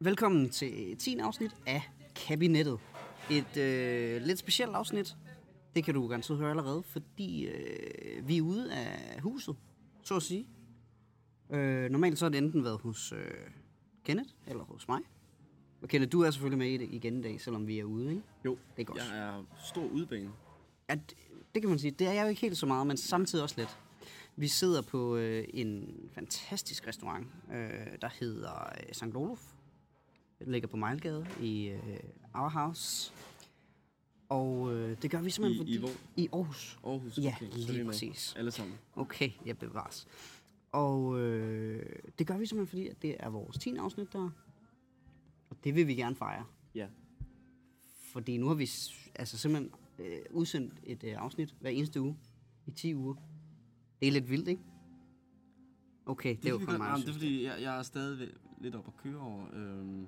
Velkommen til 10. afsnit af Kabinettet. Et øh, lidt specielt afsnit. Det kan du garanteret høre allerede, fordi øh, vi er ude af huset, så at sige. Øh, normalt så har det enten været hos øh, Kenneth eller hos mig. Og Kenneth, du er selvfølgelig med i det igen i dag, selvom vi er ude, ikke? Jo, er godt. jeg er stor udbane. at, det kan man sige, det er jeg jo ikke helt så meget, men samtidig også lidt. Vi sidder på øh, en fantastisk restaurant, øh, der hedder øh, St. Olof. Den ligger på Mejlgade i øh, Our House. Og øh, det gør vi I- simpelthen i hvor? I Aarhus. Aarhus. Ja, okay, så er vi lige med. præcis. Alle sammen. Okay, jeg bevares. Og øh, det gør vi simpelthen, fordi at det er vores 10. afsnit der. Og det vil vi gerne fejre. Ja. Fordi nu har vi s- altså simpelthen øh, udsendt et øh, afsnit hver eneste uge i 10 uger. Det er lidt vildt, ikke? Okay, det, det er jo kan vi kun godt- mig. jamen, det er synes. fordi, jeg, jeg er stadig lidt op at køre over øhm,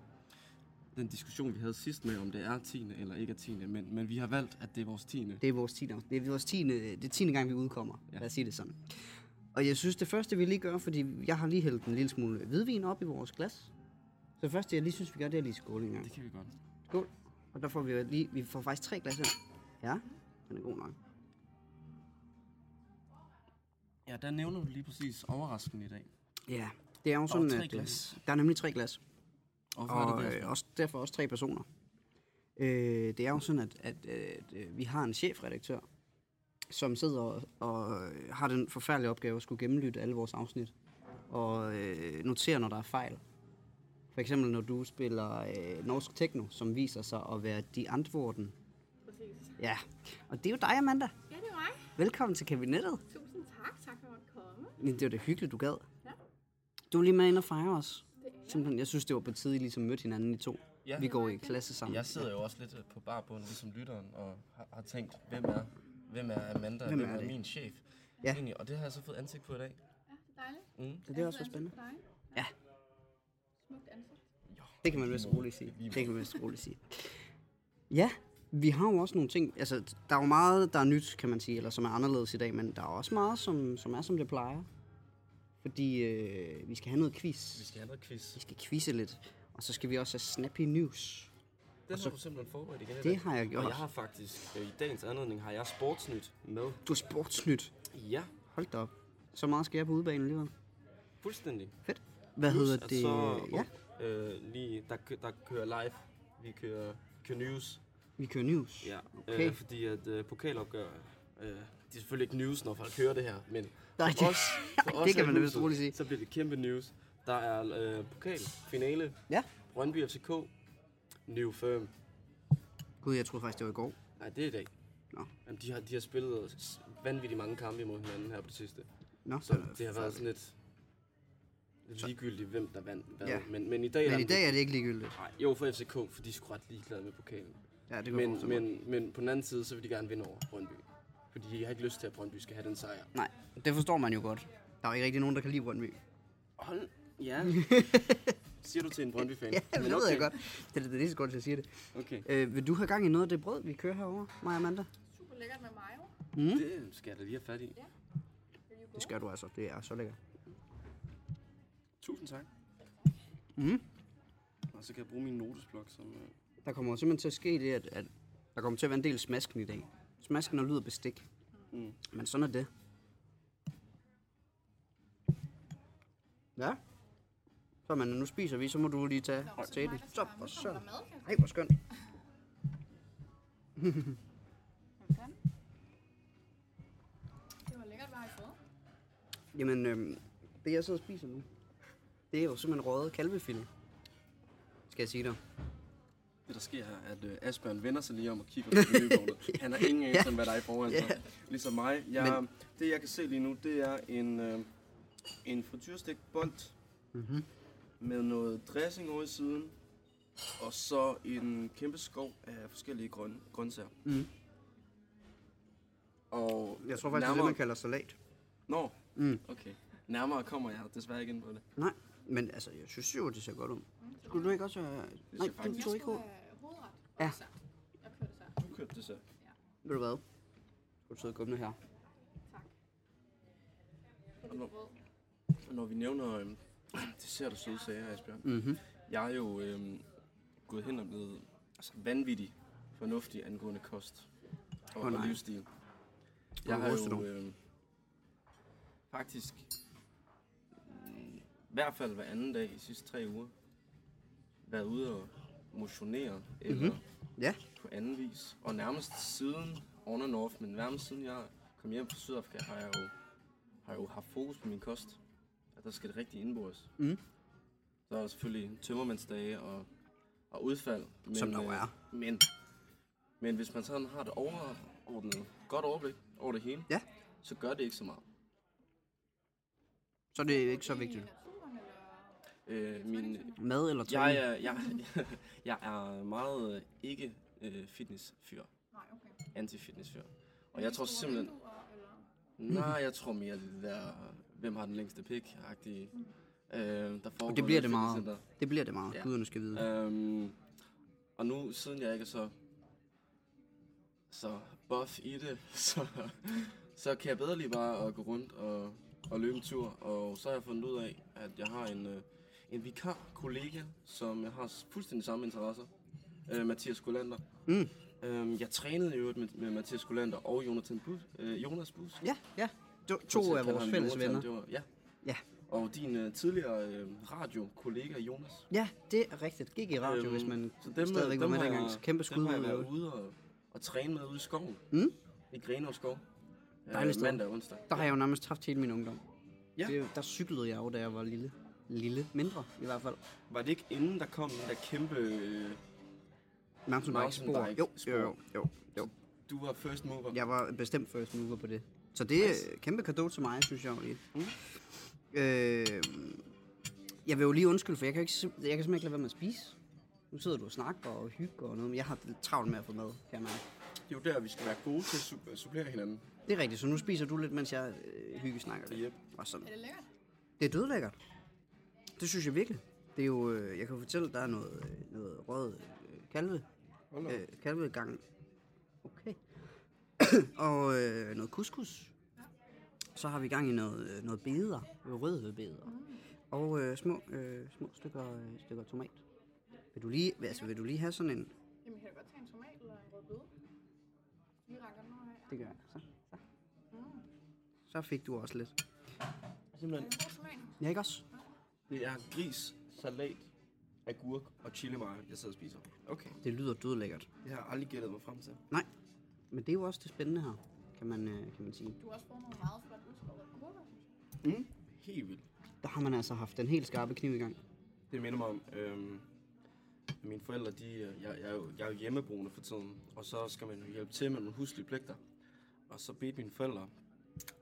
den diskussion, vi havde sidst med, om det er 10. eller ikke er 10. Men, men vi har valgt, at det er vores 10. Det er vores 10. afsnit. Det er vores 10. Det er 10. gang, vi udkommer. Ja. Ja. Lad os sige det sådan. Og jeg synes, det første, vi lige gør, fordi jeg har lige hældt en lille smule hvidvin op i vores glas. Så det første, jeg lige synes, vi gør, det er lige skål en gang. Det kan vi godt. Skål. Og der får vi jo lige, vi får faktisk tre glas her. Ja, den er god nok. Ja, der nævner du lige præcis overraskelsen i dag. Ja, det er jo sådan, tre at øh, glas. der er nemlig tre glas. Og hvorfor er Og det det? øh, også, derfor også tre personer. Øh, det er jo sådan, at, at, at øh, vi har en chefredaktør, som sidder og, og øh, har den forfærdelige opgave at skulle gennemlytte alle vores afsnit og øh, notere, når der er fejl. For eksempel når du spiller øh, norsk techno, som viser sig at være de antworten. Præcis. Ja, og det er jo dig, Amanda. Ja, det er mig. Velkommen til kabinettet. Tusind tak. Tak for at måtte komme. Men det var det hyggeligt, du gad. Ja. Du er lige med ind og fejre os. Det er jeg. Simpelthen, jeg synes, det var på tide, I ligesom mødte hinanden i to. Ja. Vi går i klasse sammen. Jeg sidder jo også lidt øh, på barbunden, ligesom lytteren, og har, har tænkt, hvem er, hvem er Amanda, Hvem hvem, er hvem er, det? min chef? Ja. Egentlig, og det har jeg så fået ansigt på i dag. Ja, det er dejligt. Mm. Ja, det er også Altid så spændende. ansigt for dig. Ja. Smukt ansigt. Det kan man vist roligt sige. Det kan man vist roligt sige. Ja, vi har jo også nogle ting. Altså, der er jo meget, der er nyt, kan man sige, eller som er anderledes i dag, men der er også meget, som, som er, som det plejer. Fordi øh, vi skal have noget Vi quiz. skal have noget quiz. Vi skal quizze lidt. Og så skal vi også have snappy news. Den har du simpelthen forberedt igen i Det dag. har jeg gjort. Og jeg har faktisk, øh, i dagens anledning, har jeg sportsnyt med. Du er sportsnyt. Ja, Hold da op. Så meget skal jeg på udebane alligevel. fuldstændig. Fedt. Hvad hedder Plus, at det? Så, Ja, øh, lige, der, kø- der kører live. Vi kører, kører news. vi kører news. Ja, Okay. øh, fordi at øh, pokalopgør, øh, det er selvfølgelig ikke news, når folk hører det her, men Nej, det- for det kan i man da vist huset, roligt sige. Så bliver det kæmpe news. Der er øh, pokalfinale, Ja. Brøndby FCK, New Firm. Gud, jeg troede faktisk, det var i går. Nej, det er i dag. Nå. Jamen, de, har, de har spillet s- vanvittigt mange kampe imod hinanden her på det sidste. Nå, Så øh, det har været fuck. sådan lidt lidt ligegyldigt, hvem der vandt hvad. Ja. Men, men i dag, Men den i dag er det ikke ligegyldigt. Nej, jo for FCK, for de er sgu ret ligeglade med pokalen. Ja, det kan jeg Men, forestille mig. men, men på den anden side, så vil de gerne vinde over Brøndby. Fordi jeg har ikke lyst til, at Brøndby skal have den sejr. Nej, det forstår man jo godt. Der er jo ikke rigtig nogen, der kan lide Brøndby. Hold, ja. Siger du til en Brøndby-fan? Ja, det ved jeg godt. Det er det eneste grund til, at jeg siger det. Okay, Øh, vil du have gang i noget af det brød, vi kører herover, mig og Amanda? Super lækkert med mayo. Mm. det skal jeg da lige have fat i. There you go. Det skal du altså. Det er så lækkert. Tusind tak. Mm. Og så kan jeg bruge min notesblok som... Øh... Der kommer simpelthen til at ske det, at, at der kommer til at være en del smasken i dag. Smasken og lyd og bestik. Mm. Men sådan er det. Ja. Så man, nu spiser vi, så må du lige tage Nå, så til er det. mig, der Så tager for med. søren. Kommer der mad, kan jeg Ej, hvor skønt. sige? Sådan. Det var lækkert, hvad har I fået? Jamen, øhm, det jeg sidder og spiser nu, det er jo simpelthen røget kalvefilet. Skal jeg sige dig. Det, der sker her, er, at øh, Asbjørn vender sig lige om og kigger på menukortet. Han har ingen anelse om, hvad der er i foran sig. Ligesom mig. Jeg, Det, jeg kan se lige nu, det er en, øh, en frityrestegt bold Mhm. med noget dressing over i siden. Og så en kæmpe skov af forskellige grøn, grøntsager. Mhm. Og Jeg tror faktisk, det er det, nærmere... man kalder salat. Nå, Mm. okay. Nærmere kommer jeg desværre ikke ind på det. Nej, men altså, jeg synes jo, det ser godt ud. Skulle du ikke også have... Mm. Det Nej, ser du faktisk- Jeg tog ikke skulle håb. have hovedret og Ja. dessert. Jeg kører dessert. Du købte det så. Ved du hvad? Skal du sidde og gumme her? Tak. For Nå. dit brød. øhm, Når vi nævner øh, dessert og søde sager, Asbjørn, Mhm. Jeg er jo øh, gået hen og blevet altså, vanvittig fornuftig angående kost og, Åh, og nej. livsstil. Hvor Jeg har hoster jo du? øh, faktisk mm, i hvert fald hver anden dag i sidste tre uger været ude og motionere eller Ja. på anden vis. Og nærmest siden, on and off, men nærmest siden jeg kom hjem fra Sydafrika, har jeg jo, har jeg jo haft fokus på min kost. At der skal det rigtig indbordes. Mm. Så er der selvfølgelig tømmermandsdage og, og udfald. Men, Som der jo øh, er. Men, men hvis man sådan har det overordnet godt overblik over det hele, Ja. så gør det ikke så meget. Så er det ikke så vigtigt. I naturen, eller? Øh, min, Mad eller tøj? jeg, er, jeg, jeg er meget øh, ikke øh, fitnessfyr. Nej, okay. Anti-fitnessfyr. Og jeg tror Store simpelthen, vinduer, eller? Nej, jeg tror mere det der, hvem har den længste pik-agtige. Øh, der foregår det bliver i det meget. fitnesscenter. Det bliver det meget. Ja. Guderne skal vide. Øhm, og nu, siden jeg ikke er så, så buff i det, så, så kan jeg bedre lige bare at gå rundt og, og løbe en tur. Og så har jeg fundet ud af, at jeg har en, øh, en vikar-kollega, som jeg har s- fuldstændig samme interesser. Øh, Mathias Golander. Mm. Øhm, jeg trænede i øvrigt med, med Mathias Golander og Jonathan Bus, øh, Jonas Bus. Ja, ja. To, Som to selv af kalder vores ham fælles Jonathan, venner. Det var, ja. Ja. Og din øh, tidligere øh, radiokollega Jonas. Ja, det er rigtigt. GG Radio, øhm, hvis man så dem, øh, stadigvæk var dem med har dengang. jeg- Kæmpe Dem skud. har jeg ud af været det. ude og, og træne med ude i skoven. Mm. I Grenov skov. Øh, Dejligt sted. Mandag og onsdag. Der har jeg jo nærmest haft hele min ungdom. Ja. Det, er jo- der cyklede jeg jo, da jeg var lille. Lille. Mindre, i hvert fald. Var det ikke inden, der kom den der kæmpe... Øh, Mountainbike-spor. Jo, Mountainbike-spor. jo, jo, jo, jo. du var first mover? Jeg var bestemt first mover på det. Så det er nice. kæmpe gave til mig, synes jeg jo lige. Mm. Øh, jeg vil jo lige undskylde, for jeg kan, jo ikke, sim- jeg kan simpelthen ikke lade være med at spise. Nu sidder du og snakker og hygger og noget, men jeg har lidt travlt med at få mad, kan jeg mærke. Det er jo der, vi skal være gode til at su- supplere hinanden. Det er rigtigt, så nu spiser du lidt, mens jeg øh, hyggesnakker lidt. Yep. Og sådan. Er det lækkert? Det er dødlækkert. Det synes jeg virkelig. Det er jo, øh, jeg kan jo fortælle, at der er noget, øh, noget rød øh, kalve, Hold da op. øh, kalvegang. Okay. og øh, noget couscous. Så har vi gang i noget, øh, noget beder, rødbeder. Og øh, små, øh, små stykker, øh, stykker tomat. Vil du, lige, altså, vil du lige have sådan en... Jamen, kan du godt tage en tomat eller en rødbede? Vi rækker den over her. Det gør jeg. Så, så. Mm. så fik du også lidt. Er Simpelthen, det en god tomat? Ja, ikke også? det er gris, salat, agurk og chili mayo, jeg sidder og spiser. Okay. Det lyder dødlækkert. Det har jeg aldrig gættet mig frem til. Nej, men det er jo også det spændende her, kan man, øh, kan man sige. Du har også fået nogle meget flot udskåret agurker, synes jeg. Mm. Helt vildt. Der har man altså haft den helt skarpe kniv i gang. Det minder mig om, øhm, at mine forældre, de, øh, jeg, jeg, er jo, jeg er jo hjemmeboende for tiden, og så skal man jo hjælpe til med nogle huslige pligter. Og så bedte mine forældre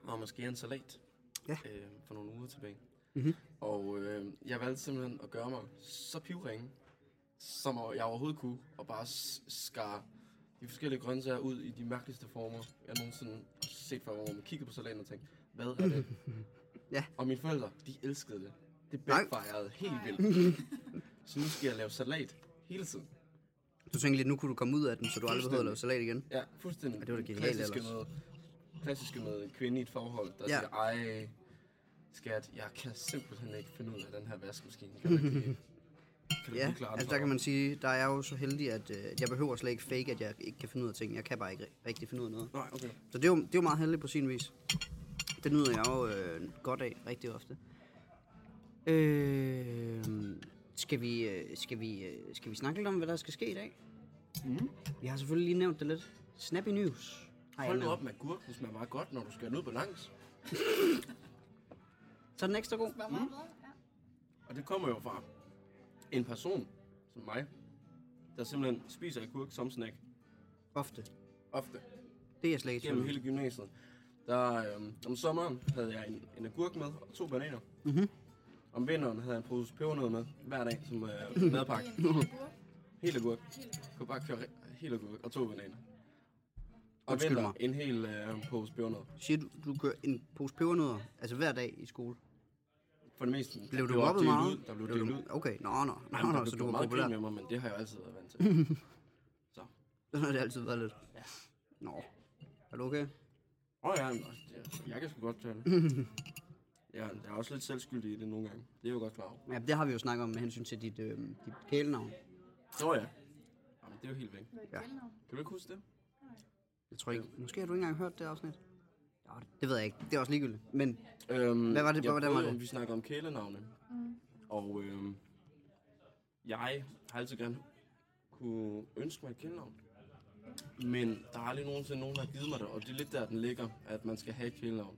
om at skære en salat Ja. øh, for nogle uger tilbage. Mhm. Og øh, jeg valgte simpelthen at gøre mig så pivringe, som jeg overhovedet kunne, og bare s- skar de forskellige grøntsager ud i de mærkeligste former, jeg nogensinde har set før, hvor man kiggede på salaten og tænkte, hvad er det? Ja. Og mine forældre, de elskede det. Det Nej. backfirede helt vildt. så nu skal jeg lave salat hele tiden. Du tænkte lidt, nu kunne du komme ud af den, så du aldrig behøvede at lave salat igen. Ja, fuldstændig. Og det var da den genialt klassiske med, ellers. klassiske med en kvinde i et forhold, der Ja. ja. siger, ej, skat, jeg kan simpelthen ikke finde ud af den her vaskemaskine. Kan du ikke lige, kan du Ja, lige klare den altså for der kan mig?" man sige, der er jeg jo så heldig, at øh, jeg behøver slet ikke fake, at jeg ikke kan finde ud af ting. Jeg kan bare ikke ri- rigtig finde ud af noget. Nej, okay. Så det er jo, det er jo meget heldigt på sin vis. Det nyder jeg jo øh, godt af rigtig ofte. Øh, skal, vi, øh, skal, vi, øh, skal vi snakke lidt om, hvad der skal ske i dag? Mm. Vi har selvfølgelig lige nævnt det lidt. Snappy News. har jeg Hold nu nævnt. op med agurk, det smager meget godt, når du skal ned på langs. Så er den ekstra god. Det var meget bedre, ja. Og det kommer jo fra en person som mig, der simpelthen spiser agurk som snack Ofte. ofte. Det er jeg slet ikke i tvivl Gennem om. hele gymnasiet. Der, øhm, om sommeren havde jeg en, en agurk med og to bananer. Mhm. Om vinteren havde jeg en pose pebernødder med hver dag som øh, madpakke. Det er en hel agurk. Helt agurk. Helt agurk. Kunne bare køre re- helt agurk og to bananer. Og Undskyld vinter en hel øh, pose pebernødder. Siger du, du gør en pose pebernødder, altså hver dag i skole? For det meste. der Blev du blev mobbet delt meget? Ud, der blev delt du- ud. Okay, nå, nå, nå, Jamen, nå, der så blev du gjort var meget populær. grin med mig, men det har jeg altid været vant til. Så. Sådan har det altid været lidt. Nå, er du okay? Åh oh, ja, men altså, det- jeg kan sgu godt tale. Jeg, jeg er også lidt selvskyldig i det nogle gange. Det er jeg jo godt klar over. Ja, det har vi jo snakket om med hensyn til dit, øh, dit kælenavn. Nå ja. Jamen, det er jo helt væk. Hvad er Ja. kælenavn? Kan du ikke huske det? Jeg tror ikke, måske har du ikke engang hørt det afsnit. Nå, det ved jeg ikke. Det er også ligegyldigt. Men Øhm, Hvad var det- jeg hvordan var prøvede, det? Vi snakkede om kælenavne. Mm. Og øhm, jeg har altid gerne kunne ønske mig et kælenavn. Men der er aldrig nogensinde nogen, der har givet mig det, og det er lidt der, den ligger, at man skal have et kælenavn.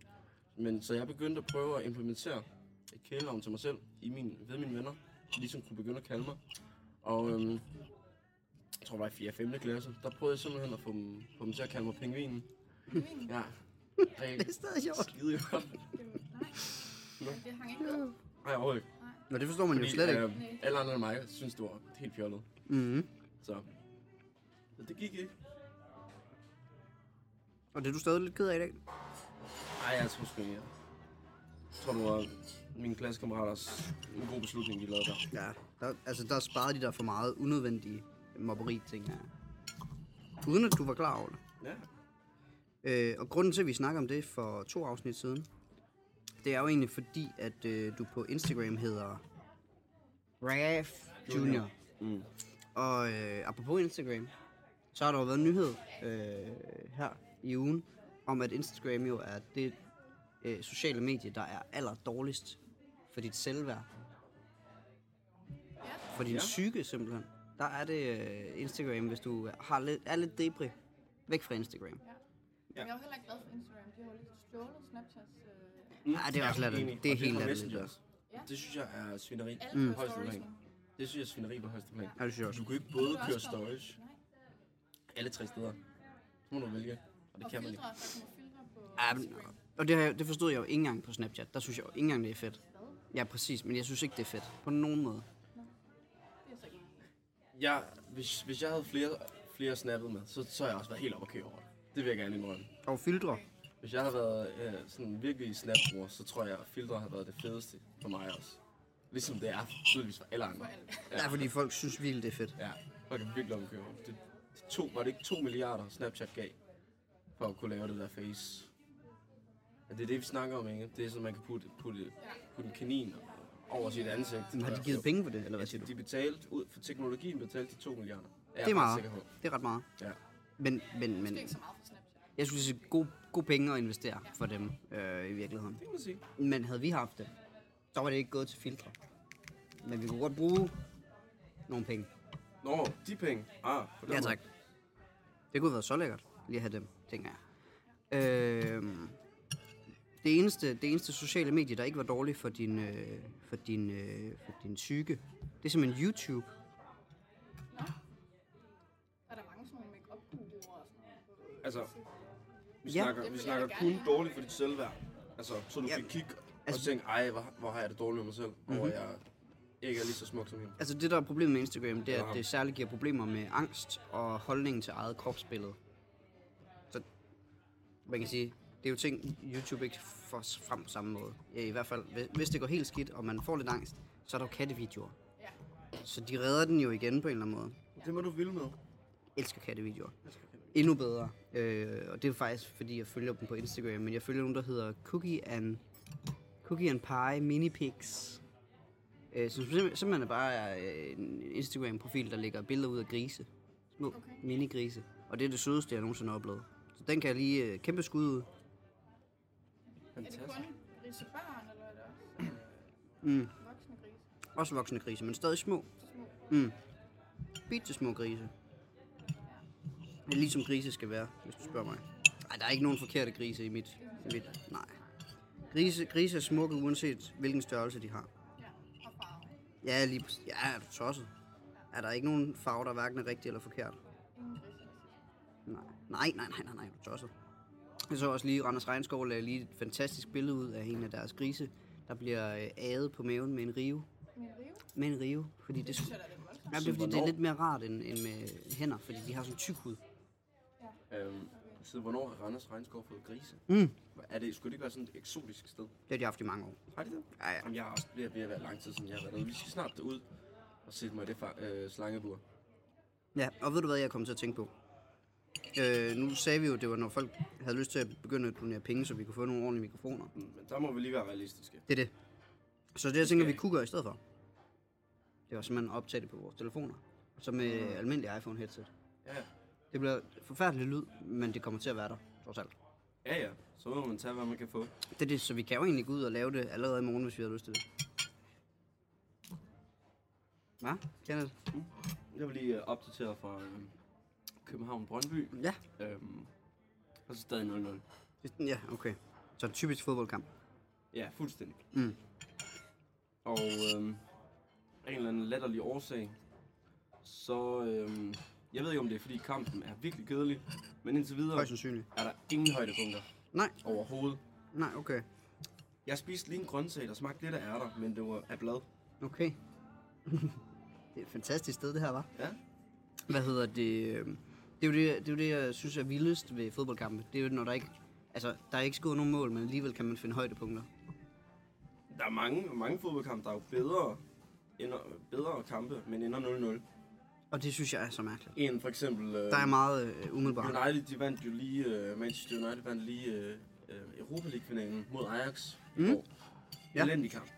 Men så jeg begyndte at prøve at implementere et kælenavn til mig selv i min, ved mine venner, de ligesom kunne begynde at kalde mig. Og øhm, jeg tror, det var i 4. 5. klasse, der prøvede jeg simpelthen at få dem, få dem til at kalde mig pingvinen. ja. Det det er stadig sjovt. skide godt. Det var, nej. Men det hang ikke op. Nej, overhovedet ikke. Nå, det forstår man jo slet ikke. Øh, alle andre end mig synes, det var helt fjollet. Mm-hmm. Så. så det gik ikke. Og det er du stadig lidt ked af i dag. Nej, jeg tror sgu ikke. Jeg tror, det var mine klassekammeraters en god beslutning, de lavede der. Ja, der, altså der sparede de dig for meget unødvendige mobberi, tænker jeg. Uden at du var klar over det. Ja. Øh, og grunden til, at vi snakker om det for to afsnit siden, det er jo egentlig fordi, at øh, du på Instagram hedder Raf Junior. Mm. Og øh, apropos Instagram, så har der jo været en nyhed øh, her i ugen, om at Instagram jo er det øh, sociale medie, der er aller dårligst for dit selvværd. For din ja. Ja. psyke simpelthen. Der er det øh, Instagram, hvis du har lidt, er lidt debri. Væk fra Instagram. Ja. Men jeg er jo heller ikke glad for Instagram. De har jo lidt stjålet Snapchats. Øh, Mm. Ej, det er også latterligt. enig. Det er Og helt fra latterligt, Messenger. Ja. Det synes jeg er svineri. alle mm. Højeste stories plan. nu. Det synes jeg er svineri på højeste plan. Ja, det synes jeg Du også. kan jo ikke Det både er også køre dårligt. stories Nej. alle tre steder. Så må du vælge. Og det Og kan man ikke. filtre, der kommer filtre på Ja, men, Instagram. og det, har jeg, det forstod jeg jo ikke engang på Snapchat. Der synes jeg jo ikke engang, det er fedt. Ja, præcis, men jeg synes ikke, det er fedt. På nogen måde. Det er så ikke engang. Jeg, hvis, hvis jeg havde flere, flere snappet med, så, så havde jeg også været helt oppe at køre over det. Det vil jeg gerne indrømme. Og filtre. Hvis jeg havde været øh, sådan virkelig snapbruger, så tror jeg, at filtre har været det fedeste for mig også. Ligesom det er tydeligvis for alle andre. Ja, fordi folk synes virkelig, det er fedt. Ja, folk er virkelig omkøber. Det, det to, var det ikke 2 milliarder, Snapchat gav, for at kunne lave det der face. Ja, det er det, vi snakker om, ikke? Det er sådan, man kan putte, putte, putte en kanin over sit ansigt. Altså, Men har de givet penge for det, eller hvad siger du? De betalte ud for teknologien, betalte de 2 milliarder. Jeg Det er ret meget. sikker på. Det er ret meget. Ja. Men, men, men Det er ikke så meget for Snapchat. jeg synes, det er gode, gode penge at investere for dem øh, i virkeligheden. Det kan man sige. Men havde vi haft det, så var det ikke gået til filtre. Men vi kunne godt bruge nogle penge. Nå, de penge. Ah, på den Ja, måde. tak. Det kunne have været så lækkert lige at have dem, tænker jeg. Øhm, det, eneste, det eneste sociale medie, der ikke var dårligt for din, øh, for din, øh, for din psyke, det er simpelthen YouTube. Nå. Er der mange sådan nogle make-up-guruer og sådan noget? på- Altså, vi Ja. snakker, Det vi vil snakker jeg da kun gerne. dårligt for dit selvværd. Altså, så du Ja, kan kigge og altså- tænke, ej, hvor, hvor har jeg det dårligt med mig selv, mm-hmm. hvor jeg ikke er lige så smuk som hende. Altså det, der er problemet med Instagram, det er, Ja. at det særligt giver problemer med angst og holdningen til eget kropsbillede. Så man kan sige, det er jo ting, YouTube ikke får s- frem på samme måde. Ja, I hvert fald, hvis- hvis det går helt skidt, og man får lidt angst, så er der jo kattevideoer. Ja. Så de redder den jo igen på en eller anden måde. Det må du ville med. elsker kattevideoer. Endnu bedre. Øh, og det er faktisk, fordi jeg følger dem på Instagram, men jeg følger nogen, der hedder Cookie and, Cookie and Pie Mini Pigs. Øh, som simp- simpelthen er bare øh, en Instagram-profil, der lægger billeder ud af grise. Små okay. Okay. minigrise. Og det er det sødeste, jeg nogensinde har oplevet. Så den kan jeg lige øh, kæmpe skud ud. Er det kun grise børn, eller er det også Mm. mm. voksne grise? Også voksne grise, men stadig små. Så små. Mm. Bitte små grise. Det er ligesom grise skal være, hvis du spørger mig. Ej, der er ikke nogen forkerte grise i mit. I mit. Nej. Grise, grise er smukke, uanset hvilken størrelse de har. Ja, og farve. Ja, lige præcis. Ja, er du tosset? Er der ikke nogen farve, der hverken er rigtig eller forkert? Ingen grise. Nej, nej, nej, nej, nej, nej, du er tosset. Jeg så også lige, Randers Regnskov lagde lige et fantastisk billede ud af en af deres grise, der bliver øh, aget på maven med en rive. Min rive, Med en rive, fordi det, det skulle... synes jeg, der er lidt voldsomt. Nej, det er fordi, Så det er hvornår- lidt mere rart end, end med hænder, fordi de har sådan en tyk hud. Øhm, så hvornår har Randers Regnskov fået grise? Mm. Er det, skulle det ikke være sådan et eksotisk sted? Det har de haft i mange år. Har de det? Ja, ja. Jamen, jeg har også ved at ved at være lang tid siden, jeg har været derude. Vi skal snart derud og sætte mig i det fa- øh, slangebur. ja og ved du hvad, jeg kom til at tænke på? Øh, nu sagde vi jo, at det var, når folk havde lyst til at begynde at donere penge, så vi kunne få nogle ordentlige mikrofoner. Mm, Men der må vi lige være realistiske. Det er det. Så det, jeg tænker, vi kunne gøre i stedet for, det var simpelthen at optage det på vores telefoner. Og så med mm. almindelig iPhone headset. Ja, Det bliver forfærdelig lyd, men det kommer til at være der, trods alt. ja, ja. Så må man tage, hvad man kan få. Det er det, så vi kan jo egentlig gå ud og lave det allerede i morgen, hvis vi har lyst til det. Hvad? Kenneth? Jeg vil lige øh, opdatere fra øh, København Brøndby. Ja. Øhm, og så stadig 0-0. Ja, okay. Så en typisk fodboldkamp. Ja, fuldstændig. Mm. Og øhm, af en eller anden latterlig årsag, så... Øhm, jeg ved ikke, om det er, fordi kampen er virkelig kedelig, men indtil videre Højst sandsynligt. er der ingen højdepunkter Nej, overhovedet. nej, okay. Jeg spiste lige en grøntsag, der smagte lidt af ærter, men det var af blad. Okay. det er et fantastisk sted, det her, var. Ja. Hvad hedder det? øhm, Det er, jo det, det er jo det, jeg synes er vildest ved fodboldkampe. Det er jo, når der ikke... Altså, der er ikke skåret nogen mål, men alligevel kan man finde højdepunkter. Der er mange, mange fodboldkampe, der er jo bedre, ender, bedre kampe, men ender 0-0. Og det synes jeg er så mærkeligt. En for eksempel... Øh, Der er meget øh, umiddelbart. United, de vandt jo lige, uh, Manchester United vandt lige uh, Europa League-finalen mod Ajax i Mm. går. Ja. Ja. Elendig kamp.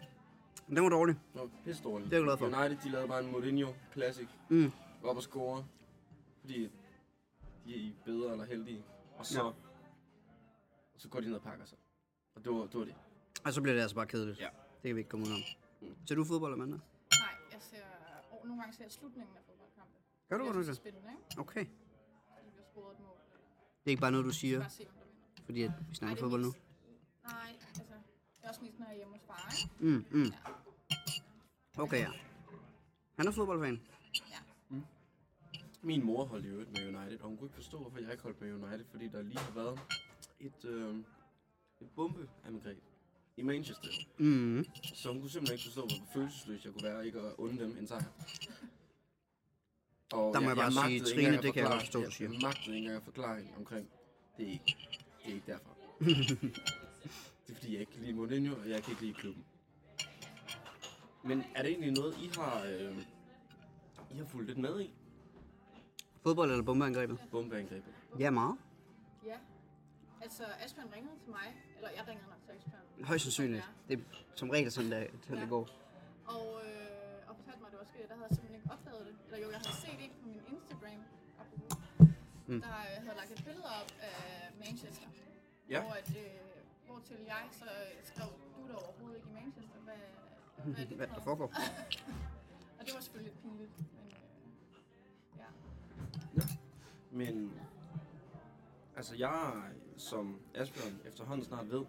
Den var dårlig. Nå, pisse dårligt. Det er jeg glad for. United, de lavede bare en Mourinho Classic. Mm. Op og score. Fordi de er bedre eller heldige. Og så, Ja. ja. så går de ned og pakker sig. Og det var det. Var det. Og så bliver det altså bare kedeligt. Ja. Det kan vi ikke komme udenom. Ser du fodbold, Amanda? Nej, jeg ser... Og nogle gange ser jeg slutningen af fodboldkampe. Gør du det? det? er så spændende, ikke? Okay. Fordi vi har scoret et mål. Det er ikke bare noget, du Ja. siger, Bare se, hvem der vinder. fordi at vi Ej, snakker det er fodbold nu. mest- Nej, altså... Det er også mest, når jeg er hjemme hos far, ikke? Mm, mm. Ja. Okay, ja. Han er fodboldfan. ja. Min mor holdt jo med United, og hun kunne ikke forstå, hvorfor jeg ikke holdt med United. Fordi der lige har været et, øh, et bombeangreb i Manchester. Mm. Så hun kunne simpelthen ikke forstå, hvor følelsesløs jeg kunne være, ikke at unde dem en sejr. Og Der må jeg bare sige, magtede ikke Trine, engang at det kan jeg forklare- godt forstå, du siger. Jeg magtede ikke engang at forklare hende omkring, det er ikke, det er ikke derfra. det er fordi, jeg ikke kan lide Mourinho, og jeg kan ikke lide klubben. Men er det egentlig noget, I har, øh, I har fulgt lidt med i? Fodbold eller bombeangrebet? Bombeangrebet. Ja, meget. Ja. Altså, Asbjørn ringede til mig, eller jeg ringede nok til Asbjørn. Højst sandsynligt. Ja. Det er som regel sådan, der, sådan Ja. det går. Og, øh, og fortalte mig, at det var sket. Der havde jeg simpelthen ikke opdaget det. Eller jo, jeg havde set det på min Instagram, apropos, Mm. der øh, havde lagt et billede op af Manchester. Ja. Hvor, at, øh, hvortil jeg så øh, skrev, du er da overhovedet ikke i Manchester. Hvad, hvad er det Hvad for der noget?" foregår? Og det var selvfølgelig lidt pinligt. Men, øh, ja. Men altså jeg, som Asbjørn efterhånden snart ved,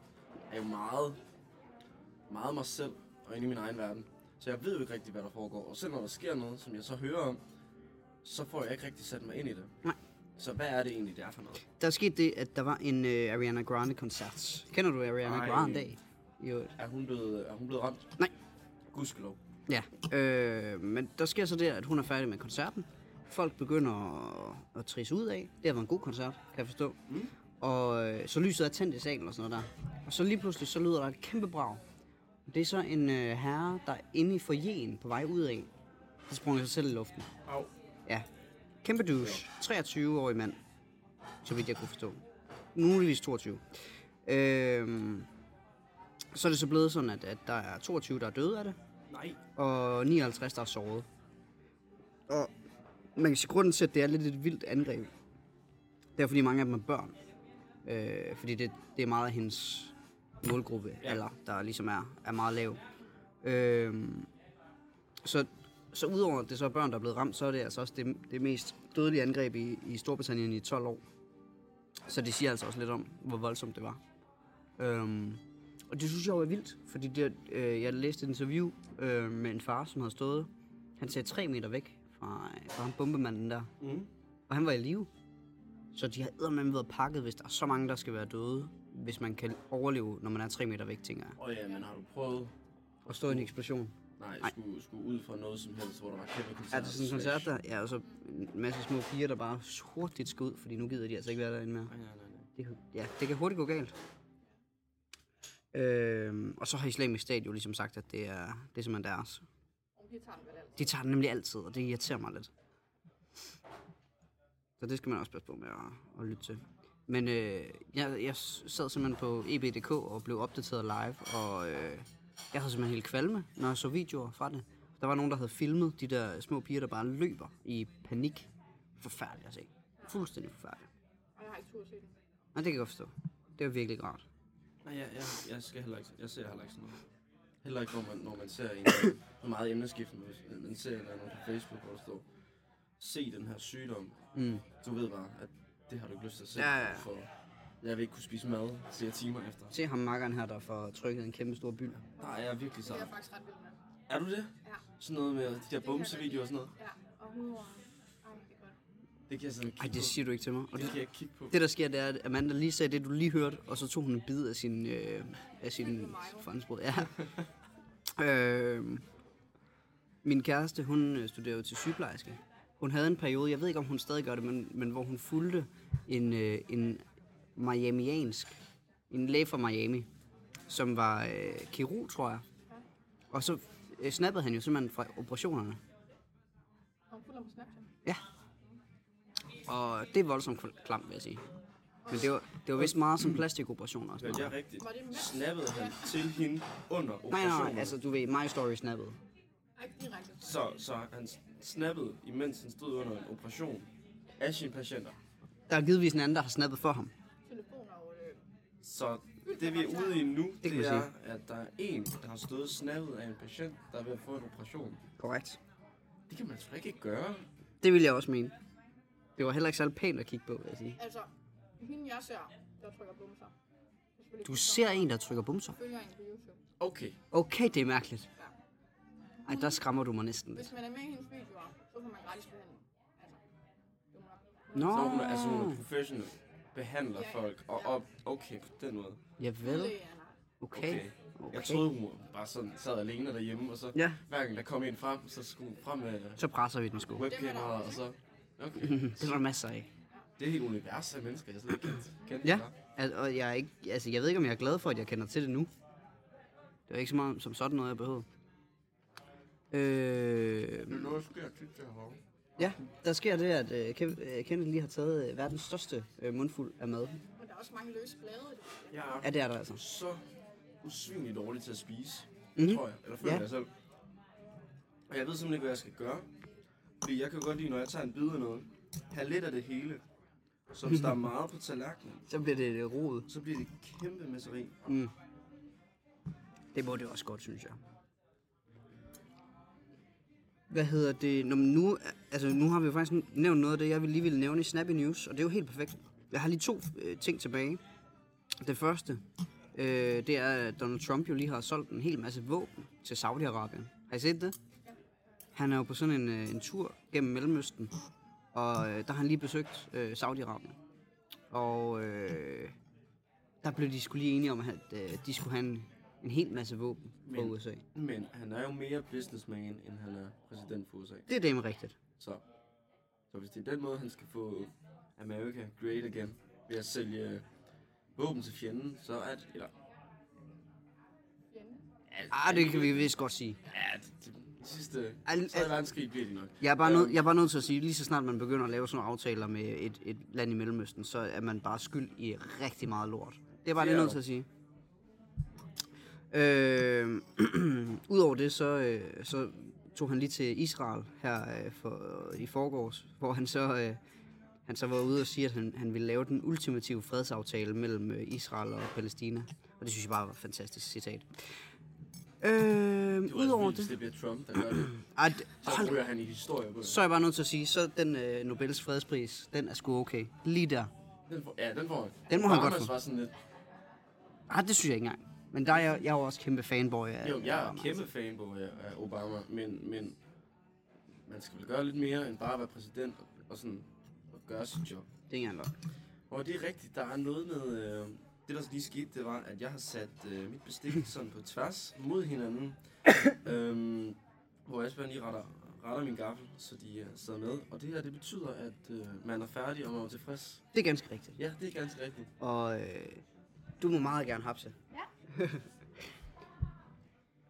er jo meget, meget mig selv og inde i min egen verden. Så jeg ved jo ikke rigtig, hvad der foregår. Og selv når der sker noget, som jeg så hører om, så får jeg ikke rigtig sat mig ind i det. Nej. Så hvad er det egentlig, det er for noget? Der skete det, at der var en øh, Ariana Grande-koncert. Kender du Ariana Ej. Grande? Jo. Er hun blevet, er hun blevet ramt? Nej. Gudskelov. Ja. Øh, men der sker så det, at hun er færdig med koncerten. Folk begynder at, at trisse ud af. Det har været en god koncert, kan jeg forstå. Mm. Og øh, så lyset er tændt i salen og sådan noget der. Og så lige pludselig, så lyder der et kæmpe brag. Det er så en øh, herre, der er inde i forjen på vej ud af. Så sprang sig selv i luften. Au. Ja. Kæmpe douche. 23-årig mand. Så vidt jeg kunne forstå. Muligvis 22. Øhm, så er det så blevet sådan, at, at der er 22, der er døde af det, Nej. og 59, der er såret. Og man kan sige, grunden til, at det er lidt et vildt angreb, det er, fordi mange af dem er børn. Øh, fordi det, det er meget af hendes målgruppe, ja. Ja. alder, der ligesom er, er meget lav. Øhm, så, så udover at det så er børn, der er blevet ramt, så er det altså også det, det mest dødelige angreb i, i Storbritannien i 12 år. Så det siger altså også lidt om, hvor voldsomt det var. Øhm, og det synes jeg jo er vildt, fordi det, øh, jeg læste et interview øh, med en far, som havde stået, han sagde tre meter væk fra, fra ham bombemanden der, Mm. og han var i live. Så de har eddermame været pakket, hvis der er så mange, der skal være døde, hvis man kan overleve, når man er 3 meter væk, tænker jeg. Og ja, men har du prøvet? Og stå i en eksplosion. Nej, Nej. Skulle, skulle ud for noget som helst, hvor der var kæmpe koncert. Er det sådan en koncert der? Ja, og så en masse små piger, der bare hurtigt skal ud, fordi nu gider de altså ikke være derinde mere. Nej, nej, nej. nej. Det, kan- ja, det kan hurtigt gå galt. Øhm, og så har islamisk stat jo ligesom sagt, at det er, det er simpelthen deres. Og vi tager den vel altid. De tager den nemlig altid, og det irriterer mig lidt. Så det skal man også passe på med at, at lytte til. Men øh, jeg, jeg sad simpelthen på E eb.dk og blev opdateret live, og øh, jeg havde simpelthen helt kvalme, når jeg så videoer fra det. Der var nogen, der havde filmet de der små piger, der bare løber i panik. Forfærdeligt at se. Fuldstændig forfærdeligt. Og jeg har ikke tur til den. Og det kan jeg godt forstå. Det var virkelig rart. Nej, jeg, jeg, jeg, skal heller ikke, jeg ser heller ikke sådan noget. Heller ikke, når man, når man ser en, der er meget emneskiftende, hvis man ser en eller anden på Facebook, hvor der står, se den her sygdom. Mm. Du ved bare, at det har du ikke lyst til at se, Ja, ja, ja. for jeg vil ikke kunne spise mad flere timer efter. Se ham makkeren her, der får trykket en kæmpe stor byld. Nej, jeg er virkelig Det er sådan. jeg faktisk ret vild med. Er du det? Ja. Sådan noget med de der bumsevideoer og sådan noget. Ja, og hudår. Ej, det er godt. Det kan jeg sådan ikke Ej, kigge det på. siger du ikke til mig. Og Det det, kan jeg ikke kigge på. det, der sker, det er, at Amanda lige sagde det, du lige hørte, og så tog hun en bid af sin, øh, af sin franskbrød. Ja. øh, min kæreste, hun øh, studerer jo til sygeplejerske. Hun havde en periode, jeg ved ikke, om hun stadig gør det, men, men hvor hun fulgte en, øh, en miamiansk, en læge fra Miami, som var øh, kirurg, tror jeg. Og så øh, snappede han jo simpelthen fra operationerne. Og hun fulder på Snapchat. Ja. Og det er voldsomt kl- klamt, vil jeg sige. Men det var, det var vist meget som plastikoperationer og sådan Men det er noget. rigtigt. Var det mænd? Snappede han til hende under Nej, nej, operationen. nej, altså du ved, My Story snappede. Ej, ikke direkte. Så, så han snappede, imens han stod under en operation af sine patienter. Der er givetvis en anden, der har snappet for ham. Telefon og... Øh, Så det vi er ude i nu, det, kan man det er, at der er en, der har stået snappet af en patient, der er ved at få en operation. Korrekt. Det kan man sgu ikke gøre. Det ville jeg også mene. Det var heller ikke særlig pænt at kigge på, vil jeg sige. altså, hende jeg ser, der trykker bumser. Det er selvfølgelig Du ikke ser bumser. en, der trykker bumser. Jeg følger en på YouTube. Okay, Okay, det er mærkeligt. Ja. Ej, der skræmmer du mig næsten lidt. Hvis man er med i hendes videoer, så får man gratis behandling. Altså, det er Nå, så nok. hun, er- altså, Ah. hun er professionel, behandler folk, og, og okay, på den måde. javel. Det er nej. Okay. Jeg okay. troede, hun bare sådan sad alene derhjemme, og så Ja. hver gang der kom en frem, så skulle hun frem med Så presser vi den sgu. webkameraet, og så... Okay. Det var der masser af. Det er et helt univers af mennesker, jeg slet ikke kendte. kendte Ja, før. al- og jeg, er ikke, altså, jeg ved ikke, om jeg er glad for, at jeg kender til det nu. Det var ikke så meget som sådan noget, jeg behøvede. Det er Øh, noget, der sker tit derovre. ja, der sker det, at øh, Kev- øh, Kenneth lige har taget øh, verdens største øh, mundfuld af mad. Men der er også mange løse blade. i det. Jeg Ja, er det er der altså. så usynligt dårlig til at spise, Mhm. mm-hmm. tror jeg. Eller føler Ja. ja. jeg selv. Og jeg ved simpelthen ikke, hvad jeg skal gøre. Fordi jeg kan godt lide, når jeg tager en bid af noget, have lidt af det hele. Så Mhm. hvis der er meget på tallerkenen, Så bliver det øh, rodet. så bliver det kæmpe messeri. Mm. Det må det også godt, synes jeg. Hvad hedder det? Nå, men nu, altså, nu har vi jo faktisk nævnt noget af det, jeg ville lige ville nævne i Snappy News, og det er jo helt perfekt. Jeg har lige to øh, ting tilbage. Det første, øh, det er, at Donald Trump jo lige har solgt en hel masse våben til Saudi-Arabien. Har I set det? Han er jo på sådan en, øh, en tur gennem Mellemøsten, og øh, der har han lige besøgt øh, Saudi-Arabien. Og øh, der blev de skulle lige enige om, at øh, de skulle have en, en hel masse våben fra Men- USA. Men han er jo mere businessman, end han er præsident for USA. Det er dem rigtigt. Så, så hvis det er den måde, han skal få America great again, ved at sælge våben til fjenden, så er det... Eller, Fjende. Ah, det kan vi vist godt sige. Ja, det, det sidste Al- al, al, verdenskrig bliver det nok. Jeg er, bare Øhm. nød, jeg er bare nødt til at sige, lige så snart man begynder at lave sådan nogle aftaler med et, et land i Mellemøsten, så er man bare skyld i rigtig meget lort. Det er bare Det lige er nødt du. til at sige. Øh, Udover det, så, øh, så tog han lige til Israel her øh, for, i forgårs, hvor han så, øh, han så var ude og sige, at han, han ville lave den ultimative fredsaftale mellem øh, Israel og Palæstina. Og det synes jeg bare var et fantastisk citat. Øh, Det var Udover Udover vildt, det. det... det bliver Trump, der gør det. Ej, det- Så hold ryger han i historiebøger. så er jeg bare nødt til at sige, så den øh, Nobels fredspris, den er sgu okay. Lige der. Den får, ja, den får Den må han godt Barnes få. var sådan lidt, Ah, det synes jeg ikke engang. Men der er jeg, jeg er jo også kæmpe fanboy af... jo, jeg er af- kæmpe fanboy af af Obama, men, men man skal vel gøre lidt mere, end bare at være præsident og, og sådan og gøre sit job. Det er ikke engang løgn. Og det er rigtigt, der er noget med... Øh, det, der lige skete, det var, at jeg har sat øh, mit bestik sådan på tværs mod hinanden. øhm, hvor Asbjørn lige retter, retter min gaffel, så de øh, sidder med. Og det her, det betyder, at øh, man er færdig og man er tilfreds. Det er ganske rigtigt. Ja, det er ganske rigtigt. Og øh, du må meget gerne hapse. Ja.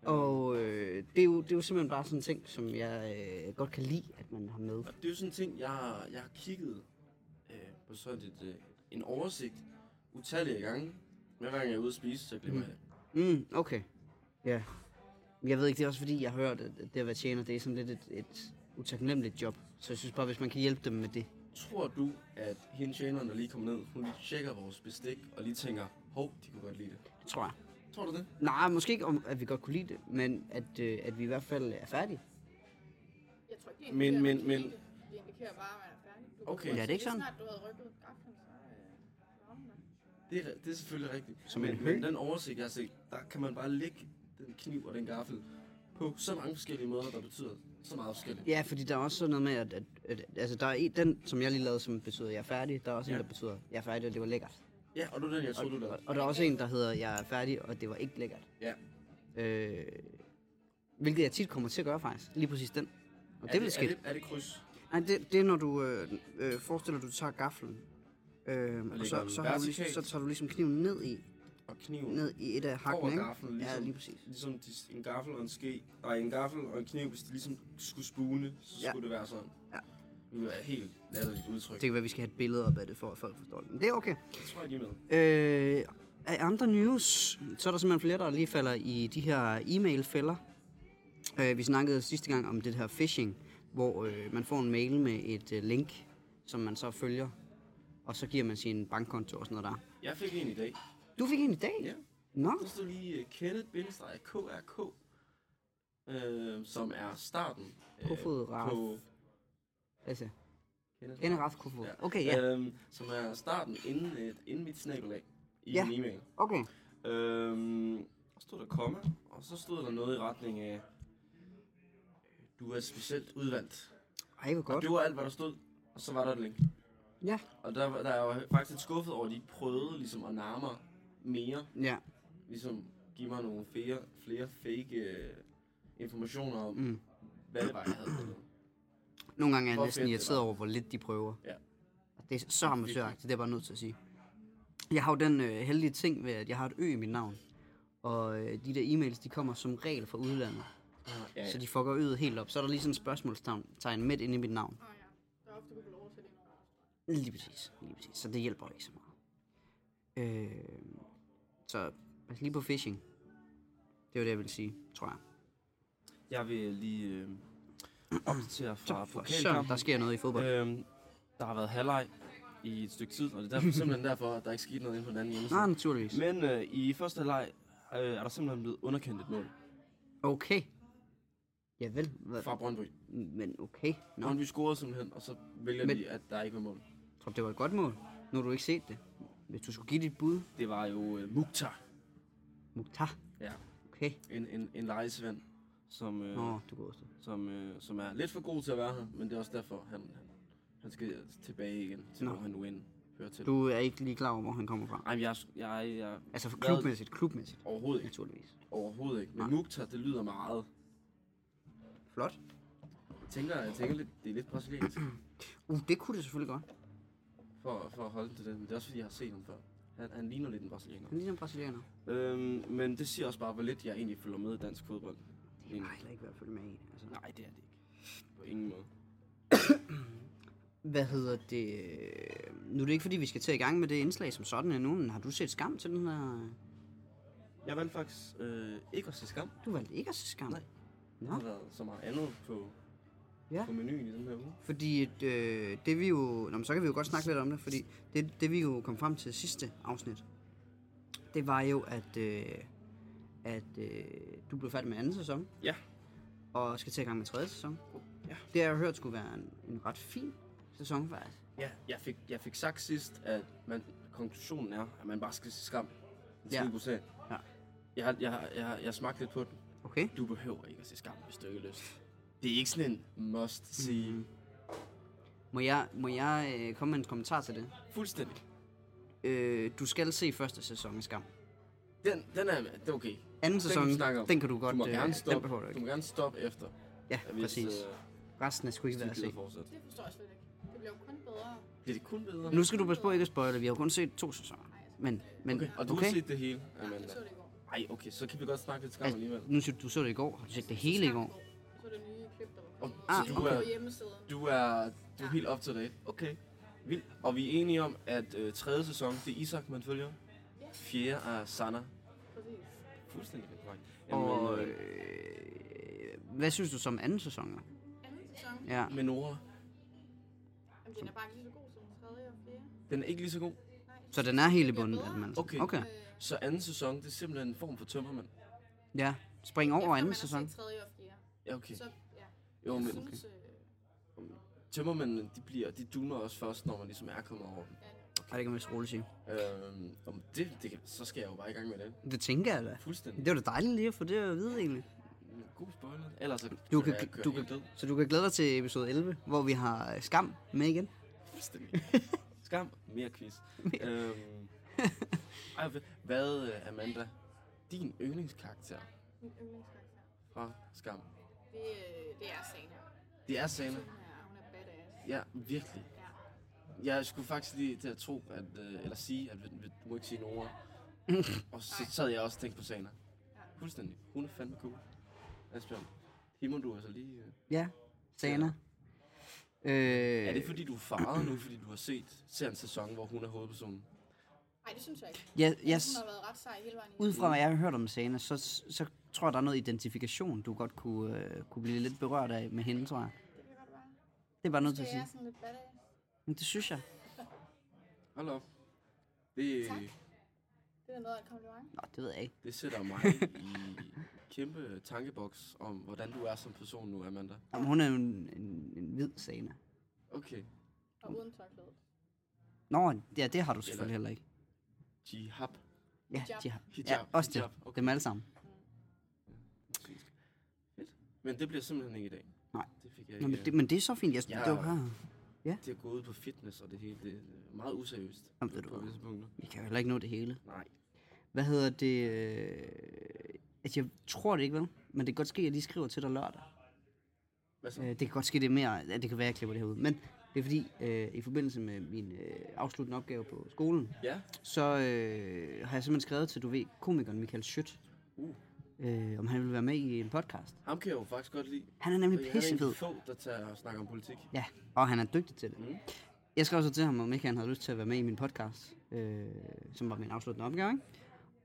Og øh, det, er jo, det er jo simpelthen bare sådan en ting, som jeg øh, godt kan lide, at man har med. Og det er jo sådan en ting, jeg, jeg har kigget og så er det øh, en oversigt utallige gange. Hver gang jeg er ude at spise, så glemmer jeg det. Mm, okay. Ja. Men Jeg ved ikke, det er også fordi, jeg har hørt, at det at være tjener, det er sådan lidt et, et utaknemmeligt job. Så jeg synes bare, hvis man kan hjælpe dem med det. Tror du, at hende tjeneren, der lige kommer ned, hun lige tjekker vores bestik og lige tænker, hov, de kunne godt lide det. Det tror jeg. Tror du det? Nej, måske ikke om, at vi godt kunne lide det, men at, øh, at vi i hvert fald er færdige. Jeg tror ikke, det Men- indikerer, men- at man men- kan lide det. Det indikerer bare, at man er færdig. Du Okay. kunne- Ja, det er ikke lige sådan. Snart du havde rykket gaflen, så... øh, var den der. Det er, det er selvfølgelig rigtigt. Som en men, høg. men den oversigt, jeg har set, der kan man bare lægge den kniv og den gaffel på så mange forskellige måder, der betyder så meget forskelligt. Ja, fordi der er også sådan noget med, at, at, at altså, der er en, den, som jeg lige lavede, som betyder, at jeg er færdig. Der er også ja. Ja. en, der betyder, at jeg er færdig, og det var lækkert. Ja, og det er den, jeg tror, du Og, lavede. og der er også en, der hedder, jeg er færdig, og det var ikke lækkert. Ja. Øh, hvilket jeg tit kommer til at gøre, faktisk. Lige præcis den. Og Er det vil ske. Er det, er det kryds? Nej, det, det er, når du øh, øh, forestiller, at du tager gaflen, øh, og, lægger så, den så, har du lige, vertikalt. så tager du ligesom kniven ned i, Og kniven ned i et af hakken, over ikke? gaflen, ligesom, Ja, lige præcis. ligesom de, en gaffel og en ske, nej, en gaffel og en kniv, hvis de ligesom skulle spune, så Ja. skulle det være sådan. Ja. Det ville være helt latterligt udtryk. Det kan være, at vi skal have et billede op af det, for at folk forstår det. Men det er okay. Det tror jeg, de er med. Øh, af andre news, så er der simpelthen flere, der lige falder i de her e-mail-fælder. Øh, vi snakkede sidste gang om det her phishing, hvor øh, man får en mail med et øh, link, som man så følger, og så giver man sin bankkonto og sådan noget der. Jeg fik en i dag. Du fik en i dag? Ja. Nå, Der stod lige øh, Kenneth-KRK, øh, som er starten øh, Kofod Raf. på altså, Kenneth en Raf. ret kofod. Okay, ja. Øhm, som er starten inden, øh, inden mit snabelag i Ja. ja. en e-mail. Okay. Øhm, så stod der komma, og så stod der noget i retning af, øh, du er specielt udvalgt. Ej, hvor Og godt. det var alt, hvad der stod, og så var der et link. Ja. Og der, var- der er jo faktisk lidt skuffet over, at de ikke prøvede ligesom, at narme mig mere. Ja, Ligesom give mig nogle flere, flere fake øh, informationer om, Mm. mm. hvad det var, jeg havde. lavet. nogle gange er jeg Hvor næsten fedt det irriteret var. over, hvor lidt de prøver. Ja. Og Det er så amatøragtigt, det er jeg bare nødt til at sige. Jeg har jo den øh, heldige ting ved, at jeg har et ø i mit navn. Og øh, de der e-mails, de kommer som regel fra udlandet. Ja, ja. Så de fucker øet helt op. Så er der lige sådan et spørgsmålstegn midt inde i mit navn. Nå ja, der er ofte Google oversætte ind over. Lige præcis. Lige præcis. Så det hjælper ikke så meget. Øh, så altså lige på phishing. Det var det, jeg ville sige, tror jeg. Jeg vil lige øh, opdatere fra For søren, der pokalkampen. sker noget i fodbold. Øh. Øhm, der har været halvleg i et stykke tid, og det er derfor, simpelthen derfor, at der ikke skete noget inde på den anden Nej, hjemmeside. naturligvis. Men øh, i første halvleg øh, er der simpelthen blevet underkendt et mål Okay. Ja vel, hvad- Fra Brøndby. men okay. Nå, jeg Brøndby scorede simpelthen, og så vælger Men- Men... de, at der ikke var mål. tror, det var et godt mål. Nu har du ikke set det. Hvis du skulle give dit bud, Det var jo øh, Mukhtar, Mukhtar, Ja. okay. En, en, en lejesvend, som, øh, Nå, du går også. som, øh, som er lidt for god til at være her, men det er også derfor, han, han, han skal tilbage igen til, Nå. hvor han nu end hører til. Du er ikke lige klar over, hvor han kommer fra. Ej, men jeg, jeg, jeg, Altså for Hvad? klubmæssigt, klubmæssigt, overhovedet ikke. naturligvis. Overhovedet ikke. Men Mukhtar, det lyder meget. Flot. Jeg tænker, jeg tænker lidt, det er lidt brasiliansk Uh, det kunne det selvfølgelig godt. for, for at holde til det. Men det er også fordi, jeg har set ham før. Han, han ligner lidt en brasilianer. Han er ligesom brasilianer. Øhm, men det siger også bare, hvor lidt jeg egentlig følger med i dansk fodbold. Det er bare heller ikke, hvad jeg følger med i. Altså. Nej, det er det ikke. På ingen måde. Hvad hedder det? Nu er det ikke, fordi vi skal til i gang med det indslag som sådan endnu, men har du set skam til den her... Jeg valgte faktisk øh, ikke at se skam. Du valgte ikke at se skam. Nej. Nå. Der har været så meget andet på, Ja. ja. på menuen i den her uge. Fordi at, øh, det vi jo... Nå, men så kan vi jo godt snakke lidt om det, fordi det, det vi jo kom frem til sidste afsnit, det var jo, at, øh, at øh, du blev færdig med anden sæson, Ja. og skal til i gang med tredje sæson. Ja. Det har jeg hørt skulle være en, en ret fin sæson, faktisk. ja. Jeg, fik, jeg fik sagt sidst, at man, konklusionen er, at man bare skal se skam. Det Ja. skal ja. Ja. Jeg, har- jeg, har- jeg, har- jeg smagte lidt på den. Okay. Du behøver ikke at se skam, hvis du ikke har lyst. Det er ikke sådan en must see. Mm. Må jeg, må jeg øh, komme med en kommentar til det? Fuldstændig. Øh, du skal se første sæson af Skam. Den, den er, det er okay. Anden Den sæson, vi den, snakker den, om. kan du godt... Du må øh, gerne den stoppe, behøver du du ikke. må gerne stoppe efter. Ja, hvis, præcis. øh, Resten er sgu ikke Hvis værd at de se. gider fortsætte. Det forstår jeg slet ikke. Det bliver jo kun bedre. Bliver det kun bedre? Nu skal du passe på ikke at spoile. Vi har jo kun set to sæsoner. Men, men okay. Og du har set det hele, Jeg Amanda. så det i går. Ej, okay, så kan vi godt snakke lidt skam Altså, alligevel. nu siger du, du så det i går. Har du set det hele i går? Så er det nye klip, der var Og kommet. Ah, du, På er, hjemmesiden. du er, du er helt up to date. Okay. Vildt. Og vi er enige om, at øh, tredje sæson, det er Isak, man følger. Ja. Fjerde er Sanna. Præcis. Fuldstændig korrekt. Og Jamen, øh, øh, hvad synes du som anden sæson? er? Anden sæson, Ja. med Nora, jamen, den er bare ikke lige så god som den tredje og fjerde. den er ikke lige så god. Nej. Så den er helt i Den er bunden? bedre. at man- Okay. okay. Øh, Så anden sæson, det er simpelthen en form for tømmermand. Ja. Spring over efter anden man har sæson. set tredje og fjerde. Ja, okay. Så, ja. Jo, Jeg men synes, øh, tømmermændene, de bliver, de dummer også først, når man ligesom er kommet over dem. Ej, det kan man vist roligt sige. Øhm, om det, det kan, så skal jeg jo bare i gang med det. Det tænker jeg da. Fuldstændig. Det var da dejligt lige at få det at vide egentlig. God spoiler. Ellers så, Du så kan, er jeg kørt du helt kan, ned. så du kan glæde dig til episode 11, hvor vi har øh, Skam med igen. Fuldstændig. Skam, mere quiz. øhm, ej, hvad- hvad, øh, Amanda, din yndlingskarakter min yndlingskarakter. fra Skam? Det, øh, det er Sana. Det er Sana. Hun er, hun er badass. Ja, virkelig. Ja. Jeg skulle faktisk lige til at tro, at, øh, eller sige, at vi- vi- du må ikke sige Nora. og så Nej. sad jeg også og tænkte på Sana. Ja. Fuldstændig. Hun er fandme cool. Asbjørn, hende må du altså lige... Øh. Ja, Sana. Øh, Er det fordi, du er faret nu, fordi du har set, ser en sæson, hvor hun er hovedpersonen? Nej, det synes jeg ikke. ja, Jeg yes, synes, Hun har været ret sej hele vejen. ud fra hvad jeg har hørt om Sana, så, så tror jeg, der er noget identifikation, du godt kunne, øh, kunne blive lidt berørt af med hende, tror jeg. Det kan godt være. Det er bare nødt til Det at sige. er sådan lidt badass. Men det synes jeg. Hold op. Det, Tak. Det er noget af et kompliment. Nå, det ved jeg ikke. det sætter mig i kæmpe tankeboks om, hvordan du er som person nu, Amanda. Jamen, hun er jo en, en, en hvid Sana. Okay. Og uden tørklæde. Nå, ja, det har du selvfølgelig heller ikke. Jihab. Ja, Hijab. de har. Ja, Hijab. også det. Hijab. Okay. Dem alle sammen. Fedt. Men det bliver simpelthen ikke i dag. Nej. Det fik jeg Nå, ikke. øh, men, det, men det er så fint. Jeg, Ja. det var bare, det er gået på fitness og det hele. Det er øh, meget useriøst. Jamen, ved du på hvad? visse punkter. vi kan jo heller ikke nå det hele. Nej. Hvad hedder det? Øh, altså, jeg tror det ikke, vel? Men det kan godt ske, at jeg lige skriver til dig lørdag. Hvad så? Øh, det kan godt ske, det er mere... Ja, det kan være, at jeg klipper det her ud. Men det er fordi, øh, i forbindelse med min øh, afsluttende opgave på skolen, Ja. så øh, har jeg simpelthen skrevet til, du ved, komikeren Michael Schødt, Uh. øh, om han vil være med i en podcast. Ham kan jeg jo faktisk godt lide. Han er nemlig Fordi han er en pissefed. af de få, der tager og snakker om politik. Ja, og han er dygtig til det. Mm. Jeg skrev så til ham, om ikke han havde lyst til at være med i min podcast, øh, som var min afsluttende opgave. Ikke?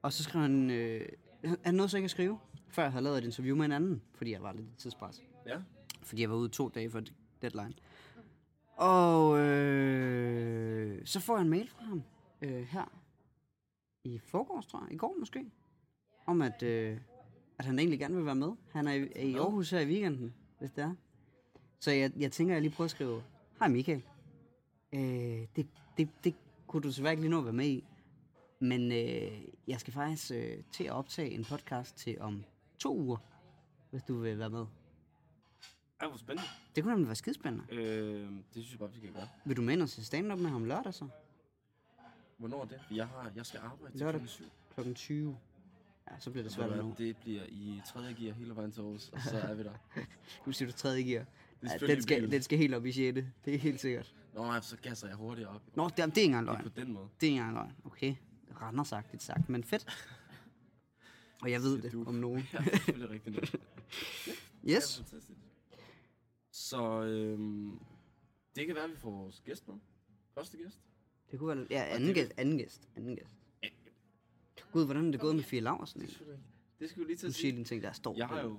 Og så skrev han, øh, han- han nåede så ikke at skrive, før jeg havde lavet et interview med en anden, fordi jeg var lidt i tidspres. Ja. Fordi jeg var ude to dage før deadline. Og øh, så får jeg en mail fra ham øh, her i forgårs, tror jeg. I går måske. Om at, øh, at han egentlig gerne vil være med. Han er i, er i Aarhus her i weekenden, hvis det er. Så jeg, jeg tænker, jeg lige prøver at skrive, hej Michael. Øh, det, det, det kunne du desværre ikke lige nå at være med i. Men øh, jeg skal faktisk øh, til at optage en podcast til om to uger, hvis du vil være med. Ej, hvor spændende. Det kunne nemlig være skidespændende. Øh, det synes jeg bare, vi skal gøre. Vil du med ind og se stand-up med ham lørdag så? Hvornår er det? Jeg, har, jeg skal arbejde til Lørdag. klokken syv. Klokken 20. Ja, så bliver det Så svært at nå. hvad, det bliver i 3. gear hele vejen til Aarhus, og så er vi der. Nu siger du tredje gear. Ja, den, selvfølgelig skal, vildt. den skal helt op i 6. Det er helt sikkert. Nå, nej, så gasser jeg hurtigere op. Nå, det, det er ikke engang Det er løgn. på den måde. Det er ikke engang løgn. Okay. Randersagtigt sagt, men fedt. Og jeg ved Det er det du. om nogen. Ja, det er selvfølgelig rigtigt. nok. Yes. Ja, fantastisk. Så øhm, det kan være, at vi får vores gæst med. Første gæst. Det kunne være... Ja, anden det- gæst. Anden gæst. Anden gæst. Gud, hvordan er det gået med Fie Laversen? Det egentlig? skal, det skal vi lige til Nu at siger sige. din ting, der står. Jeg har den jo,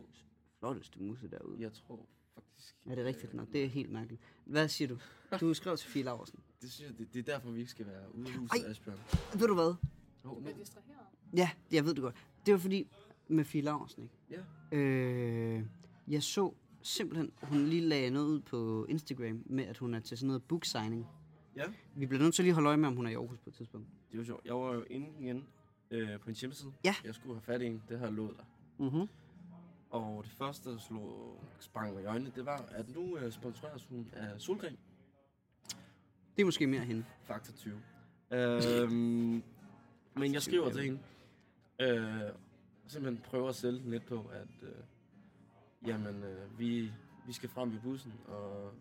Flotteste musse derude. jeg tror faktisk... Er det rigtigt? Nå, det er helt mærkeligt. Hvad siger du? Du skrev til Fie Laversen. Øh, Det, synes jeg, det, det er derfor, vi ikke skal være ude i Ej. huset, Asbjørn. Ved du hvad? Oh, Du nu. bliver distraheret. Ja, jeg ved det godt. Det var fordi, med Fie Laursen, ikke? Ja. Øh, jeg så simpelthen, hun lige lagde noget ud på Instagram med, at hun er til sådan noget book signing. ja, Vi bliver nødt til lige at holde øje med, om hun er i Aarhus på et tidspunkt. det var sjovt. Jeg var jo inde igen øh, på en hjemmeside. Ja. Jeg skulle have fat i en. Det har jeg lovet dig. Mm-hmm. Og det første, der slog, sprang mig i øjnene, det var, at nu øh, sponsoreres hun af Solgren Det er måske mere hende. Faktor 20. Øhm, men jeg skriver til hende, øh, og simpelthen prøver at sælge den lidt på, at øh, jamen, øh, vi, vi skal frem i bussen, og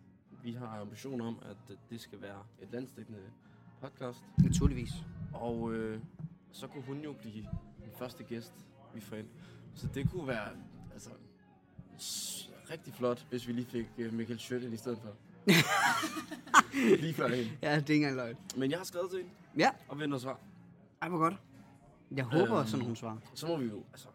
vi har ambition om, at øh, det skal være et landstækkende podcast. Naturligvis. Og øh, så kunne hun jo blive den første gæst, vi får ind. Så det kunne være altså, s- rigtig flot, hvis vi lige fik øh, Michael Schøttel i stedet for. Lige før hende. Ja, det er ikke engang løgn. Men jeg har skrevet til hende Ja, og venter svar. ej, hvor godt. Jeg håber, Øhm. sådan nogle svarer. Så må vi jo, altså...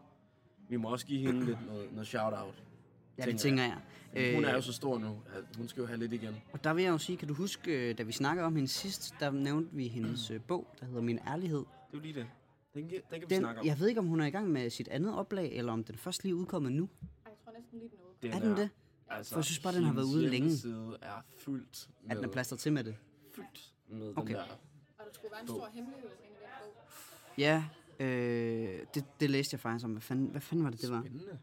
Vi må også give hende lidt noget, noget shout-out. Ja, tænker det tænker jeg. Øh, hun er jo Øh, så stor nu, at hun skal jo have lidt igen. Og der vil jeg jo sige, kan du huske, øh, da vi snakkede om hende sidst, der nævnte vi hendes øh, bog, der hedder Min Ærlighed. Det er jo lige det. Den, kan- den kan vi Den, snakke om. jeg ved ikke, om hun er i gang med sit andet oplag, eller om den først lige er udkommet nu. Ej, jeg tror næsten lige den er ude. er den det? For jeg synes bare, den har været altså, hendes ude længe. hjemmeside er fyldt med, At den er plastret til med det. fyldt med Okay. den der. Og der skulle være en stor hemmelighed inde i den bog. Ja, øh, det, det læste jeg faktisk om. Hvad fanden, hvad fanden var det, det var? Spændende.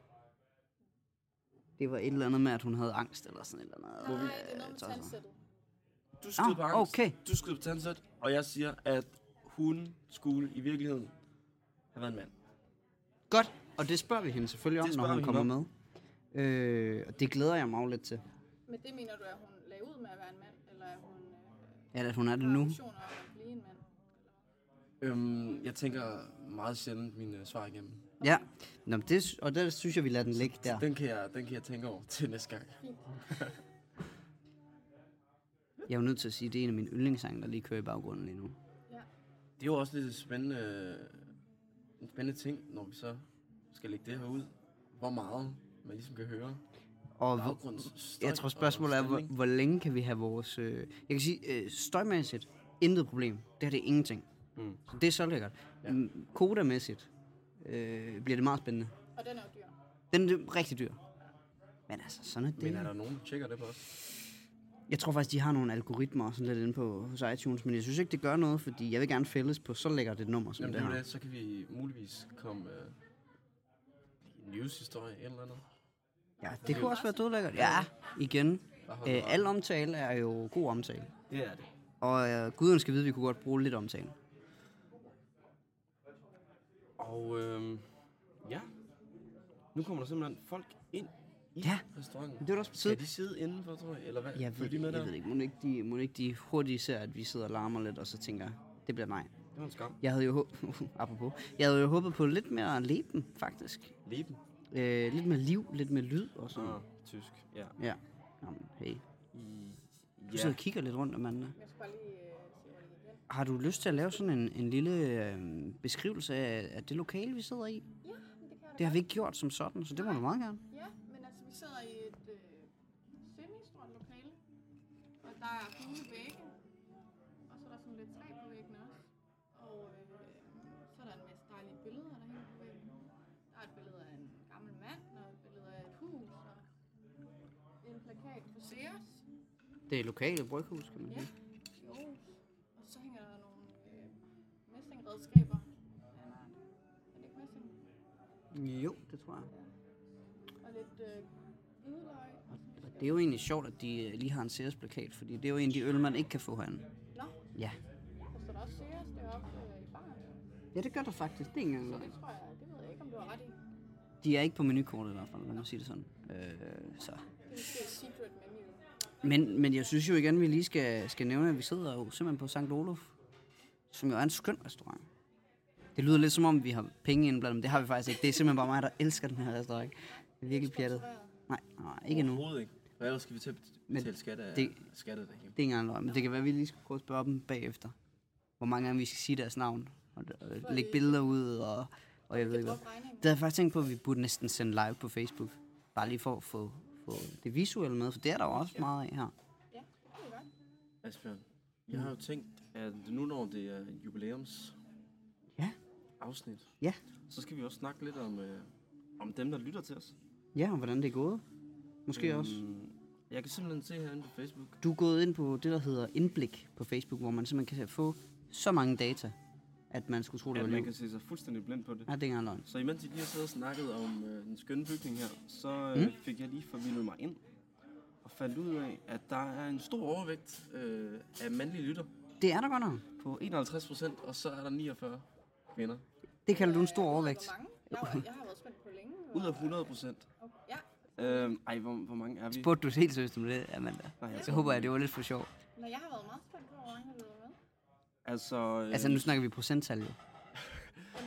Det var et eller andet med, at hun havde angst, eller sådan et eller andet. Nej, øh, det er noget med tosset. tandsættet. Du skød Ah, på angst. okay. Du skød på tandsæt, og jeg siger, at hun skulle i virkeligheden have været en mand. Godt, og det spørger vi hende selvfølgelig om, Det når spørger hun vi kommer hende med. Øh, og det glæder jeg mig jo lidt til. Men det mener du, at hun lagde ud med at være en mand? Eller at hun øh, Ja, at hun er det har nu. ambitioner om at blive en mand? Øhm, jeg tænker meget sjældent mine øh, svar igennem. Ja, Nå, men det, og der synes jeg, vi lader den ligge Ja. der. Den, kan jeg, den kan jeg tænke over til næste gang. Jeg er jo nødt til at sige, at det er en af mine yndlingssange, der lige kører i baggrunden lige nu. Ja. Det er jo også lidt spændende, en spændende ting, når vi så skal lægge det her ud. Hvor meget man ligesom kan høre. Og hvor- Baggrundsstøj jeg tror, og spørgsmålet er, hvor, stemning. hvor længe kan vi have vores... Øh, jeg kan sige, øh, støjmæssigt, intet problem. Det her det er ingenting. Mm. Så det er så lækkert. Ja. Kodamæssigt øh, bliver det meget spændende. Og den er jo dyr. Den er rigtig dyr. Men altså, sådan er det. Men er der nogen, der tjekker det på os? Jeg tror faktisk, de har nogle algoritmer og sådan lidt inde på hos iTunes, men jeg synes ikke, det gør noget, fordi jeg vil gerne fældes på så lækkert et nummer, som Jamen, Jamen, det det er jo her. det, så kan vi muligvis komme øh, en nyhedshistorie eller andet. Ja, det kunne også være dødlækkert. Ja, igen. Øh, al omtale er jo god omtale. Det er det. Og øh, guderne skal vide, at vi kunne godt bruge lidt omtale. Og øh, ja, nu kommer der simpelthen folk ind i Ja, restauranten. men det er da også på tide. Skal de sidde indenfor, tror jeg? Eller hvad? Jeg ved, Følger de med jeg der? ved det ikke, må ikke, de, må ikke de hurtigt ser, at vi sidder og larmer lidt, og så tænker, det bliver mig. Det var en skam. Jeg havde jo, håb- apropos, jeg havde jo håbet på lidt mere leben, faktisk. Leben. Øh, lidt mere liv, lidt mere lyd og sådan. Ah, tysk. Ja. Ja. Jamen, hey. I, Du sidder og kigger lidt rundt om andre. Jeg skal bare lige øh, se, hvor det er. Har du lyst til at lave sådan en, en lille øh, beskrivelse af, af det lokale, vi sidder i? Ja, men det kan jeg da Det har vi ikke gjort som sådan, så det må du meget gerne. Ja, men altså, vi sidder i et øh, semistort lokale, og der er gule vægge, og så er der sådan lidt træ på væggen også. Og øh, så er der en masse dejlige billeder, der hænger på væggen. Der er et billede af en gammel mand, og et billede af et hus, og en plakat for Sears. Det er lokale bryghus, kan man Ja, sige. i Aarhus. Og så hænger der nogle øh, messingredskaber af en art. Er det ikke messing? Jo, det tror jeg. Og lidt øh, hvidløg. og sådan Og det er jo egentlig sjovt, at de øh, lige har en Ceres-plakat, fordi det er jo en af de øl, man ikke kan få herinde. Nå, Ja. der står der også Sears deroppe øh, i baren. Ja, det gør der faktisk. Det er ikke engang Så løgn. det tror jeg, det ved jeg ikke, om du har ret i. De er ikke på menukortet i hvert fald, lad mig sige det sådan. Øh, så. Det er måske et secret menu. Men, men jeg synes jo igen, vi lige skal, skal nævne, at vi sidder jo simpelthen på Sankt Olof, som jo er en skøn restaurant. Det lyder lidt som om, vi har penge indblandet, men det har vi faktisk ikke. Det er simpelthen bare mig, der elsker den her restaurant. Det er virkelig pjattet. Nej, nej, ikke endnu. Det Overhovedet ikke. Hvad ellers skal vi til at betale skat af, det- skattet derhjemme? er ikke engang løgn, men det kan være, at vi lige skal prøve at spørge dem bagefter. Hvor mange gange vi skal sige deres navn, og, og lægge billeder ud, og, og jeg ved ikke hvad. Det havde jeg faktisk tænkt på, at vi burde næsten sende live på Facebook. Bare lige for at få, få det visuelle med, for det er der jo også meget af her. Ja, det kan vi godt. Asbjørn, jeg har jo tænkt, at nu når det er jubilæums Ja. afsnit, Ja, så skal vi også snakke lidt om, øh, om dem, der lytter til os. Øhm, ja og hvordan det er gået. Måske også. Jeg kan simpelthen se herinde på Facebook. Du er gået ind på det, der hedder indblik på Facebook, hvor man simpelthen kan få så mange data, at man skulle tro, det at var man liv. kan se sig fuldstændig blind på det. Nej, det er ikke engang løgn. Så imens I lige har siddet og snakket om øh, den skønne bygning her, så øh, mm. fik jeg lige forvildet mig ind og fandt ud af, at der er en stor overvægt øh, af mandlige lytter Det er der godt nok. på 51 procent, og så er der 49 kvinder. Det kalder du en stor overvægt. Hvor mange? Jeg, var, jeg har været spændt på længe. Ud af 100 procent. Okay. Ja, Øh, ej, hvor, hvor mange er vi? Spurgte du helt seriøst om det, Amanda? Nej, jeg Så håber jeg, at det var lidt for sjovt. men jeg har været meget spændt på, hvor mange der lyder med. Altså, øh, Altså, nu snakker vi procenttal jo. Jeg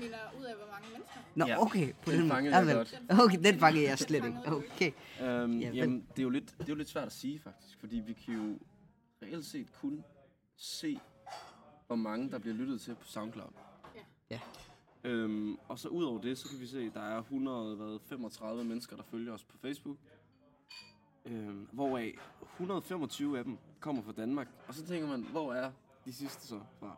mener, ud af hvor mange mennesker. Nå, Ja. okay. På Den den fangede Ja, jeg vel. godt. Okay, den fangede jeg slet ikke. Okay. Øhm, Ja, jamen, det er, jo lidt, det er jo lidt svært at sige, faktisk, fordi vi kan jo reelt set kun se, hvor mange der bliver lyttet til på SoundCloud. Ja. Ja. Øhm, og så ud over det, så kan vi se, at der er 135 mennesker, der følger os på Facebook. Øhm, hvoraf 125 af dem kommer fra Danmark. Og så tænker man, hvor er de sidste så fra?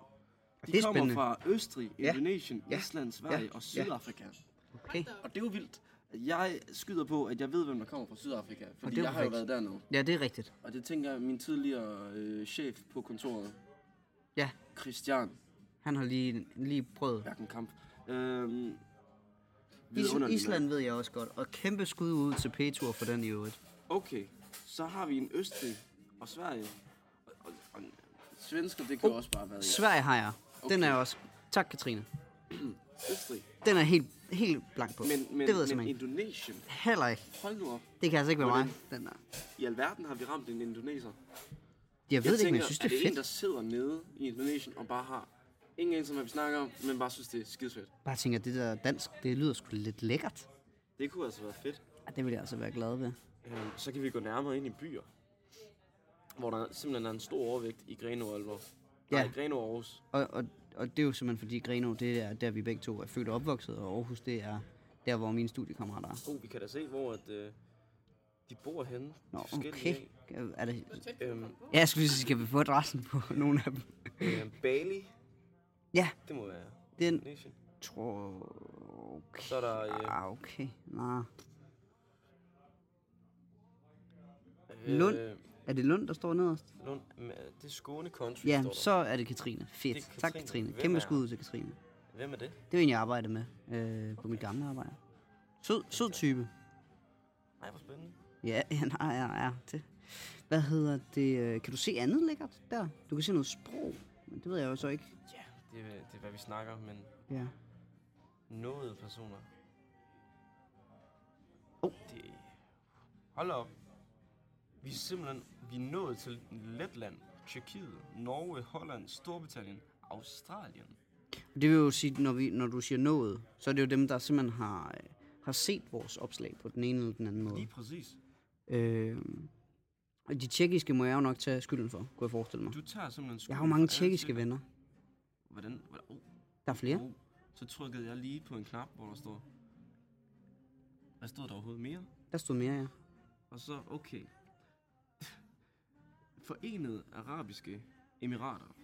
De Det er kommer spændende. fra Østrig, Ja. Indonesien, Ja. Island, Sverige Ja. og Sydafrika. Okay. da op. Og det er jo vildt. Jeg skyder på, at jeg ved, hvem der kommer fra Sydafrika, fordi det er jeg har jo været perfekt. dernede. Ja, det er rigtigt. Og det tænker jeg, min tidligere øh, chef på kontoret, Ja, Christian han har lige, lige prøvet. Bergenkamp. Øhm, Is- vidunderlig Island ved jeg også godt, og kæmpe skud ud til Petur for den i øvrigt. mand. Okay, så har vi en Østrig og Sverige. Og, og, og svensker, det kan oh, også bare være i Sverige har jeg. Den er også... Tak, Katrine. Østrig. Den er helt, helt blank på. Men, men, det ved jeg men simpelthen ikke. Indonesien, Heller ikke. hold nu op. Det kan altså ikke være mig. Hvordan? Den der. I alverden har vi ramt en indoneser. Jeg ved jeg det ikke, men jeg synes, er det er det en, fedt. der sidder nede i Indonesien og bare har ingen anelse om, hvad vi snakker om, men bare synes, det er skidesvært. Bare tænker, det der dansk, det lyder sgu lidt lækkert. Det kunne altså være fedt. Ja, det vil jeg altså være glad ved. Øhm, så kan vi gå nærmere ind i byer, hvor der simpelthen er en stor overvægt i Grenaa og Aalborg. Ja. Ja. Nej, Grenaa og Aarhus. Og, og, og det er jo simpelthen fordi Greno, det er der, vi begge to er født og opvokset, og Aarhus, det er der, hvor mine studiekammerater er. Oh, vi kan da se, hvor at, øh, de bor henne. de Nå, forskellige okay. af. Er det... Hvor tæt kan du Øhm, komme på? Ja, jeg skulle lige sige, skal vi få adressen på nogle af dem? Øhm, Bali, Ja, det må være den Indonesien. tror... Okay. Så er der, øh, ja. Ah, okay. Nå. Øh, Lund. Er det Lund, der står nederst? Lund. men, øh, Det er Skåne Country, Ja, står der. så er det Katrine. Fedt. Det er Tak, Katrine. Katrine. Hvem Kæmpe er- skud ud til Katrine. Hvem er det? Det er en, jeg arbejder med øh, på mit gamle arbejde. Sød, sød type. Nej, hvor spændende. Ja, ja, nej, ja, ja, det. Hvad hedder det? øh, Kan du se andet lækkert der? Du kan se noget sprog, men det ved jeg jo så ikke. Ja, det, er, det er, hvad vi snakker om, men Ja. nåede personer. Oh. Det... Hold op. Vi er simpelthen vi er nået til Letland, Tjekkiet, Norge, Holland, Storbritannien, Australien. Det vil jo sige, når, vi, når du siger noget, så er det jo dem, der simpelthen har, øh, har set vores opslag på den ene eller den anden Lige måde. præcis. Øh, og de tjekkiske må jeg jo nok tage skylden for, kunne jeg forestille mig. Du tager simpelthen skud Jeg har jo mange for alle tjekkiske tjekker. venner. Hvordan? hvordan oh, Der er flere. oh. Så trykkede jeg lige på en knap, hvor der står... Hvad stod der overhovedet mere? Der stod mere, ja. Og så, okay. Forenede Arabiske Emirater,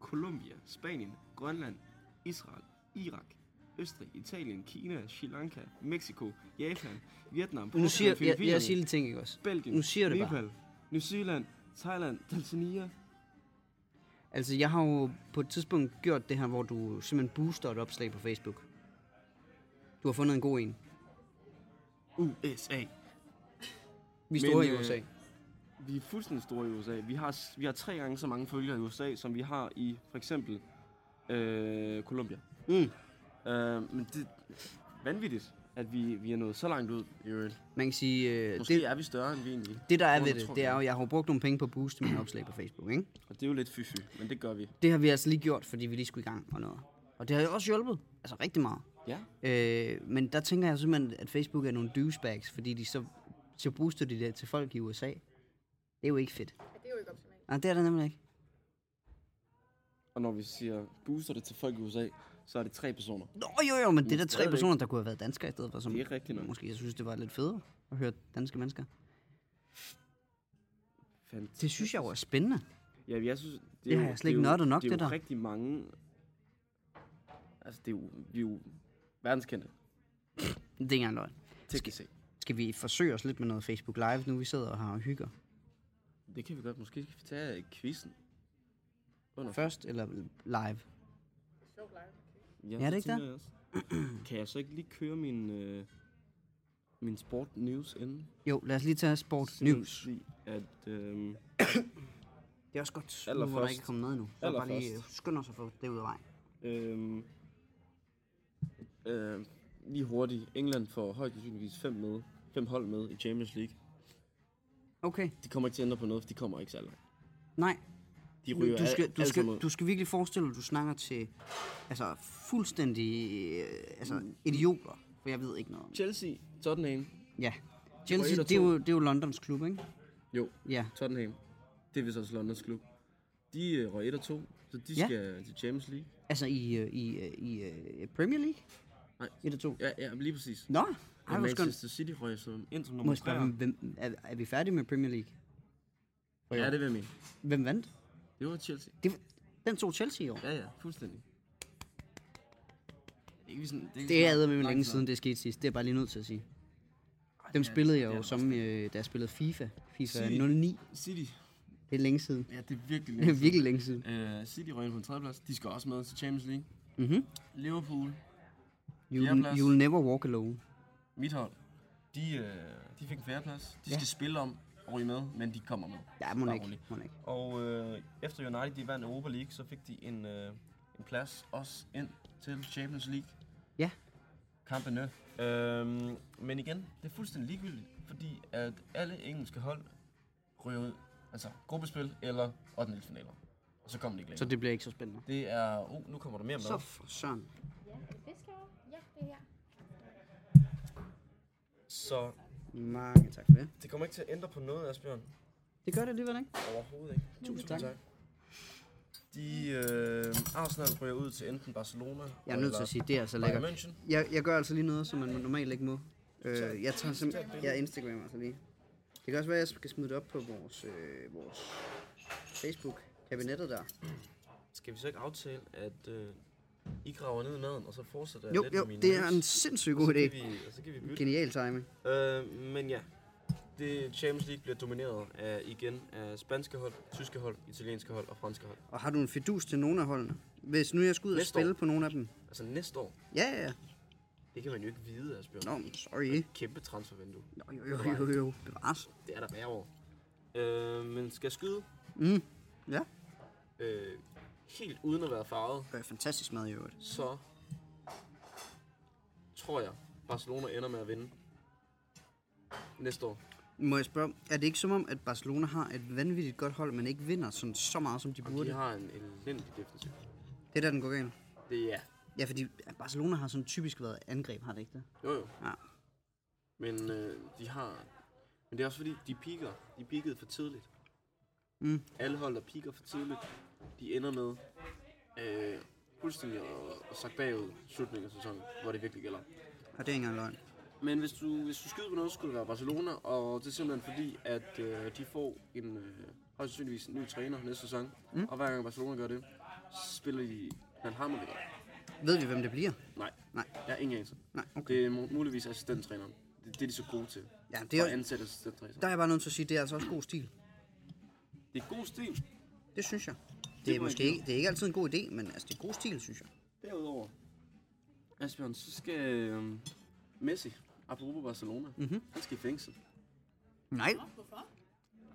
Colombia, Spanien, Grønland, Israel, Irak, Østrig, Italien, Kina, Sri Lanka, Mexico, Japan, Vietnam, Nu Portugal, siger, jeg, jeg, Filippinerne, jeg siger lidt ting, ikke også? Belgien, nu siger jeg det bare. Nepal, New Zealand, Thailand, Tanzania. Altså, jeg har jo på et tidspunkt gjort det her, hvor du simpelthen booster et opslag på Facebook. Du har fundet en god en. USA. Vi Men, står i øh, USA. Vi er fuldstændig store i USA. Vi har, s- vi har tre gange så mange følgere i USA, som vi har i for eksempel øh, Colombia. Mm. Øh, men det er vanvittigt, at vi, vi er nået så langt ud i øvrigt. Man kan sige, øh, Måske det, det, er vi større, end vi egentlig. det der er Nå, ved jeg tror, det, det er jo, jeg har jo brugt nogle penge på at booste mine opslag på Facebook, ikke? Og det er jo lidt fy men det gør vi. Det har vi altså lige gjort, fordi vi lige skulle i gang og noget. Og det har jo også hjulpet, altså rigtig meget. Ja. Øh, men der tænker jeg simpelthen, at Facebook er nogle douchebags, fordi de så, så booster de det til folk i USA. Det er jo ikke fedt. Ja, det er jo ikke optimalt. Nej, det er det nemlig ikke. Og når vi siger booster det til folk i USA, så er det tre personer. Nå jo jo, men det er der tre stadigvæk. personer, der kunne have været danskere i stedet for, som Det er rigtigt nok. måske jeg synes, det var lidt federe at høre danske mennesker. Fantastisk. Det synes jeg jo er spændende. Ja, jeg synes, det, Det er har jo- jeg slet er ikke jo- nørdet nok, det, det er jo der. rigtig mange... Altså, det er jo, vi er jo verdenskendte. Det er ikke engang løgn. Teknisk set. Skal vi forsøge os lidt med noget Facebook Live, nu vi sidder og har og hygger? Det kan vi godt. Måske skal vi tage øh, quizzen. Under. Først eller live? Sjovt live. Ja, så det er ikke tænker jeg også. kan jeg så ikke lige køre min, øh, min sport news inden? Jo, lad os lige tage sport news. Fordi At, øh, Det er også godt, nu hvor der Allerførst. ikke er kommet noget endnu. Så bare lige øh, Allerførst. skynd os at få det ud af vejen. Øhm, øh, lige hurtigt. England får højt sandsynligvis fem, med, fem hold med i Champions League. Okay, De kommer ikke til at ændre på noget, for de kommer ikke særlig langt. nej. De Du, ryger du, skal, al- du, alle skal, sammen ud. du skal virkelig forestille dig, at du snakker til altså, fuldstændig øh, altså, idioter, for jeg ved ikke noget om det. Chelsea, Tottenham. Ja. Chelsea, et og det er, to. jo, det er jo Londons klub, ikke? Jo, Ja. Tottenham. det er vist også Londons klub, de øh, røg 1 og 2, så de Ja. ja. skal til Champions League. Altså i, øh, i, øh, i øh, Premier League? Nej. 1 og 2. Ja, ja lige præcis. Nå, Ej, ej, hvor skønt. Manchester City røg som ind som Må nummer jeg 3. spørge, hvem, er, er vi færdige med Premier League? Ja, det vil jeg mene. Hvem vandt? Det var Chelsea. Det, var- den tog Chelsea i år. Ja, ja, fuldstændig. Ikke sådan, ikke Det sådan er med længe langt siden, det skete sidst. Det er jeg bare lige nødt til at sige. Dem spillede jeg jo som, øh, da jeg spillede FIFA. FIFA City. 09. City. Det er længe siden. Ja, det er virkelig Det længe er virkelig længe siden. siden. Øh, City røg ind på en tredjeplads. De skal også med til Champions League. Mhm. Liverpool, You'll, Fjerdeplads. you'll never walk alone. mit hold, de, øh, de fik en fjerdeplads. De Ja. ja. skal spille om og ryge med, men de kommer med. Ja, må Bare ikke. rolig. Mon ikke. Og øh, efter United de vandt Europa League, så fik de en, øh, en plads også ind til Champions League. Ja. Kampene. Øhm, men igen, det er fuldstændig ligegyldigt, fordi at alle engelske hold ryger ud. Altså gruppespil eller 8. finaler. Og så kommer de ikke Så længere. det bliver ikke så spændende. Det er... Uh, nu kommer der mere med. Så for søren. Ja, er det fiskeår? Ja, det er her. så Mange tak for det. det kommer ikke til at ændre på noget, Asbjørn. Det gør det alligevel, ikke? Overhovedet ikke. Tusind tak. De øh, Arsenal ryger ud til enten Barcelona Jeg er nødt til at sige, det er altså Bayern lækkert. München. Jeg, jeg gør altså lige noget, som man normalt ikke må. Øh, jeg tager simpelthen... Jeg Instagram altså lige. Det kan også være, at jeg skal smide det op på vores, øh, vores Facebook-kabinettet der. Skal vi så ikke aftale, at øh, I graver ned i maden, og så fortsætter jeg Jo, lidt jo, med mine det er notes? en sindssygt god idé. Så kan vi, og så kan vi bytte. Genial timing. Øh, men ja, det Champions League bliver domineret af, igen af spanske hold, tyske hold, italienske hold og franske hold. Og har du en fidus til nogle af holdene? Hvis nu jeg skulle ud og Næste spille år. på nogle af dem. Altså næste år, Ja, ja, ja. det kan man jo ikke vide, Asbjørn. Nå, men sorry. Kæmpe transfervindue. Jo, jo, jo, jo, jo. Bevares. Det er der hver år. Øh, men skal skyde Mm. Ja. øh, helt uden at være farvet, Det er fantastisk mad i øvrigt. så tror jeg, Barcelona ender med at vinde næste år. Må jeg spørge, er det ikke som om, at Barcelona har et vanvittigt godt hold, men ikke vinder sådan så meget, som de Og burde? de har en elendig defensiv. Det er der, den går galt. Det er, Ja, fordi Barcelona har sådan typisk været angreb, har det ikke det? jo jo. Ja. Men øh, de har... Men det er også fordi, de piker. De peakede for tidligt. Mm. Alle hold, der piker for tidligt, de ender med øh, fuldstændig at, at sakke bagud i slutningen af sæsonen, hvor det virkelig gælder. Og det er ikke engang løgn. Men hvis du, hvis du skyder på noget, så skulle det være Barcelona, og det er simpelthen fordi, at øh, de får en øh, højst sandsynligvis en ny træner næste sæson, mm. og hver gang Barcelona gør det, så spiller de knaldhammerligt godt. Ved vi, hvem det bliver? Nej, Nej. jeg er ingen anelse. Nej, okay. Det er mu- muligvis assistenttræneren. Det, det er de så gode til. Ja, det Det er, er... At ansætte assistenttræneren. der er jeg bare nødt til at sige, at det er altså også god stil. Det er god stil. Det synes jeg. Det Det er, må måske jeg ikke, det er ikke altid en god idé, men altså, det er god stil, synes jeg. Derudover, Asbjørn, så skal øh, Messi, apropos Barcelona, Mhm. mm-hmm. han skal i fængsel. Nej. Hvorfor?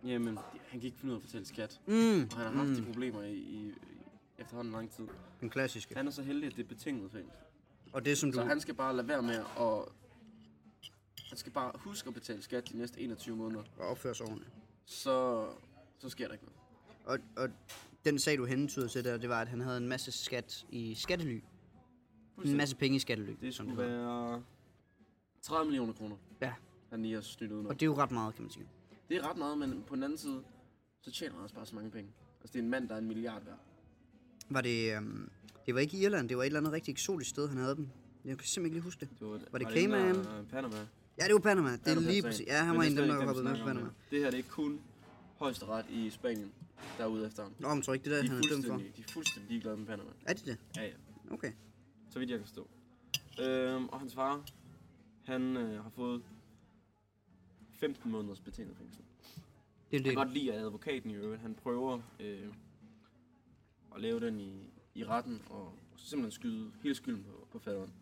Jamen, det- han kan ikke finde ud af at fortælle skat. Mm. Og han har haft mm. de problemer i, i, i efterhånden lang tid. Den klassiske. Han er så heldig, at det er betinget fængsel. Og det, som du... Så han skal bare lade være med at... Han skal bare huske at betale skat de næste 21 måneder. og opføre sig ordentligt. Så, så sker der ikke noget. Og, og den sag, du hentyder til der, det var, at han havde en masse skat i skattely. En masse penge i skattely. Det som skulle hedder. være 30 millioner kroner, Ja, han lige har snydt ud og det er jo ret meget, kan man sige. Det er ret meget, men på den anden side, så tjener han også bare så mange penge. Altså, det er en mand, der er en milliard værd. Var det... Øhm, det var ikke i Irland, det var et eller andet rigtig eksotisk sted, han havde dem. Jeg kan simpelthen ikke lige huske det. Det var, var det Cayman? en, øh, Panama. Ja, det var Panama. Det er Panama, lige sagen. præcis. Ja, han Men var det en af er dem, slet der var ikke hoppet vi med på snakker om Panama. her. Det her det er ikke kun højesteret i Spanien, der er ude efter ham. Nå, men tror ikke, det er De der, han er er dømt for. fuldstændig, de er fuldstændig ligeglade med Panama. Er det det? Ja, ja. Okay. Så vidt jeg kan forstå. Øhm, og hans far, han øh, har fået 15 måneders betinget fængsel. Det er Jeg kan det. godt lide, at advokaten i øvrigt, han prøver øh, at lave den i, i retten, og simpelthen skyde hele skylden på, på faderen.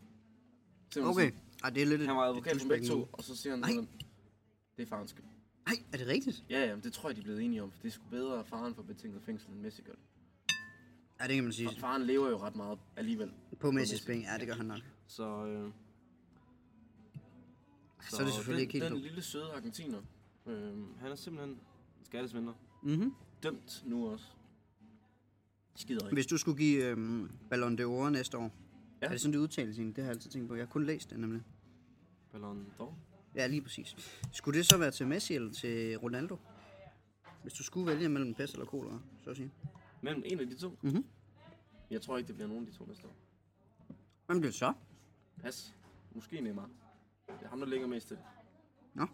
Simpelthen Okay. sige, Ej, det er lidt... Han var et advokat for douchebag begge move. to, og så siger han Nej. sådan, det er farens skyld. Ej, er det rigtigt? Ja, ja, men det tror jeg, de er blevet enige om, for det er sgu bedre, at faren får betinget fængsel end Messi gør det. Ja, det kan man sige. Og faren lever jo ret meget alligevel, På Messi's Messi. penge. Ja, det gør han nok. så... Øh, Så er det selvfølgelig den, ikke helt Den dumt. lille søde argentiner, øh, han er simpelthen skattesvindler. Mhm. Dømt nu også. Skider ikke. Hvis du skulle give øhm, Ballon d'Or næste år, ja. Ja. er det sådan, det udtales egentlig? Det har jeg altid tænkt på. Jeg har kun læst det nemlig. Ballon d'Or. Ja, lige præcis. Skulle det så være til Messi eller til Ronaldo? Hvis du skulle vælge mellem pest eller kolera, så at sige. Mellem en af de to? Mhm. Jeg tror ikke, det bliver nogen af de to næste år. Hvem bliver det så? Pas. Måske Neymar. Det er ham, der ligger mest til det. Nå.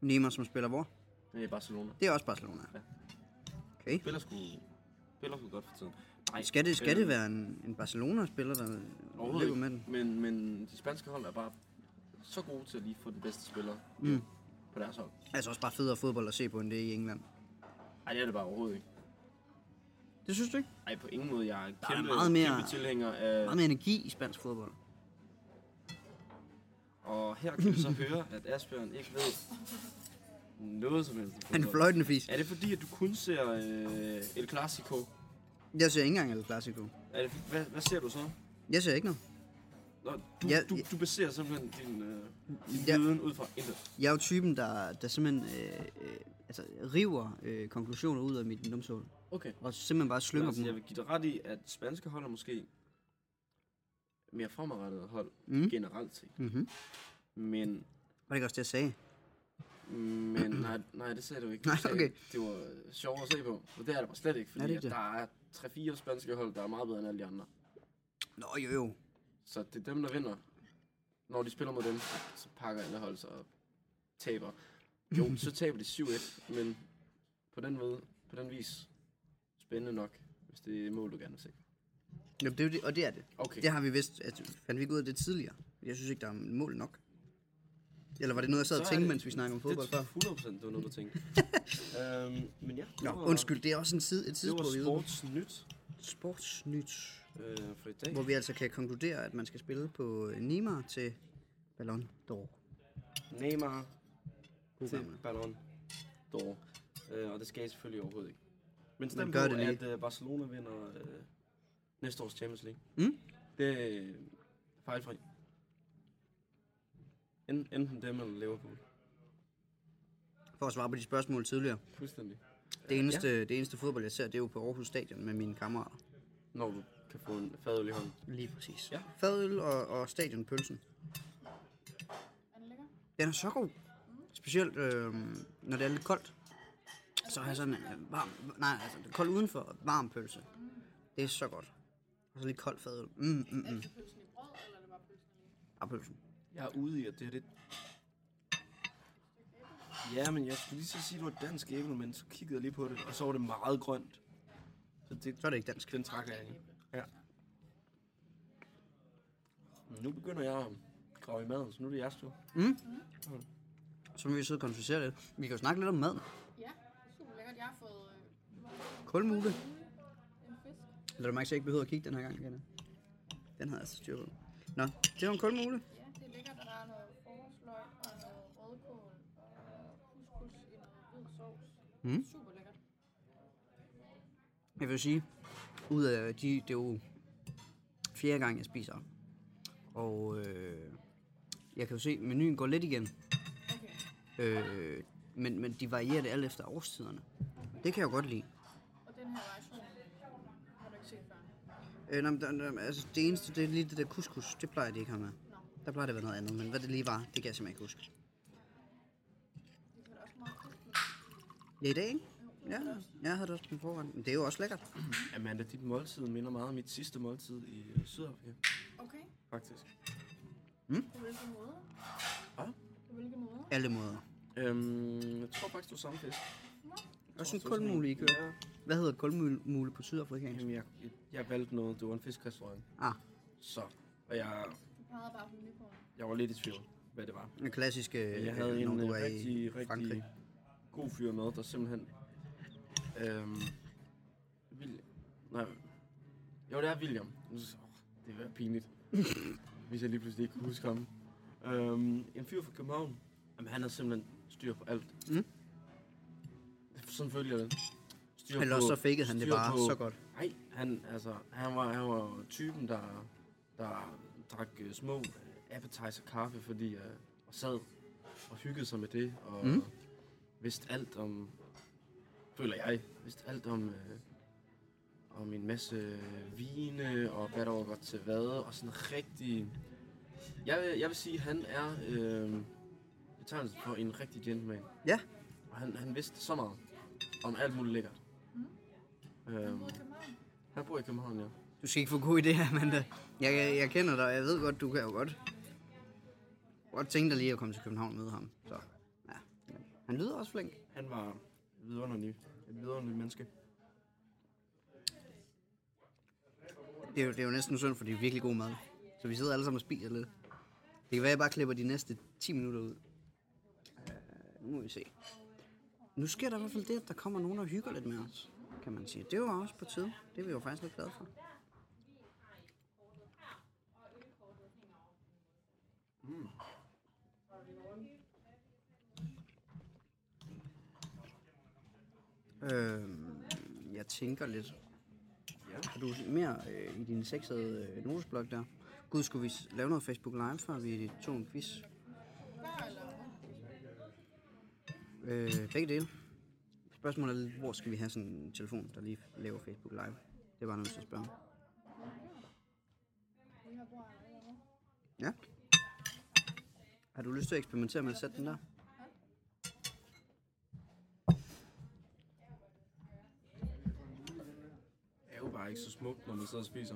Neymar, som spiller hvor? Det er Barcelona. Det er også Barcelona. Ja. Okay. Spiller sgu, spiller sgu godt for tiden. Nej, Skal det, skal øh, det være en, en Barcelona-spiller, der Overhovedet løber ikke. med den? Men, men de spanske hold er bare så gode til at lige få de bedste spillere Mm. på deres hold. Altså også bare federe fodbold at se på, end det er i England. Nej, det er det bare overhovedet ikke. Det synes du ikke? Nej, på ingen måde. Jeg er er kæmpe, meget mere- kæmpe tilhænger af... Meget mere energi i spansk fodbold. Og her kan vi så høre, at Asbjørn ikke ved noget som helst. om Han fodbold. fløjtende fis. Er det fordi, at du kun ser øh, El Clasico? Jeg ser ikke engang El Clasico. Er det, hvad, hvad ser du så? Jeg ser ikke noget. Nå, Ja, du, ja, du, ja. du baserer simpelthen din, øh, din Ja. ja. viden ud fra intet. Jeg er jo typen, der, der simpelthen øh, øh, altså, river øh, konklusioner ud af mit numsehul. Okay. Og simpelthen bare Men slynger altså, jeg dem. vil give dig ret i, at spanske hold er måske mere fremadrettede hold Mm. mm. generelt set. Mm-hmm. Men, Var det ikke også det, jeg sagde? men nej, nej, det sagde du ikke. Du Nej, sagde, okay. Det var øh, sjovt at se på, og det er det bare slet ikke, Nej, fordi det er at det. der er 3-4 spanske hold, der er meget bedre end alle de andre. Nå jo jo. Så det er dem, der vinder. Når de spiller mod dem, så pakker alle hold sig og taber. Jo, så taber de 7-1, men på den, måde, på den vis spændende nok, hvis det er mål, du gerne vil se. jo det er jo det, og det er det. Okay, Det ja, har vi vidst, at fandt vi ikke ud af det tidligere. Jeg synes ikke, der er mål nok. Eller var det noget, jeg sad og Så er tænkte, det- mens vi snakkede om fodbold det før? er 100% det var noget, du tænkte. øhm, men ja, det Nå, var- undskyld, det er også en side, et Det var tidspunkt, vi er ude på. sportsnyt Sportsnyt. øh, for i dag. Hvor vi altså kan konkludere, at man skal spille på øh, Neymar til Ballon d'Or. Neymar til Programmet. Ballon d'Or. Øh, og det skal jeg selvfølgelig overhovedet ikke. Men stem Men på, gør det at lige. øh, Barcelona vinder øh, næste års Champions League. Mm. Det er øh, fejlfri. En, enten dem eller Liverpool. For at svare på de spørgsmål tidligere. Fuldstændig. Det eneste, ja. det eneste fodbold, jeg ser, det er jo på Aarhus Stadion med mine kammerater. Når du kan få en fadøl i hånden. Lige præcis. Ja. Ja. Fadøl og, og stadionpølsen. Er den lækker? Den er så god. Specielt øh, når det er lidt koldt. Så har jeg sådan en øh, varm... Nej, altså det er koldt udenfor og varm pølse. Mm. Det er så godt. Og så lidt koldt fadøl. Mm, mm, Er mm. det pølsen i brød, eller er det bare pølsen alene? Og pølsen. Jeg er ude i, at det er det. Ja, men jeg skulle lige så sige, at det var et dansk æble, men så kiggede jeg lige på det, og så var det meget grønt. Så det, Så er det ikke dansk. Den trak jeg i. Ja. Nu begynder jeg at grave i maden, så nu er det jeres tur. Mm. Så må vi sidde og konfessere lidt. Vi kan jo snakke lidt om mad. Ja, det er super lækkert. Jeg har fået øh, Kulmule. en fisk. Lad du mærke, at jeg ikke behøver at kigge den her gang, Janne. Den havde jeg altså styr på. Nå, det var en kulmule. Ja, det er lækkert, at der er noget forårsløg og noget rødkål og couscous i noget hvid sovs. Mm. Super lækkert. Jeg vil sige, ud af de, det er jo fjerde gang, jeg spiser. Og øh, jeg kan jo se, at menuen går lidt igen. Okay. Øh, men, men de varierer det alt efter årstiderne. Det kan jeg jo godt lide. Og den her variation har du ikke set før. Øh, nå, men der- der- altså, det eneste, det er lige det der couscous. Det plejer de ikke at have med. Nå, Der plejer det at være noget andet, men hvad det lige var, det kan jeg simpelthen ikke huske. det kan da også meget couscous. Det er i dag, ikke? Ja, jeg havde det også på forhånd. Men det er jo også lækkert. Amanda, dit måltid minder meget om mit sidste måltid i øh, Sydafrika, Okay, faktisk. på hvilken måde? Hvad? På hvilken måde? Alle måder. Øhm, jeg tror faktisk, du samme fisk. Også en kulmule, I kører. Ja, Hvad hedder kulmule på sydafrikansk? jamen, jeg, jeg, jeg valgte noget. Det var en fiskrestaurant. Ah, Så. Og jeg, Du pegede bare på unikorn. jeg var lidt i tvivl, hvad det var. en klassisk, øh, Jeg havde når en du øh, er i rigtig, Frankrig. rigtig god fyr med, der simpelthen... Øhm, Vil, nej, jo, det er William. Nu s- åh, Det er være pinligt, hvis jeg lige pludselig ikke kunne huske ham. Øhm, en fyr fra København. Jamen, han har simpelthen styr på alt. Mm. Sådan følger det. Styr Eller også så fakede han det styr bare på- så godt. Nej, han, altså, han var, han var typen, der, der drak øh, små øh, appetizer kaffe, fordi øh, og sad og hyggede sig med det, og Mm. mm. vidste alt om, føler jeg, vidste alt om, øh, om en masse øh, vine, og hvad der var godt til hvad, og sådan rigtig, jeg, vil- jeg vil sige, han er øh, betegnelsen for en rigtig gentleman. Ja. Og han, han vidste så meget om alt muligt lækkert. Mm. Øhm, han bor i København, ja. Du skal ikke få god idé her, men øh, jeg, jeg, jeg kender dig, og jeg ved godt, du kan jo godt. Godt tænke dig lige at komme til København og møde ham. Så, ja. Han lyder også flink. Han var et vidunderlig, et vidunderligt menneske. Det er, jo, det er jo næsten synd, for det er virkelig god mad. Så vi sidder alle sammen og spiser lidt. Det kan være, at jeg bare klipper de næste 10 minutter ud. Uh, nu må vi se. Nu sker der i hvert fald det, at der kommer nogen og hygger lidt med os, kan man sige. Det var også på tide. Det er vi jo faktisk lidt glade for. Mm. Øhm, jeg tænker lidt. Har du mere øh, i din sexede øh, notesblok der? Gud, skulle vi s- lave noget Facebook Live, før vi tog en quiz? Før eller Øh, begge dele. Spørgsmålet er lidt, hvor skal vi have sådan en telefon, der lige laver Facebook Live? Det var nødt til at spørge. om. Ja. Har du lyst til at eksperimentere med at sætte den der? Det er jo bare ikke så smukt, når man sidder og spiser.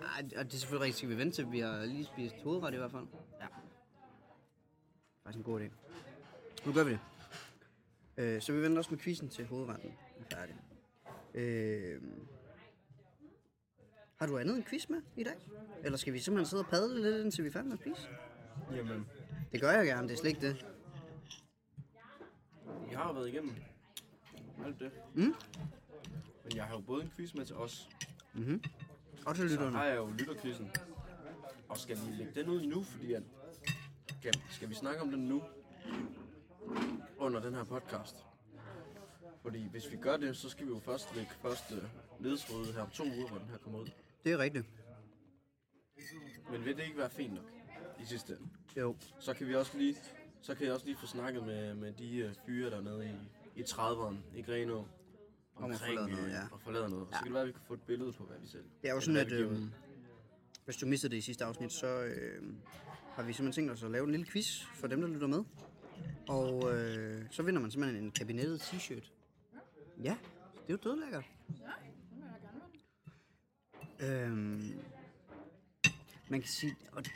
Ej, og det er selvfølgelig rigtigt, skal vi vente til, vi har lige spist hovedret i hvert fald. Ja. Faktisk en god idé. Nu gør vi det. Øh, så vi venter også med quizzen til hovedretten er færdig. Øh, har du andet en quiz med i dag? Eller skal vi simpelthen sidde og padle lidt, indtil vi er færdige med at spise? Jamen, Det gør jeg gerne, det er slet ikke det. vi har jo været igennem alt det. Mm. Men jeg har jo både en quiz med til os, Og til så lytterne. har jeg jo lytterquizzen. Og skal vi lægge den ud nu, fordi at... Skal, skal vi snakke om den nu? Under den her podcast. Fordi hvis vi gør det, så skal vi jo først lægge første ledesråd her om to uger, hvor den her kommer ud. Det er rigtigt. Men vil det ikke være fint nok i sidste ende? Jo. Så kan vi også lige, så kan jeg også lige få snakket med, med de øh, fyre dernede i, i 30'eren i Grenå. Om at forlade noget, ja. Og forlade noget. Ja. Så kan det være, at vi kan få et billede på, hvad vi selv. Det er jo eller sådan, hvad at vi giver øh, ud. hvis du mistede det i sidste afsnit, så øh, har vi simpelthen tænkt os at lave en lille quiz for dem, der lytter med. Og øh, så vinder man simpelthen en kabinettet t-shirt. Ja, det er jo dødlækkert. Øhm, man kan sige, og det-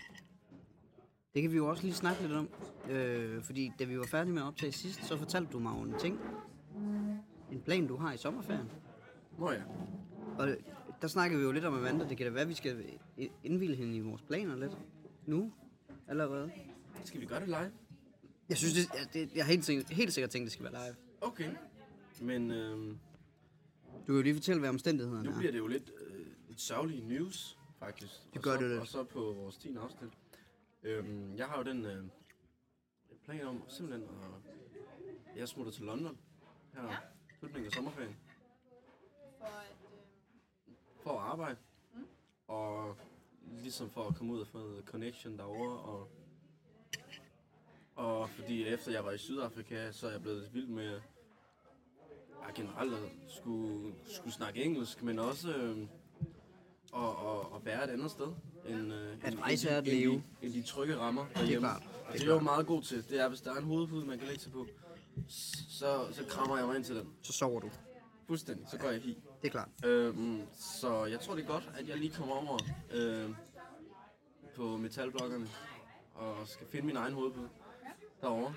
det kan vi jo også lige snakke lidt om, øh, fordi da vi var færdige med at optage sidst, så fortalte du mig jo en ting, en plan du har i sommerferien. Nå ja. Og der snakkede vi jo lidt om Amanda. Det kan da være, at vi skal indvilde hende i vores planer lidt. Nu? Allerede? Skal vi gøre det live? Jeg synes, det, jeg, det, jeg har helt, sikkert- helt sikkert tænkt, det skal være live. Okay. Men øh, Du kan jo lige fortælle, hvad omstændighederne nu er. bliver det jo lidt øh, et sørgeligt news, faktisk. Det Og gør så, det lidt. Og så på vores 10. afsnit. Øhm, jeg har jo den øh, plan om simpelthen at... Jeg smutter til London her ja. slutningen af sommerferien. for at... Øh, for at arbejde. Mm. Og ligesom for at komme ud og få noget connection derovre. Og, og fordi efter jeg var i Sydafrika, så er jeg blevet vild med ja, generelt at skulle, skulle snakke engelsk, men også øh, og, og, og være et andet sted. End, øh, end- rejse end, er at de- end leve. de- End de trygge rammer derhjemme. klart. Og det er jeg jo meget god til. Det er, hvis der er en hovedpude, man kan lægge sig på, s- så, så krammer jeg mig ind til den. Så sover du. Fuldstændig. Så går jeg helt. Det er klart. Øhm, så jeg tror det er godt, at jeg lige kommer over øh, på metalblokkerne og skal finde min egen hovedbud derovre.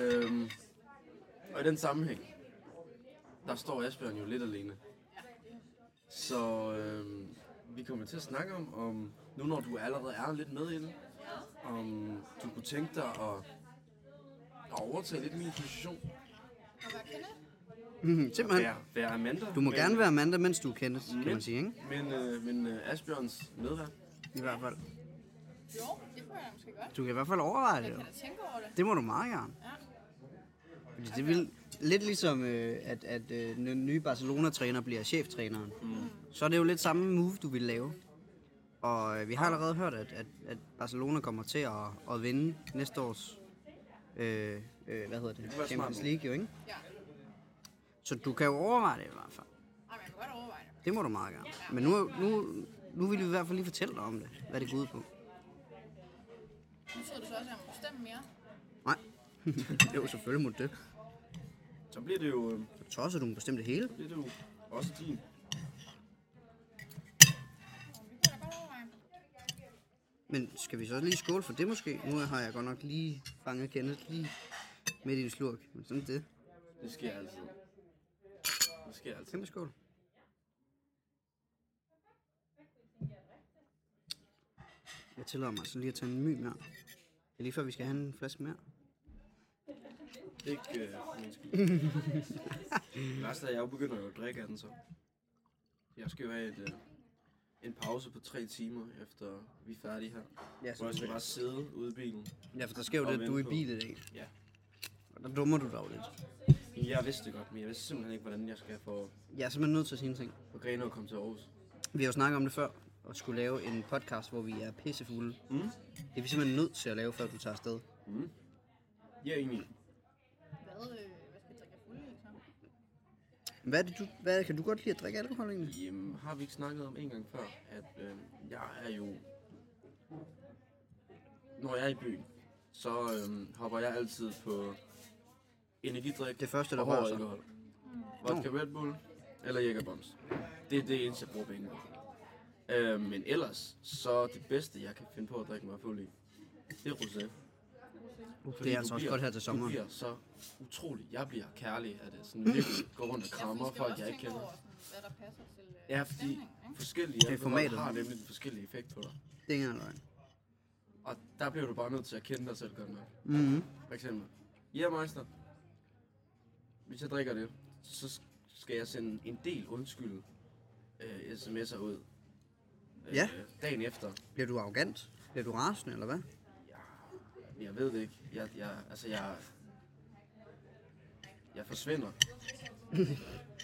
Øhm, og i den sammenhæng, der står Asbjørn jo lidt alene. Så øh, vi kommer til at snakke om, om, nu når du allerede er lidt med i det, om du kunne tænke dig at, at overtage lidt min position. og hvad kan det? Mhm, Simpelthen. Være, være Amanda. Du må men- gerne være Amanda, mens du er Kenneth, kan men- man sige, ikke? Men, øh, men øh, Asbjørns medvær. I hvert fald. Jo, det kunne jeg da måske godt. Du kan i hvert fald overveje det. Jeg jo. kan da tænke over det. Det må du meget gerne. Ja. Fordi det vil lidt ligesom, øh, at, at øh, den nye Barcelona-træner bliver cheftræneren. Mm. Så er det jo lidt samme move, du vil lave. Og øh, vi har allerede hørt, at, at, at Barcelona kommer til at, at vinde næste års øh, øh, hvad hedder det? være Champions smart. League, jo, ikke? Ja. Så du kan jo overveje det i hvert fald. Ej, men jeg kan godt overveje det. Det må du meget gerne. Men nu, nu, nu vil vi i hvert fald lige fortælle dig om det, hvad det går ud på. Betyder det så også, at jeg må bestemme mere? Nej. jo, selvfølgelig må du det. Så bliver det jo, øh, Så tosser du bestemt det hele. så bliver det jo også din. Men skal vi så lige skåle for det måske? Nu har jeg godt nok lige fanget Kenneth lige midt i en slurk. Men sådan er det. Det sker altid. Det sker altid. Kæmpe skål. Jeg tillader mig så lige at tage en my mere. Det er lige før, vi skal have en flaske mere. Ikke øh, for min skyld. Lars, da jeg jo begynder jo at drikke af den, så. Jeg skal jo have et, øh, en pause på tre timer, efter vi er færdige her. Ja, Hvor jeg skal bare sidde ude i bilen. ja for der sker jo Og det, at du er i vente på- bil i dag. Ja. Og der dummer du dig jo lidt. Jeg vidste det godt, men jeg vidste simpelthen ikke, hvordan jeg skal få, Jeg er simpelthen nødt til at sige en ting. få Grene og komme til Aarhus. Vi har jo snakket om det før, og skulle lave en podcast, hvor vi er pissefulde. Mm. Det er vi simpelthen nødt til at lave, før du tager afsted. Jeg er enig. Hvad, øh, hvad skal jeg drikke af fulde, så? Hvad, er det, du, hvad kan du godt lide at drikke alkohol egentlig? Jamen, har vi ikke snakket om en gang før, at øh, jeg er jo... Når jeg er i byen, så øh, hopper jeg altid på energidrik Det første, der og hård rører sig. alkohol. Vodka Red Bull eller Jægerbombs. Det er det eneste, jeg bruger penge på. Øh, men ellers, så det bedste, jeg kan finde på at drikke mig fuld i, det er rosé. Fordi Det er du altså også bliver- godt her til Du sommeren. bliver så utrolig. Jeg bliver kærlig af det. Sådan virkelig går rundt og krammer skal folk, også jeg ikke tænke kender. over, sådan, hvad der passer til øh, Ja, fordi stemningen, ikke? forskellige er alkohol formatet. har nemlig en forskellig effekt på dig. Det er ikke engang løgn. Og der bliver du bare nødt til at kende dig selv godt nok. Mm-hmm. For eksempel, ja, Meister, hvis jeg drikker det, så skal jeg sende en del undskyld øh, sms'er ud. Øh, Ja. Dagen efter. Bliver du arrogant? Bliver du rasende, eller hvad? Jeg ved det ikke. Jeg, jeg, altså, jeg, jeg forsvinder.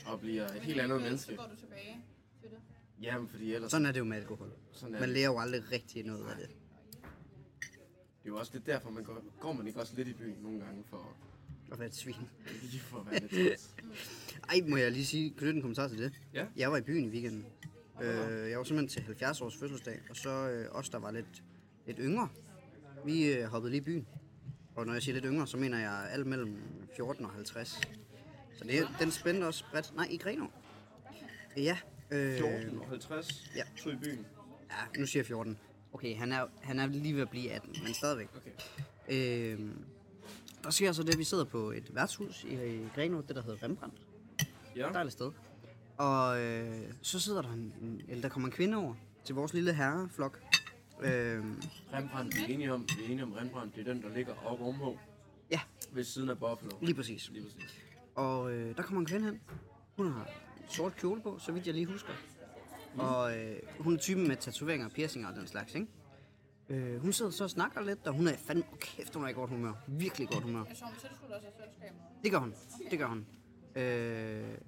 og bliver et helt andet Så menneske. går du tilbage til det. Jamen, fordi ellers... Sådan er det jo med alkohol. Sådan er Man det. lærer jo aldrig rigtig noget af det. Det er jo også lidt derfor, man går, går man ikke også lidt i byen nogle gange for, At være et svin. lige for at være lidt træls. Ej, må jeg lige sige, knytte en kommentar til det. Ja. Jeg var i byen i weekenden. Øh, jeg var simpelthen til 70 års fødselsdag, og så øh, os, der var lidt, lidt yngre, vi øh, hoppede lige i byen. Og når jeg siger lidt yngre, så mener jeg alt mellem 14 og 50. Så det, den spændte også bredt. Nej, i Grenå. Ja, øh, 14 og 50 Ja. tog i byen. ja, nu siger jeg 14. Okay, han er, han er lige ved at blive 18, men stadigvæk. Okay. Øh, der sker så det, at vi sidder på et værtshus i, i Grenå, det der hedder Rembrandt. Ja. dejligt sted. Og øh, så sidder der en, en, eller der kommer en kvinde over til vores lille herreflok. Øh, Rembrandt, vi er enige om, vi er enige om Rembrandt. Det er den, der ligger oppe ovenpå ja, ved siden af Buffalo. lige præcis. Lige præcis. Og øh, der kommer en kvinde hen. Hun har sort kjole på, så vidt jeg lige husker. Og øh, hun er typen med tatoveringer, piercinger og den slags, ikke? Øh, hun sidder så og snakker lidt, og hun er fandme kæft, hun er i godt humør. Virkelig godt humør. Altså, hun tilslutter sig selskabet. Det gør hun. Det gør hun. Øh,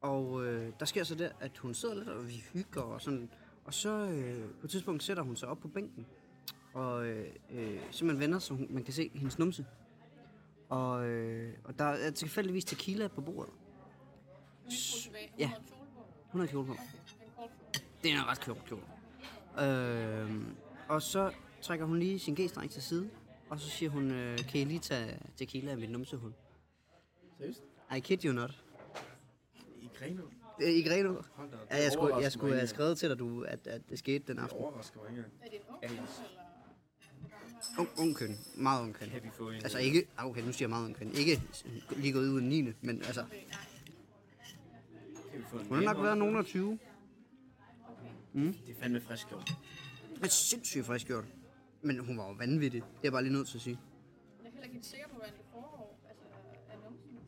og øh, der sker så det, at hun sidder lidt, og vi hygger og sådan. Og så øh, på et tidspunkt sætter hun sig op på bænken. Og øh, øh, simpelthen vender, så hun, man kan se hendes numse. Og, øh, og der er tilfældigvis tequila på bordet. Hun er tilbage. Ja. Hun har kjole på. Hun har kjole på. En kort kjole. Det er en ret klog kjole. Øh, og så trækker hun lige sin g-streng til side. Og så siger hun, øh, kan I lige tage tequila af mit numsehul? Seriøst? I kid you not. I Grenå? Øh, I Greno? Hold da op, Ja, det jeg skulle, overrasker jeg skulle mig have ikke. skrevet til dig, du, at, at det skete den Det aften. overrasker mig ikke engang. Er det en ung kvinde, eller? Ung, ung køn. Meget ung køn. Kan vi få en... øh? Altså ikke, ah, okay, nu siger jeg meget ung køn. Ikke lige gået ud af 9. Men altså, Kan vi få en hun har nok Rembrandt? været nogen af 20. Det er fandme frisk gjort. Men sindssygt frisk gjort. Men hun var jo vanvittig. Det er jeg bare lige nødt til at sige. Jeg er heller ikke helt sikker på, hvordan det foregår. Altså, er numsen.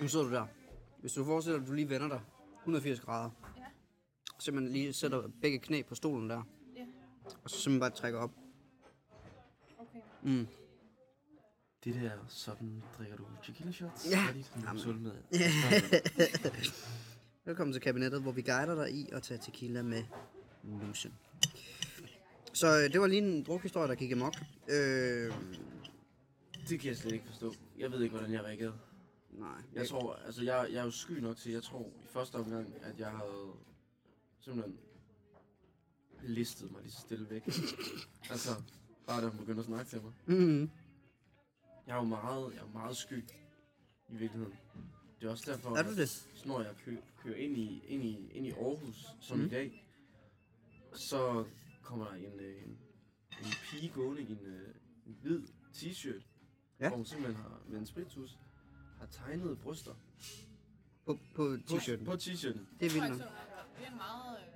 Nu sidder du der. Hvis du forestiller dig, at du lige vender dig 180 grader. Ja. Simpelthen lige sætter begge knæ på stolen der. Ja. Og så simpelthen bare trækker op. Okay. Mm. Det der, sådan drikker du tequila shots? Ja. Er det sådan, Jamen. sølv med? Velkommen til kabinettet, hvor vi guider dig i at tage tequila med numsen. Så øh, det var lige en drukhistorie, der gik amok. Øh, Det kan jeg slet ikke forstå. Jeg ved ikke, hvordan jeg reagerede. nej. Jeg tror, altså jeg, jeg er jo sky nok til, jeg tror i første omgang, at jeg havde simpelthen listet mig lige så stille væk. altså, bare da hun begyndte at snakke til mig. Mm-hmm. Jeg er jo meget, jeg er meget sky i virkeligheden. Det er også derfor, Er du det? at når jeg kører, kører ind, i, ind, i, ind i Aarhus, som Mhm. mm. i dag, så kommer der en, øh, en, en pige gående i en, øh, en hvid t-shirt, Ja. hvor hun simpelthen har, med en spritus har tegnet bryster På, på på, t-shirten. på Det t-shirten. er tror vildt ikke, nok. så meget. Det er en meget... Øh,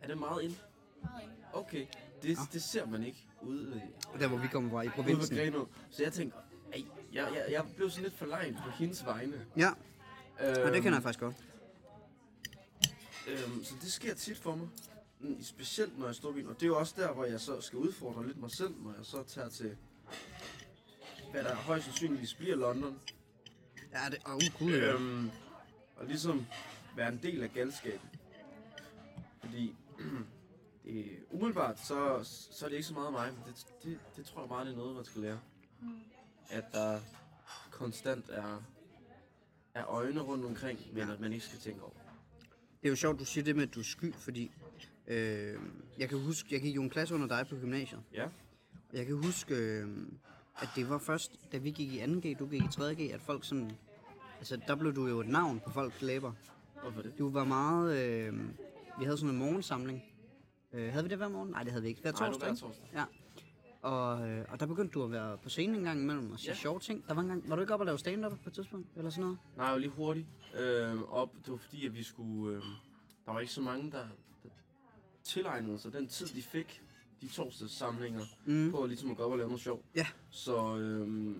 Er det meget ind? meget enkelt. Okay, det, Ah. det ser man ikke ude øh, Der hvor vi kommer fra i ude på provinsen. Grenå. Så jeg tænkte, ej, jeg, jeg, jeg blev sådan lidt forlegen på hendes vegne. Ja, Øhm, og det kender jeg faktisk godt. Øhm, så det sker tit for mig. Mm, Specielt når jeg står i bilen. Og det er jo også der, hvor jeg så skal udfordre lidt mig selv, når jeg så tager til, hvad der højst sandsynligvis bliver London. Ja, det er oh, cool. Ja. Øhm, og ligesom være en del af galskaben. Fordi det, umiddelbart, så, så er det ikke så meget mig, men det, det, det tror jeg bare, det er noget, man skal lære. At der konstant er, er øjne rundt omkring, men at man ikke skal tænke over. Det er jo sjovt, du siger det med, at du er sky, fordi øh, jeg kan huske, jeg gik jo en klasse under dig på gymnasiet. Ja, Og Jeg kan huske, øh, at det var først, da vi gik i 2G, du gik i 3G, at folk sådan... Altså, der blev du jo et navn på folks læber. hvorfor det? Du var meget... Øh, vi havde sådan en morgensamling. Øh, havde vi det hver morgen? Nej, det havde vi ikke. Hver Nej, det var torsdag. hver ikke? torsdag. Ja. Og, øh, og der begyndte du at være på scenen en gang imellem og sige Ja. ja. sjove ting. Der var, en gang, var du ikke oppe og lave stand-up på et tidspunkt? Eller sådan noget? Nej, jeg var lige hurtigt øh, op. Det var fordi, at vi skulle... Øh, der var ikke så mange, der, der tilegnede sig den tid, de fik, de torsdagssamlinger, mm. på ligesom at gå op og lave noget sjov. Ja. Så øh,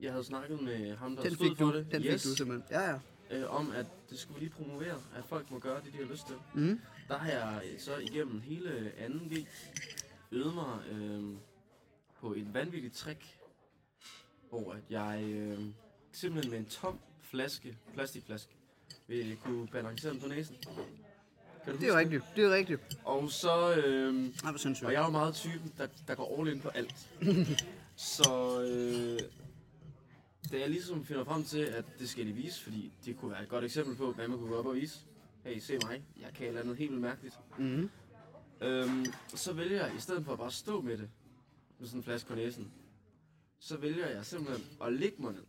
jeg havde snakket med ham, der Den stod fik for du, det, den yes, fik du simpelthen. Ja, ja. øh, om at det skulle vi lige promovere, at folk må gøre det, de har lyst til. Mm. Der har jeg øh, så igennem hele 2G øvet mig øh, på et vanvittigt trick, hvor at jeg øh, simpelthen med en tom flaske, plastikflaske, vil kunne balancere den på næsen. Kan du Det er huske rigtigt. Det er rigtigt. Og så, øh, Nej, hvor sindssygt. og jeg er jo meget typen, der, der går all in på alt. så øh, da jeg ligesom finder frem til, at det skal de vise, fordi det kunne være et godt eksempel på, hvad man kunne gå op og vise. Hey, se mig, jeg kan et eller andet helt vildt mærkeligt. Mm. Øhm, så vælger jeg, i stedet for at bare stå med det, med sådan en flaske på næsen, så vælger jeg simpelthen at ligge mig ned.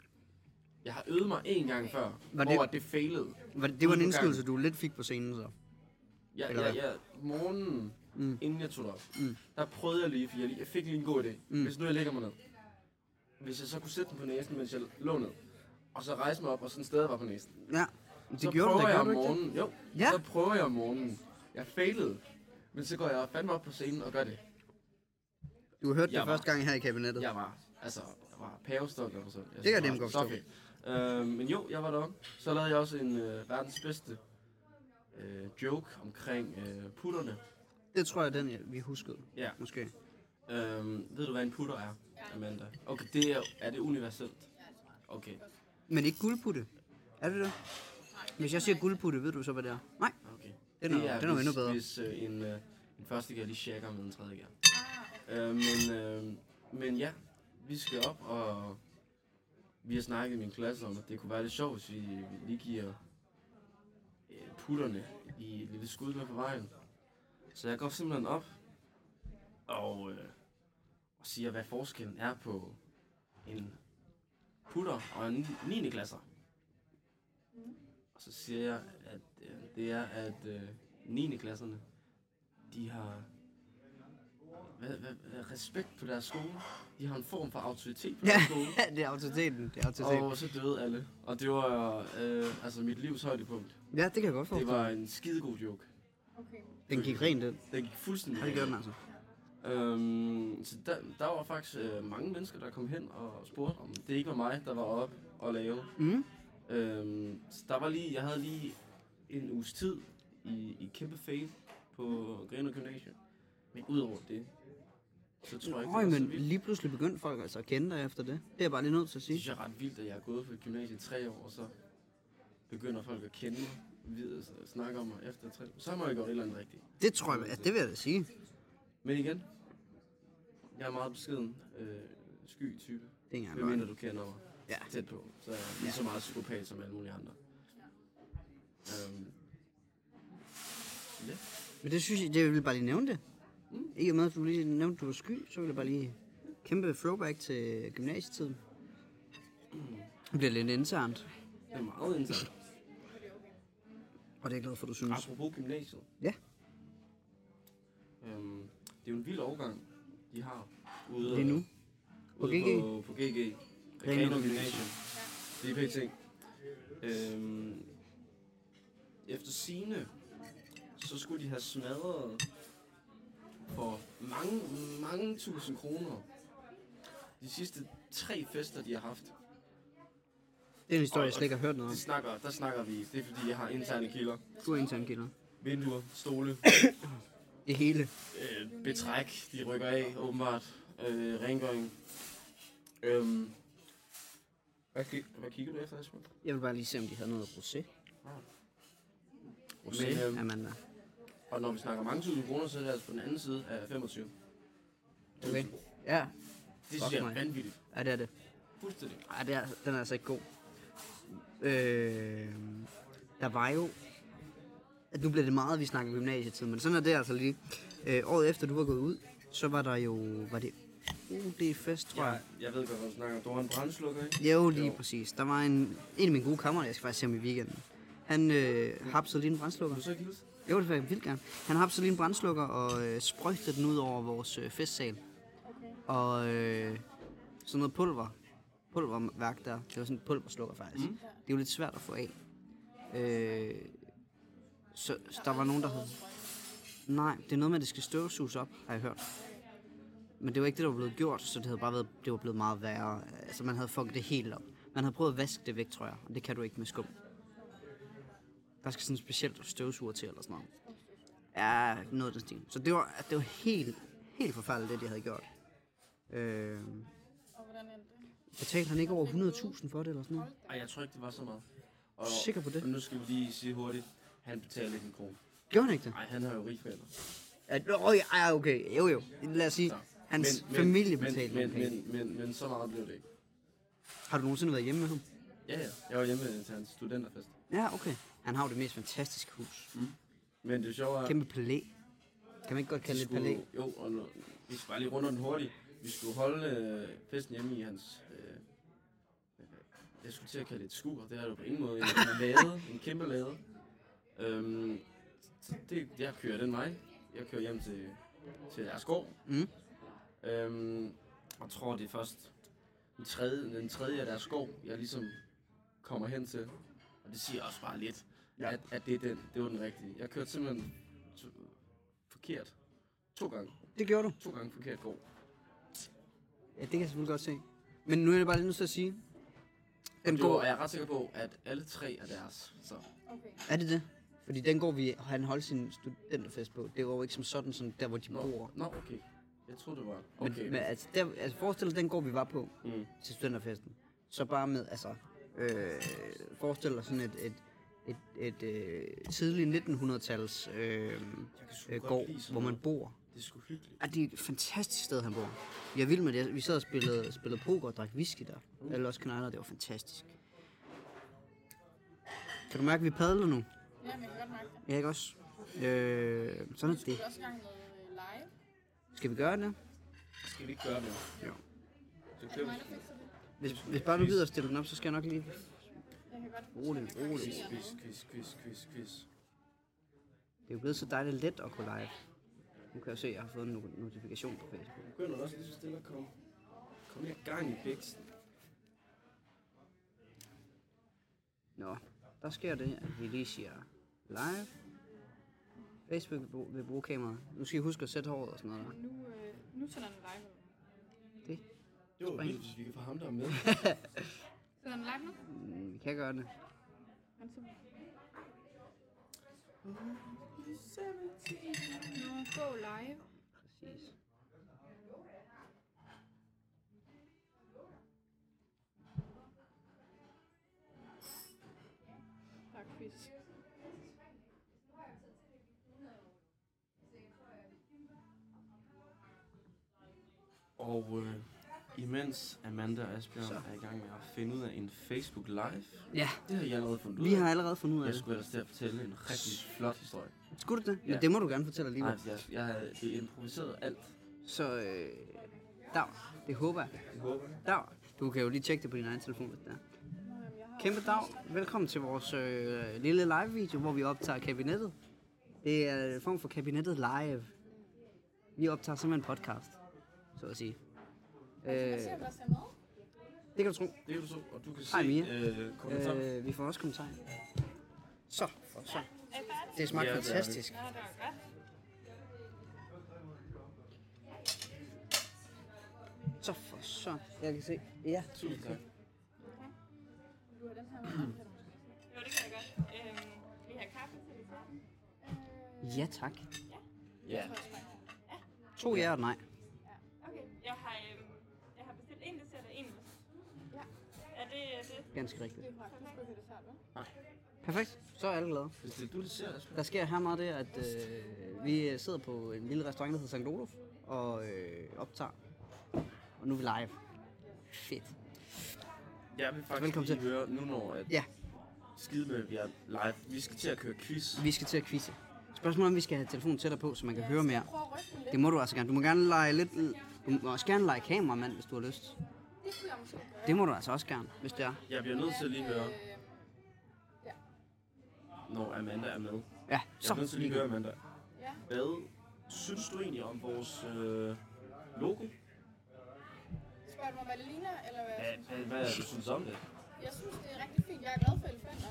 Jeg har øvet mig en gang før, Var det- hvor det, det failede. Var det, det var en Ude på indskydelse, gangen. du lidt fik på scenen, så. Jeg, Eller jeg, hvad? jeg, morgenen, Mm. mm. inden jeg tog det op, mm. der prøvede jeg lige, fordi jeg, lige- jeg fik lige en god idé. Mm. Mm. Hvis nu jeg lægger mig ned. Hvis jeg så kunne sætte den på næsen, mens jeg lå ned. Og så rejse mig op, og sådan stadig var på næsen. Ja, det så gjorde du prøver da, jeg gjorde om du ikke det? morgenen. Jo, Ja. så prøver jeg om morgenen. Jeg failede. Men så går jeg fandme op på scenen og gør det. Du hørte det Jeg var- første gang her i kabinettet. Jeg var, altså, jeg var pavestok eller sådan. Det kan jeg nemt godt forstå. Øh, men jo, jeg var deroppe. Så lavede jeg også en øh, verdens bedste øh, joke omkring øh, putterne. Det tror jeg, den jeg, vi huskede, Ja. måske. Øhm, ved du, hvad en putter er, Amanda? Okay, det er, er det universelt? Okay. Men ikke guldputte. Er det det? Hvis jeg siger guldputte, ved du så, hvad det er? Nej. okay. Den er- den er jo hvis, endnu bedre. Hvis øh, en, øh, en første gear lige shaker med en tredje gear. Øh, men, øh, men ja, vi skal op, og vi har snakket i min klasse om, at det kunne være lidt sjovt, hvis vi vi lige giver øh, putterne i et lille skud med på vejen. Så jeg går simpelthen op og, øh, og siger, hvad forskellen er på en putter og en 9. klasser. Og så siger jeg, at øh, det er, at øh, 9. klasserne, de har hvad, hvad, hvad, respekt på deres skole. De har en form for autoritet på Ja, deres skole. det er autoriteten. Det er autoriteten. Og så døde alle. Og det var øh, altså mit livs højdepunkt. Ja, det kan jeg godt Det forstå. var en skidegod joke. Okay. Den gik rent, den. Den gik fuldstændig. Ja, det gjorde den altså. Øhm, så der, der var faktisk øh, mange mennesker, der kom hen og spurgte, om det ikke var mig, der var op og lave. Mm. Øhm, så der var lige, jeg havde lige en uges tid i, i kæmpe fame på Grenaa Gymnasium. Men udover det, så tror jeg ikke, Øj, det var men så vildt. lige pludselig begyndte folk altså at kende dig efter det. Det er jeg bare lige nødt til at Det sige. synes jeg er ret vildt, at jeg er gået på et gymnasie i tre år, og så begynder folk at kende mig, vide, altså, snakke om mig efter tre år. Så må jeg gjort et eller andet rigtigt. Det tror jeg, at det vil jeg da sige. Men igen, jeg er meget beskeden, øh, sky type. Det er ikke engang Hvem mindre løgn. du kender mig Ja. tæt på, så er jeg lige så meget psykopat som alle mulige andre. Øhm, ja. Men det synes jeg, det vil jeg bare lige nævne det. I og med, at du lige nævnte, at du var sky, så vil jeg bare lige... Kæmpe throwback til gymnasietiden. Det bliver lidt internt, Det er meget interessant. og det er jeg glad for, du synes. Apropos gymnasiet. Ja. Øhm, det er jo en vild overgang, de har ude, Lige nu. På ude GG? På, på GG. Grenaa Grenaa Gymnasium. Lige pt. Øhm, efter sine, så skulle de have smadret for mange, mange tusind kroner de sidste tre fester, de har haft. Det er en historie, Og- jeg slet ikke har hørt noget De om. snakker, der snakker vi, det er fordi, jeg har interne kilder. Du er intern kilder. Vinduer, stole, Det hele. øh, betræk, de rykker af, åbenbart. Øh, rengøring. Øhm, hvad, ki- hvad kigger du efter, Asbjørn? Jeg vil bare lige se, om de havde noget rosé. Rosé, Men, øhm, ja, man var. og når vi snakker mange tusind kroner, så er det altså på den anden side af 25. Okay. Ja, Det Fuck synes jeg er mig. vanvittigt. ja, det er det. Fuldstændig. Ej, det er, den er altså ikke god. Øh, der var jo... At nu bliver det meget, at vi snakker gymnasietid, men sådan er det altså lige. Øh, året efter du var gået ud, så var der jo... Var det UD Fest, tror jeg? Jeg, jeg ved godt, hvad du snakker om. Du har en brændslukker, ikke? Jo, lige præcis. Der var en, en af mine gode kammerater, jeg skal faktisk se ham i weekenden. Han øh, hapsede lige en brændslukker. Du så ikke hilse? Jo, det vil jeg vildt gerne. Han hapsede lige en brændslukker og øh, sprøjtede den ud over vores øh, festsal. Og øh, sådan noget pulver. Pulverværk der. Det var sådan et pulverslukker faktisk. Mm. Det er jo lidt svært at få af. Øh, så, så der var nogen, der havde... Nej, det er noget med, at det skal støvsuges op, har jeg hørt. Men det var ikke det, der var blevet gjort, så det havde bare været, det var blevet meget værre. Altså, man havde fucket det helt op. Man havde prøvet at vaske det væk, tror jeg, og det kan du ikke med skum. Der skal sådan en speciel støvsuger til, eller sådan noget. Ja, noget af den stil. Så det var, det var helt, helt forfærdeligt, det de havde gjort. Øh, Og hvordan endte det? betalte han ikke over 100.000 for det, eller sådan noget? Ej, jeg tror ikke, det var så meget. Og, Sikker på det? Og nu skal vi lige sige hurtigt. Han betaler ikke en krone. Gjorde han ikke det? Nej, han har jo rigforældre. Ja, åh, ja, ej, okay. Jo, jo. Lad os sige, hans Men- men- familie men- betalte men, nogle penge. men, men, men, men, så meget blev det ikke. Har du nogensinde været hjemme med ham? Ja, ja. Jeg var hjemme til hans studenterfest. Ja, okay. Han har jo det mest fantastiske hus. Men det sjove er... Kæmpe palæ. Kan man ikke godt vi kalde det et skulle- palæ? Jo, og nu, vi skulle bare lige rundt om den hurtigt. Vi skulle holde øh, festen hjemme i hans... Øh, øh, jeg skulle til at kalde det et skur, det er det jo på ingen måde. En, en lade, en kæmpe lade. Øhm, så det, jeg kører den vej. Jeg kører hjem til, til deres gård. Mm. Øhm, og tror, det er først den tredje, den tredje af deres skov, jeg ligesom kommer hen til. Og det siger også bare lidt, ja. at, at det, er den, det var den rigtige. Jeg kørte simpelthen to- forkert. To gange. Det gjorde du. To gange forkert gård. Ja, det kan jeg selvfølgelig godt se. Men nu er det bare lige nødt til at sige. Den Det var, går, og jeg er ret sikker på, at alle tre er deres. Så. Okay. er det det? Fordi den går vi, han holdt sin studenterfest på. Det var jo ikke som sådan, sådan der hvor de bor. Nå, nå, okay. Jeg troede, det var... Men, Okay. men altså, der, altså forestil dig den går vi var på Mm. til studenterfesten. Så bare med, altså, øh, forestil dig sådan et, et, et, et øh, tidligt 1900-tals øh, Jeg kan sgu øh, godt gård, lide sådan hvor man noget. bor. Det er sgu hyggeligt. Ja, det er et fantastisk sted, han bor. Jeg vil med det. Vi sad og spillede, spillede poker og drak whisky der. Mm. Eller også knejler, det var fantastisk. Kan du mærke, at vi padler nu? Ja, men jeg kan godt mærke det. Ja, ikke også? Øh, sådan er Vi det. er også i gang med øh, live. Skal vi gøre det? Skal vi ikke gøre det? Jo. Så kører Er det vi. mig, der fikser det? Hvis, hvis bare du gider at stille den op, så skal jeg nok lige... Jeg kan godt Rolig, forstå, at jeg rolig. Quiz, kan quiz, noget. quiz, quiz, quiz, quiz. Det er jo blevet så dejligt let at gå live. Nu kan jeg se, at jeg har fået en no- notifikation på Facebook. begynder også lige så stille at komme, komme i gang i bæksten. Nå, der sker det, at vi lige siger live. Facebook vil bruge, vil bruge kameraet. Nu skal I huske at sætte håret og sådan noget der. Nu, øh, nu sender den live. ud. Det var Spring. vildt, hvis vi kan få ham der med. Sender den live nu? Mm, vi kan gøre det. Men så... Nu gå live. Præcis. Der er quiz. Og øh, imens Amanda og Asbjørn Så. er i gang med at finde ud af en Facebook Live, Ja, det har jeg allerede fundet ud af. vi har allerede fundet ud af Jeg det. skulle ellers til at fortælle en rigtig flot historie. Skulle du det? Ja. Ja. Men det må du gerne fortælle Nej, alligevel. jeg, jeg, jeg improviserede alt. Så øh, Dag. Det håber jeg. Dag. Du kan jo lige tjekke det på din egen telefon, hvis det er. Kæmpe dag. Velkommen til vores øh, lille live-video, hvor vi optager kabinettet. Det er en form for kabinettet live. Vi optager simpelthen en podcast, så at sige. Øh, Ser du, der ser med? det kan du tro. Det kan du så, og du kan se Hej, Mia. øh, kommentarer. Øh, vi får også kommentarer. Så, for så. Det smagte Ja, det er fantastisk. Ja, det var godt. Så for så. Jeg kan se. Ja. Tusind tak. Du har den her med. Jo, det kan jeg godt. Øhm, vi har kaffe til desserten. Ja, tak. Ja. To ja og nej. Okay, jeg har, øh, jeg har bestilt en dessert og en ost. Ja. Er det, er det? Ganske rigtigt. Det er faktisk ikke dessert, vel? Perfekt. Så er alle glade. Hvis det er du, der ser det, Der sker her meget det, at øh, vi sidder på en lille restaurant, der hedder St. Olof, og øh, optager. Og nu er vi live. Fedt. Jeg vil Velkommen faktisk Velkommen lige til. til. høre nu, når at Ja, skide med, at vi er live. Vi skal til at køre quiz. vi skal til at quizze. Spørgsmålet er, om vi skal have telefonen tættere på, så man kan høre mere. Prøv at rykke den lidt. Det må du altså gerne. Du må gerne lege lidt... Du må også gerne lege kameramand, hvis du har lyst. Det kunne jeg måske gøre. Det må du altså også gerne, hvis det er. Jeg bliver nødt til at lige høre, Øhm, når Amanda er med. Jeg Ja, er nødt så. til at lige høre, Amanda. Ja. Hvad synes du egentlig om vores øh, logo? spørger du mig, hvad det ligner, eller hvad? Hvad, hvad, hvad er det, du synes om det? Jeg synes, det er rigtig fint. Jeg er glad for elefanter.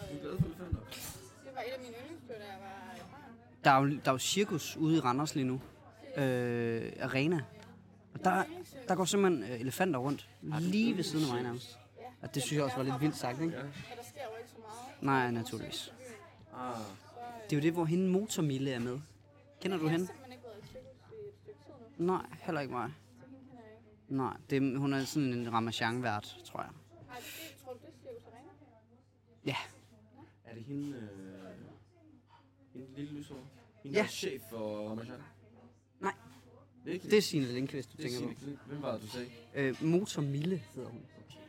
Så Du er glad øh, for elefanter? det var et af mine yndlingsdyr, da jeg var barn. Der er, jo, der er jo cirkus ude i Randers lige nu. Øh, arena. Og der, der går simpelthen øh, elefanter rundt. Lige ved siden af mig nærmest. Og det synes jeg også var lidt vildt sagt, ikke? Og der sker jo ikke så meget. Nej, øh, naturligvis. Ah, Det er jo det, hvor hende motormille er med. Kender du Jeg hende? har simpelthen ikke været i cirkus i et stykke tid nu. Nej, heller ikke mig. Så hende kender jeg ikke. Nej, det, hun er sådan en ramachan-vært, tror jeg. Har du det, tror du, det er cirkus arena? Ja, er det hende, øh, hende lille lyshår? Hende Ja. der er chef for Ramachan? Nej. Det er ikke det er Signe Lindqvist, du det er tænker Signe på. Klint. Hvem var det, du sagde? Øh, motormille hedder hun.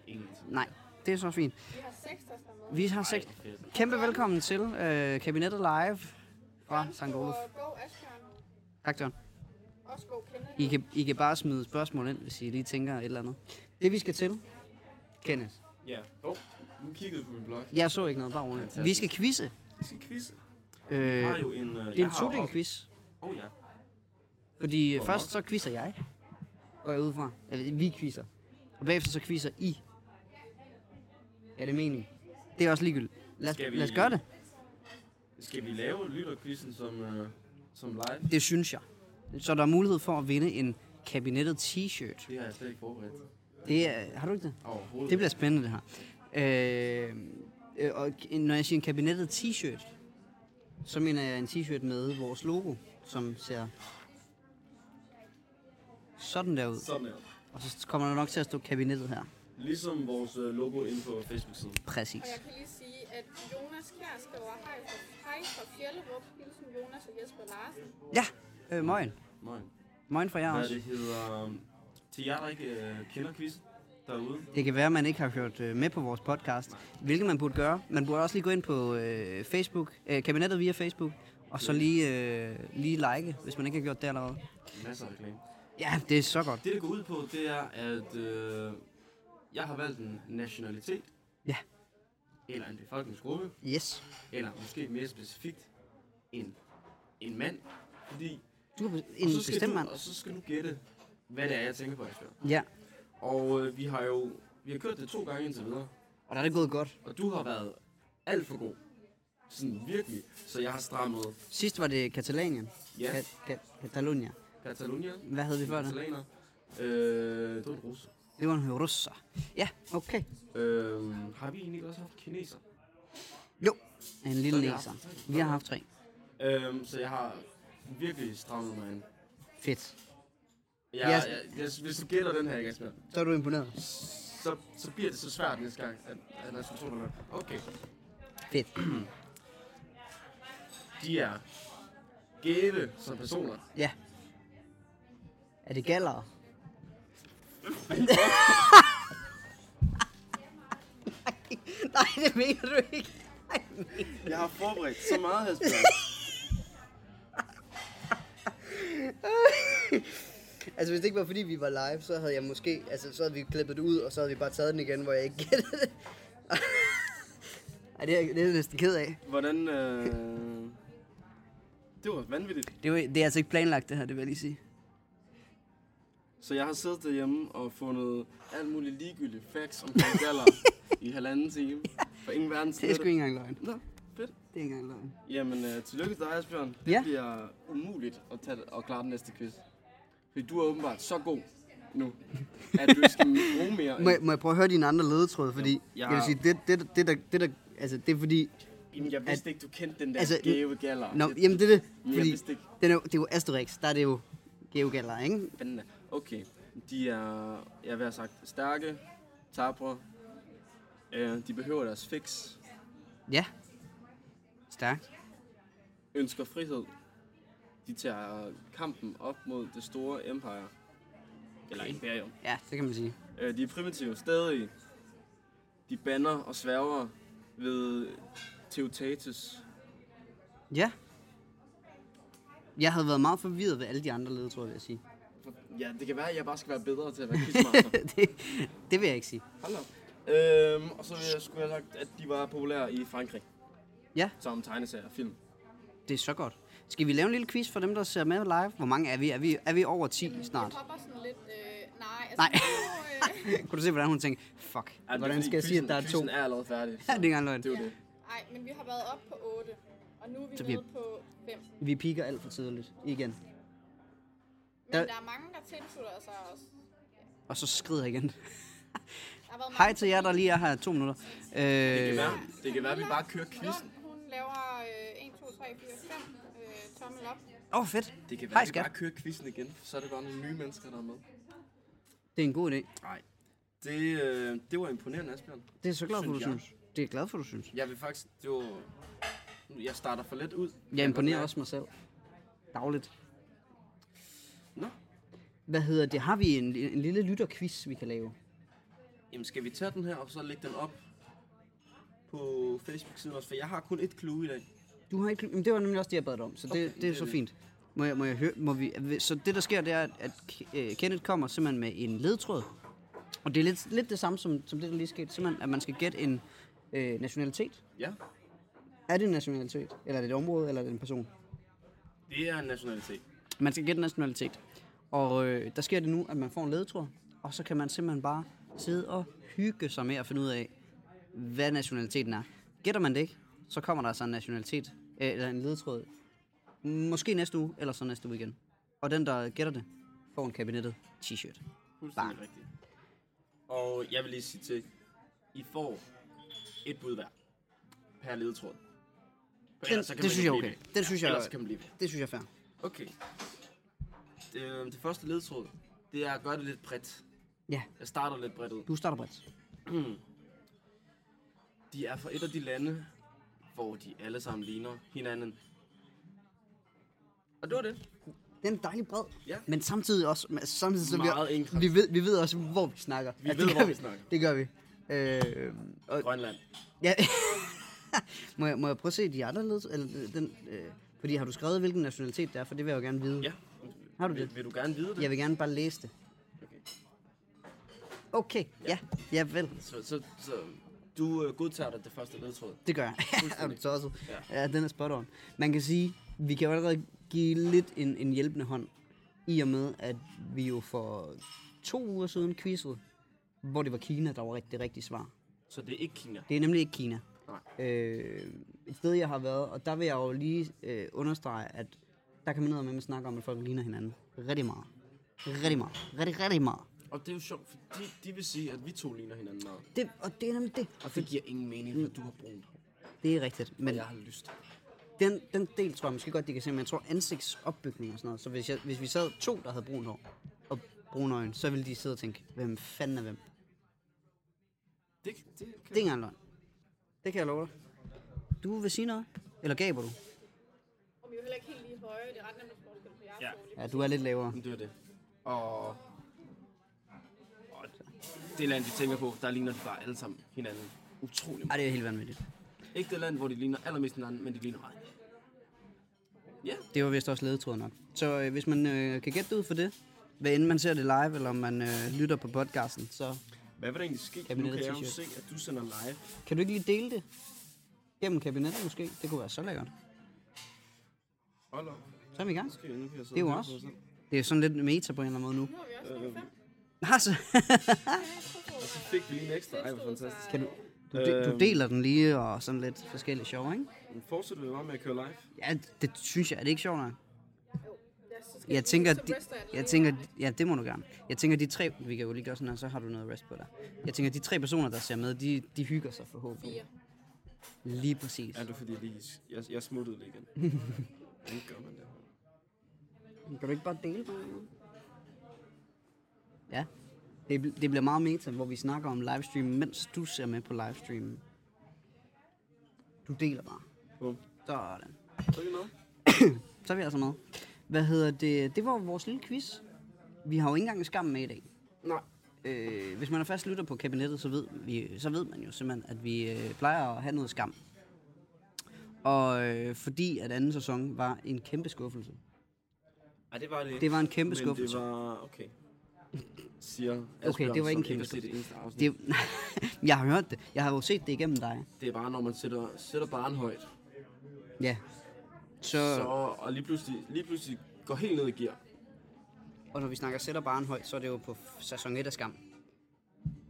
Ingen. Nej, det er så fint. Vi har seks, der er med. Vi har seks. Kæmpe velkommen til øh, Kabinettet Live fra St. Olof. Go Asbjørn. Tak, John. Også Go Kennedy. I kan, I kan bare smide spørgsmål ind, hvis I lige tænker et eller andet. Det vi skal til, Kenneth. Ja. Hov, nu kiggede du på min blog. Jeg så ikke noget, bare roligt. Fantastisk. Vi skal quizze. Vi skal quizze. Øh, Jeg har det jo en... Øh, er en todel quiz. Åh oh, ja. Fordi Hvor først så quizzer jeg. Går jeg ud fra. Eller vi quizzer. Og bagefter så quizzer I. Er det meningen? Det er også ligegyldigt. Lad, Skal vi... vi- lad os gøre det. Skal vi lave lytterquizzen som, øh, som live? Det synes jeg. Så der er mulighed for at vinde en kabinettet t-shirt. Det har jeg slet ikke forberedt. Det er, har du ikke det? Overhovedet. Det bliver spændende, det her. Øh, øh, og når jeg siger en kabinettet t-shirt, så mener jeg en t-shirt med vores logo, som ser sådan der ud. Sådan her. Og så kommer der nok til at stå kabinettet her. Ligesom vores øh, logo inde på Facebook-siden. Præcis. Og jeg kan lige sige, at Jonas Kjær skriver hej fra, hej fra Fjellerup. Hilsen Jonas og Jesper Larsen. Ja, øh, Møgen. Nej. Møgen fra jer Hvad også. det hedder... Um, til jer, der ikke øh, kender quizzen derude. Det kan være, at man ikke har hørt øh, med på vores podcast, hvilket man burde gøre. Man burde også lige gå ind på øh, Facebook, øh, kabinettet via Facebook, og så lige, øh, lige like, hvis man ikke har gjort det allerede. Masser af reklame. Ja, det er så godt. Det, det går ud på, det er, at øh, jeg har valgt en nationalitet. Ja. Eller en befolkningsgruppe. Yes. Eller måske mere specifikt, en, en mand. Fordi, Du er og en så skal bestemt du, mand. Og så skal du gætte, hvad det er, jeg tænker på, Asbjørn. Ja, Og øh, vi har jo vi har kørt det to gange indtil videre, og der er det gået godt. og du har været alt for god. Sådan virkelig. Så jeg har strammet Sidst var det Katalanien. Ja. Ka- Ka- Catalonia. Catalonia. Hvad havde vi før det? Catalaner. Øh, det var en russe. Det var en russer. Ja, okay. Øh, har vi egentlig ikke også haft kineser? Jo, en lille Så har vi næser. haft tre. Vi har haft tre. Øh, så jeg har virkelig strammet mig ind. Fedt. Jeg, Ja. jeg, jeg, hvis du gætter den her, ikke, Asbjørn, Så er du imponeret. så, så bliver det så svært næste gang, at, at jeg skulle tro, det var- Okay, Fedt. de er gave som personer. Ja. Er det gallere? Nej, nej, det mener du ikke. Jeg har forberedt så meget, Asbjørn. Altså, hvis det ikke var fordi, vi var live, så havde jeg måske... Altså, så havde vi klippet det ud, og så havde vi bare taget den igen, hvor jeg ikke gættede det. Ej, det er, jeg- det er jeg næsten ked af. Hvordan... Øh... Det var vanvittigt. Det er, jo- det er altså ikke planlagt, det her, det vil jeg lige sige. Så jeg har siddet derhjemme og fundet alt muligt ligegyldigt facts omkring galler i halvanden time. For ingen verdens Det er sgu nytte. ikke engang løgn. Nå, fedt. Det er ikke engang løgn. Jamen, øh, tillykke til dig, Asbjørn. Det Ja. bliver umuligt at, tage, at klare den næste quiz. Fordi du er åbenbart så god nu, at du ikke skal bruge mere. Må, jeg- må jeg prøve at høre dine andre ledetråde, fordi... jeg Jeg vil har- sige, det, det, det, der, det der... Altså, det er fordi... Jamen, jeg vidste ikke, du kendte den der Altså, altså, gave galler. Nå, jamen, det er det. jeg Fordi vidste ikke. den er, jo- det er jo Asterix, der er det jo geogaller, ikke? Spændende. Okay, de er, jeg vil have sagt, stærke, tapre. Øh, de behøver deres fix. Ja. Stærkt. Ønsker frihed. De tager kampen op mod det store empire. Eller imperium. Ja, det kan man sige. Øh, de er primitive stadig. De banner og sværger ved Teotatus. Ja. Jeg havde været meget forvirret ved alle de andre ledetråde, vil jeg sige. Ja, det kan være, at jeg bare skal være bedre til at være quizmaster. det, det vil jeg ikke sige. Hold da op. Øhm, og så vil jeg- skulle jeg have sagt, at de var populære i Frankrig. Ja. Som tegneserier og film. Det er så godt. Skal vi lave en lille quiz for dem, der ser med live? Hvor mange er vi? Er vi, er vi over 10 snart? Jeg hopper sådan lidt... Øh, nej, altså... Nej. Nu, øh, Kunne du se, hvordan hun tænkte, fuck, Ej, men det er hvordan fordi skal jeg sige, at quizzen- der er to? Quizzen er allerede færdig. Ja, det er ikke engang løgn. Det er jo det. Nej, men vi har været op på 8, og nu er vi Så vi- nede på 5. Men Vi piker alt for tidligt igen. Der- der... der er mange, der tilslutter sig også. Og så skrider jeg igen. Der har været Hej mange til jer, der lige er her i to minutter. Det Øh, kan være, det kan være at vi bare kører quiz. Lund, hun laver øh, 1, 2, 3, 4, 5 øh, tommel op. Åh, oh, fedt. Det kan være, Hej, at vi skat. bare kører quizzen igen, for så er det bare nogle nye mennesker, der er med. Det er en god idé. Nej. Det, øh, det var imponerende, Asbjørn. Det er så glad for, du Synes jeg. synes. Det er jeg glad for, du synes. Jeg vil faktisk, det var... Jeg starter for lidt ud. Jeg imponerer også mig selv. Dagligt. Nå, Hvad hedder det? Har vi en, en lille lytterquiz, vi kan lave? jamen skal vi tage den her, og så lægge den op på Facebook-siden også, for jeg har kun et clue i dag. Du har ikke... Men det var nemlig også det, jeg bad dig om, så det, Okay, okay, det det er er så det. fint. Må jeg, må jeg høre, må vi, så det, der sker, det er, at- at Ke- øh, Kenneth kommer simpelthen med en ledtråd. Og det er lidt, lidt det samme som, som det, der lige skete. Simpelthen, at man skal gætte en øh, nationalitet. Ja, Er det en nationalitet? Eller er det et område? Eller er det en person? det er en nationalitet. Man skal gætte en nationalitet. Og øh, der sker det nu, at man får en ledetråd. Og så kan man simpelthen bare sidde og hygge sig med at finde ud af, hvad nationaliteten er. Gætter man det ikke, så kommer der altså en nationalitet, øh, eller en ledetråd. Måske næste uge, eller så næste uge igen. Og den, der gætter det, får en kabinettet t-shirt. Fuldstændig rigtigt. Og jeg vil lige sige til, I får et bud hver per ledetråd. For Den, ellers så kan man det synes jeg jo er blive okay. ved. Den synes jeg, Ellers kan man blive ved. det synes jeg er fair. Okay. Det, øh, det første ledtråd, det er at gøre det lidt bredt. Ja, Jeg starter lidt bredt ud. du starter bredt. De er fra et af de lande, hvor de alle sammen ligner hinanden. Og det var det. Den er dejlig bred, Ja. men samtidig også, men samtidig så Meget vi, indkrast. vi, ved, vi ved også, hvor vi snakker. Vi ved, det gør hvor vi snakker. Det gør vi. Øh, og, Grønland. Ja. må, jeg, må jeg prøve at se de andre leds? Eller øh, den, øh, fordi har du skrevet, hvilken nationalitet det er? For det vil jeg jo gerne vide. Ja. Har du Vil, det? vil du gerne vide det? Jeg vil gerne bare læse det. Okay. Okay, ja. Ja, vel. Så, så, så du øh, godtager dig det første ledtråd. Det gør jeg. er du Fuldstændig. tosset? Ja. Ja. den er spot on. Man kan sige, vi kan jo allerede give lidt en, en hjælpende hånd, i og med, at vi jo for to uger siden quizzede, hvor det var Kina, der var rigtig, det rigtige svar. Så det er ikke Kina. Det er nemlig ikke Kina. Nej. Øh, et sted, jeg har været, og der vil jeg jo lige øh, understrege, at der kan man ned med at snakke om, at folk ligner hinanden. Rigtig meget. Rigtig meget. Rigtig, rigtig meget. Og det er jo sjovt, for de, de vil sige, at vi to ligner hinanden meget. Det, og det er nemlig det. Og det giver ingen mening, for du har brunt hår, Det er rigtigt. og Men jeg har lyst. den, den del tror jeg måske godt, de kan se, men jeg tror ansigtsopbygning og sådan noget. Så hvis, jeg, hvis vi sad to, der havde brunt hår og brune øjne, så ville de sidde og tænke, hvem fanden er hvem? Det Det, det kan er ikke engang løgn. Det kan jeg love dig. Du vil sige noget? Eller gaber du? Og vi er jo heller ikke helt lige høje. Det er ret nemt at forskel på jer. Ja. to lige Ja, du er lidt lavere. Men det er det. Og... og det land, vi tænker på, der ligner de bare alle sammen hinanden. Utrolig Ej, meget. det er helt vanvittigt. Ikke det land, hvor de ligner allermest hinanden, men de ligner meget. Ja, Det var vist også ledetråden nok. Så øh, hvis man øh, kan gætte det ud for det, Hvad end man ser det live, eller om man øh, lytter på podcasten, så Hvad vil der egentlig ske? Kabinettet nu kan jeg jo se, t-shirt. at du sender live. kan du ikke lige dele det gennem kabinettet måske? Det kunne være så lækkert. Hold op. Så er vi i gang. Måske nu kan jeg sidde Det er jo og høre også. på sådan. Det er sådan lidt meta på en eller anden måde nu. Nu har vi også nogle fem. Altså, Fik vi lige en ekstra? Ej, hvor fantastisk. kan du, øh, du, de, du Øhm. deler den lige og sådan lidt forskellige sjov, ikke? Men Fortsætter vi bare med at køre live? Ja, det synes jeg. Er det ikke sjovt nok? Så skal Jeg tænker, så de, ryster jeg den jeg lige. tænker, ja, det må du gerne. Jeg tænker, de tre, vi kan jo lige gøre sådan her, så har du noget rest på dig. Jeg tænker, de tre personer, der ser med, de, de hygger sig forhåbentlig. Fire. Lige præcis. Ja, det er fordi, jeg, lige, jeg, jeg smuttede lige igen. Hvordan gør man det? Kan du ikke bare dele på Ja. Det, bl- det bliver meget meta, hvor vi snakker om livestream, mens du ser med på livestreamen. Du deler bare. Bum. Sådan. Så er vi med. Så er vi altså med. Hvad hedder det? Det var vores lille quiz. Vi har jo ikke engang en skam med i dag. Nej. Øh, hvis man er fast lytter på kabinettet, så ved, vi, så ved man jo simpelthen, at vi øh, plejer at have noget skam. Og øh, fordi at anden sæson var en kæmpe skuffelse. Ej, det var det ikke. Det var en kæmpe Men skuffelse. det var... Okay. Siger Okay, det var ikke en som kæmpe har set det eneste afsnit. Det, jeg har hørt det. Jeg har jo set det igennem dig. Det er bare, når man sætter, sætter barn højt, Ja. Så, så, og lige pludselig, lige pludselig går helt ned i gear. og når vi snakker sætter barn højt, så er det jo på f- sæson 1 af Skam.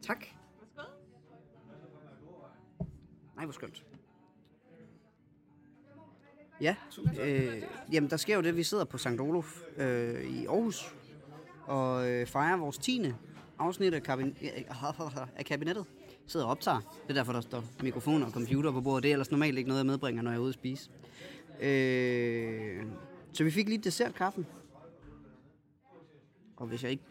Tak. Værsgo. Nej, hvor skønt. Ja, øh, jamen der sker jo det, vi sidder på St. Olof øh, i Aarhus og øh, fejrer vores 10. afsnit af, kabin- øh, af kabinettet. Sidder og optager. Det er derfor, der står mikrofoner og computer på bordet. Det er ellers normalt ikke noget, jeg medbringer, når jeg er ude at spise. Øh, så vi fik lige dessertkaffen. Og hvis jeg ikke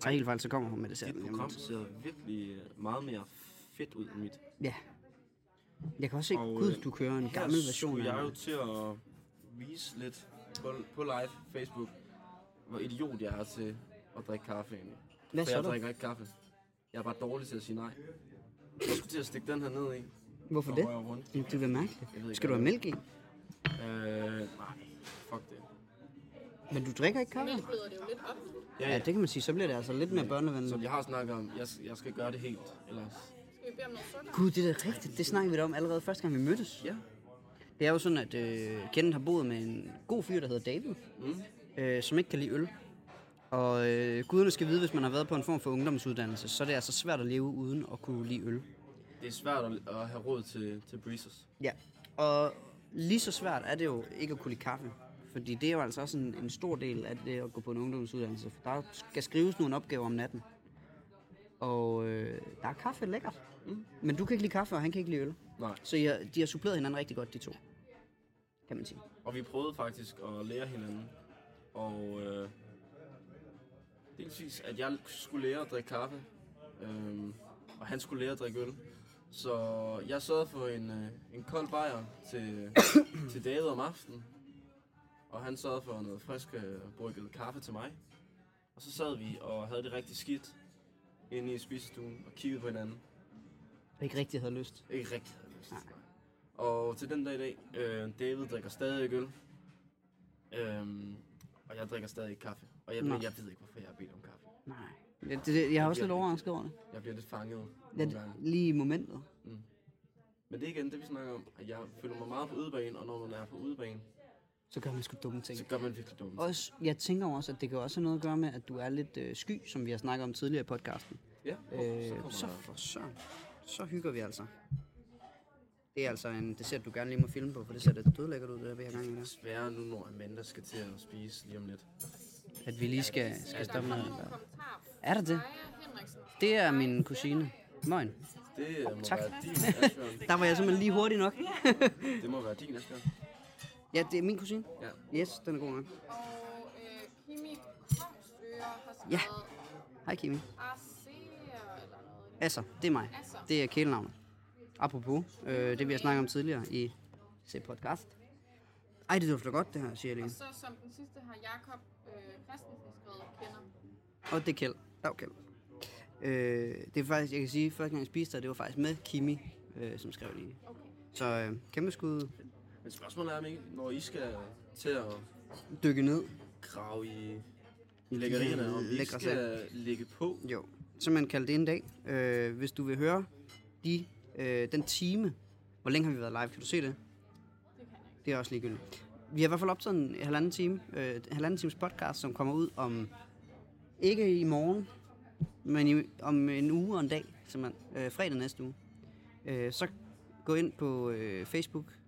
tager helt fejl, så kommer hun med Dit desserten. program Jamen, ser virkelig øh, meget mere fedt ud end mit. ja. Jeg kan også se, Og, øh, gud, du kører en gammel Her version skulle af jeg jo mig. til at vise lidt på, på live Facebook, hvor idiot jeg er til at drikke kaffe egentlig. Hvad For så jeg du? drikker ikke kaffe. Jeg er bare dårlig til at sige nej. Jeg skulle til at stikke den her ned i. Hvorfor og det? røre rundt. Jamen, Det vil mærke Jeg ved det. ikke, Skal du have hvad mælk i? Øh, nej. Fuck det. Men du drikker ikke kaffe? Nu bløder det jo lidt op. Ja, Ja, ja. det kan man sige. Så bliver det altså lidt mere Som børnevenligt. jeg har snakket om, jeg, jeg skal gøre det helt, ellers... Skal vi bede om noget sukker? Gud, det er da rigtigt. Det snakkede vi da om allerede første gang, vi mødtes. Ja. Det er jo sådan, at øh, Kenneth har boet med en god fyr, der hedder David, Mm. øh, som ikke kan lide øl. Og øh, guderne skal vide, hvis man har været på en form for ungdomsuddannelse, så er det altså svært at leve uden at kunne lide øl. Det er svært at, at have råd til, til breezers. Ja, og lige så svært er det jo ikke at kunne lide kaffe. Fordi det er jo altså også en, en stor del af det at gå på en ungdomsuddannelse. For der skal skrives nogle opgaver om natten. Og øh, der er kaffe lækkert. Mm. Men du kan ikke lide kaffe, og han kan ikke lide øl. Nej. Så I har, de har suppleret hinanden rigtig godt, de to. Kan man sige. Og vi prøvede faktisk at lære hinanden. Og øh, delvis, at jeg skulle lære at drikke kaffe, øhm, og han skulle lære at drikke øl. Så jeg sørgede for en, øh, en kold bajer til, til David om aftenen. Og han sørgede for noget frisk øh, brygget kaffe til mig. Og så sad vi og havde det rigtig skidt inde i spisestuen og kiggede på hinanden. Og ikke rigtig havde lyst. Ikke rigtig havde lyst til Nej. det. Og til den dag i dag, øh, David drikker stadig ikke øl. Øhm, og jeg drikker stadig ikke kaffe. Og jeg, Nå. men jeg ved ikke, hvorfor jeg har bedt om kaffe. Nej. Det, det, jeg har også lidt overrasket over det. Jeg bliver lidt fanget nogle Ja, gange. det- lige i momentet. Men det er igen det, vi snakker om, at jeg føler mig meget på udebane, og når man er på udebane, Så gør man sgu dumme ting. så gør man virkelig dumme ting. Også, jeg tænker også, at det kan også have noget at gøre med, at du er lidt øh, sky, som vi har snakket om tidligere i podcasten. Ja, Øh, øh, så kommer så der for søren. Så hygger vi altså. Det er altså en dessert, du gerne lige må filme på, for det ser da dødlækkert ud, det der vi har gang i der. desværre nu, når Amanda skal til at spise lige om lidt. At vi lige skal, skal Der stoppe med kommer alt der. nogle kommentarer. Er der det? Freja Henriksen. Det er min kusine. Møgen. Det øh, må Tak. være din, Asbjørn. Der var jeg simpelthen lige hurtig nok. Det må være din, Asbjørn. ja, det er min kusine. Ja. Yes, den er god nok. Og øh, Kimi Kongsøger har skrevet Ja. Hej Kimi. Arceer eller noget. Altså, det er mig. Asser. Det er kælenavnet. Apropos, øh, det vi har snakket om tidligere i se podcast. Ej, det dufter godt, det her, siger jeg lige. Så som den sidste har Jakob øh, Christensen skrevet kender. Og det er Kjeld. Der er jo Kjeld. Øh, det er faktisk, jeg kan sige, første gang jeg spiste der, det var faktisk med Kimi, øh, som skrev lige. Okay. Så øh, kæmpe skud, Men spørgsmålet er, om ikke, når I skal til at dykke ned. grave i lækkerierne, og vi lækre skal lægge på. Jo, så man kalder det en dag. Øh, hvis du vil høre de, øh, den time, hvor længe har vi været live, kan du se det? Det er også ligegyldigt. Vi har i hvert fald optaget en halvanden time, øh, en halvanden times podcast, som kommer ud om, ikke i morgen, men i, om en uge og en dag, simpelthen, øh, fredag næste uge. Øh, så gå ind på øh, Facebook,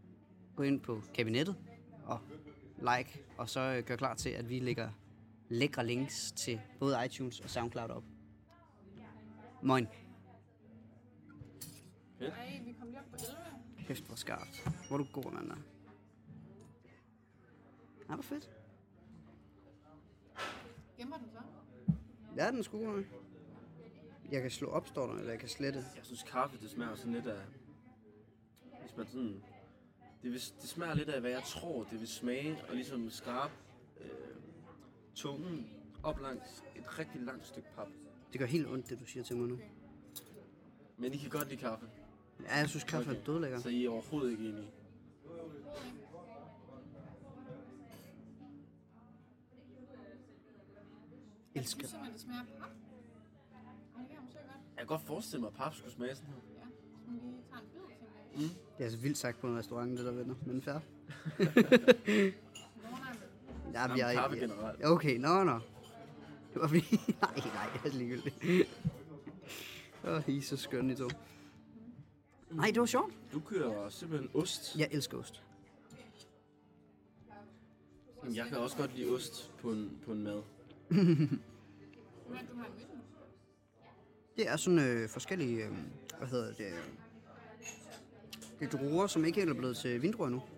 gå ind på kabinettet og like, og så øh, gør klar til, at vi lægger lækre links til både iTunes og SoundCloud op. Moin, Ej, vi kom lige op på 11. kæft hvor skarpt. Hvor er du god, mand. Er du fedt? Gemmer den så? Ja, den er sgu god. nok. Jeg kan slå op, står der, eller jeg kan slette. Jeg synes, kaffe, det smager sådan lidt af... Hvis man sådan... Det, vil, det smager lidt af, hvad jeg tror, det vil smage, og ligesom skarpe øh, tungen op langs et rigtig langt stykke pap. Det gør helt ondt, det du siger til mig nu. Men I kan godt lide kaffe. Ja, jeg synes, kaffe er dødlækker. Så I er overhovedet ikke enige. Jeg synes Elsker det. simpelthen, det smager af pap. Og det kan jeg måske godt. Jeg kan godt forestille mig, at pap skulle smage sådan her. Ja, hvis man lige tager en bid, tænker jeg. Det er altså vildt sagt på en restaurant, det der venner. Men fair. Nå, nej, men Ja, vi Jamen, er kaffe ikke... generelt. Okay, nå, nå. Det var fordi... Nej, nej, det er ligegyldigt. Åh, oh, I er så skønne, I to. Nej, det var sjovt. Du kører simpelthen ost. Jeg elsker ost. Jamen, jeg kan også godt lide ost på en, på en mad. men du har en midten. Det er sådan øh, forskellige, øh, hvad hedder det, øh, det er druer, som ikke helt er blevet til vindruer endnu. Det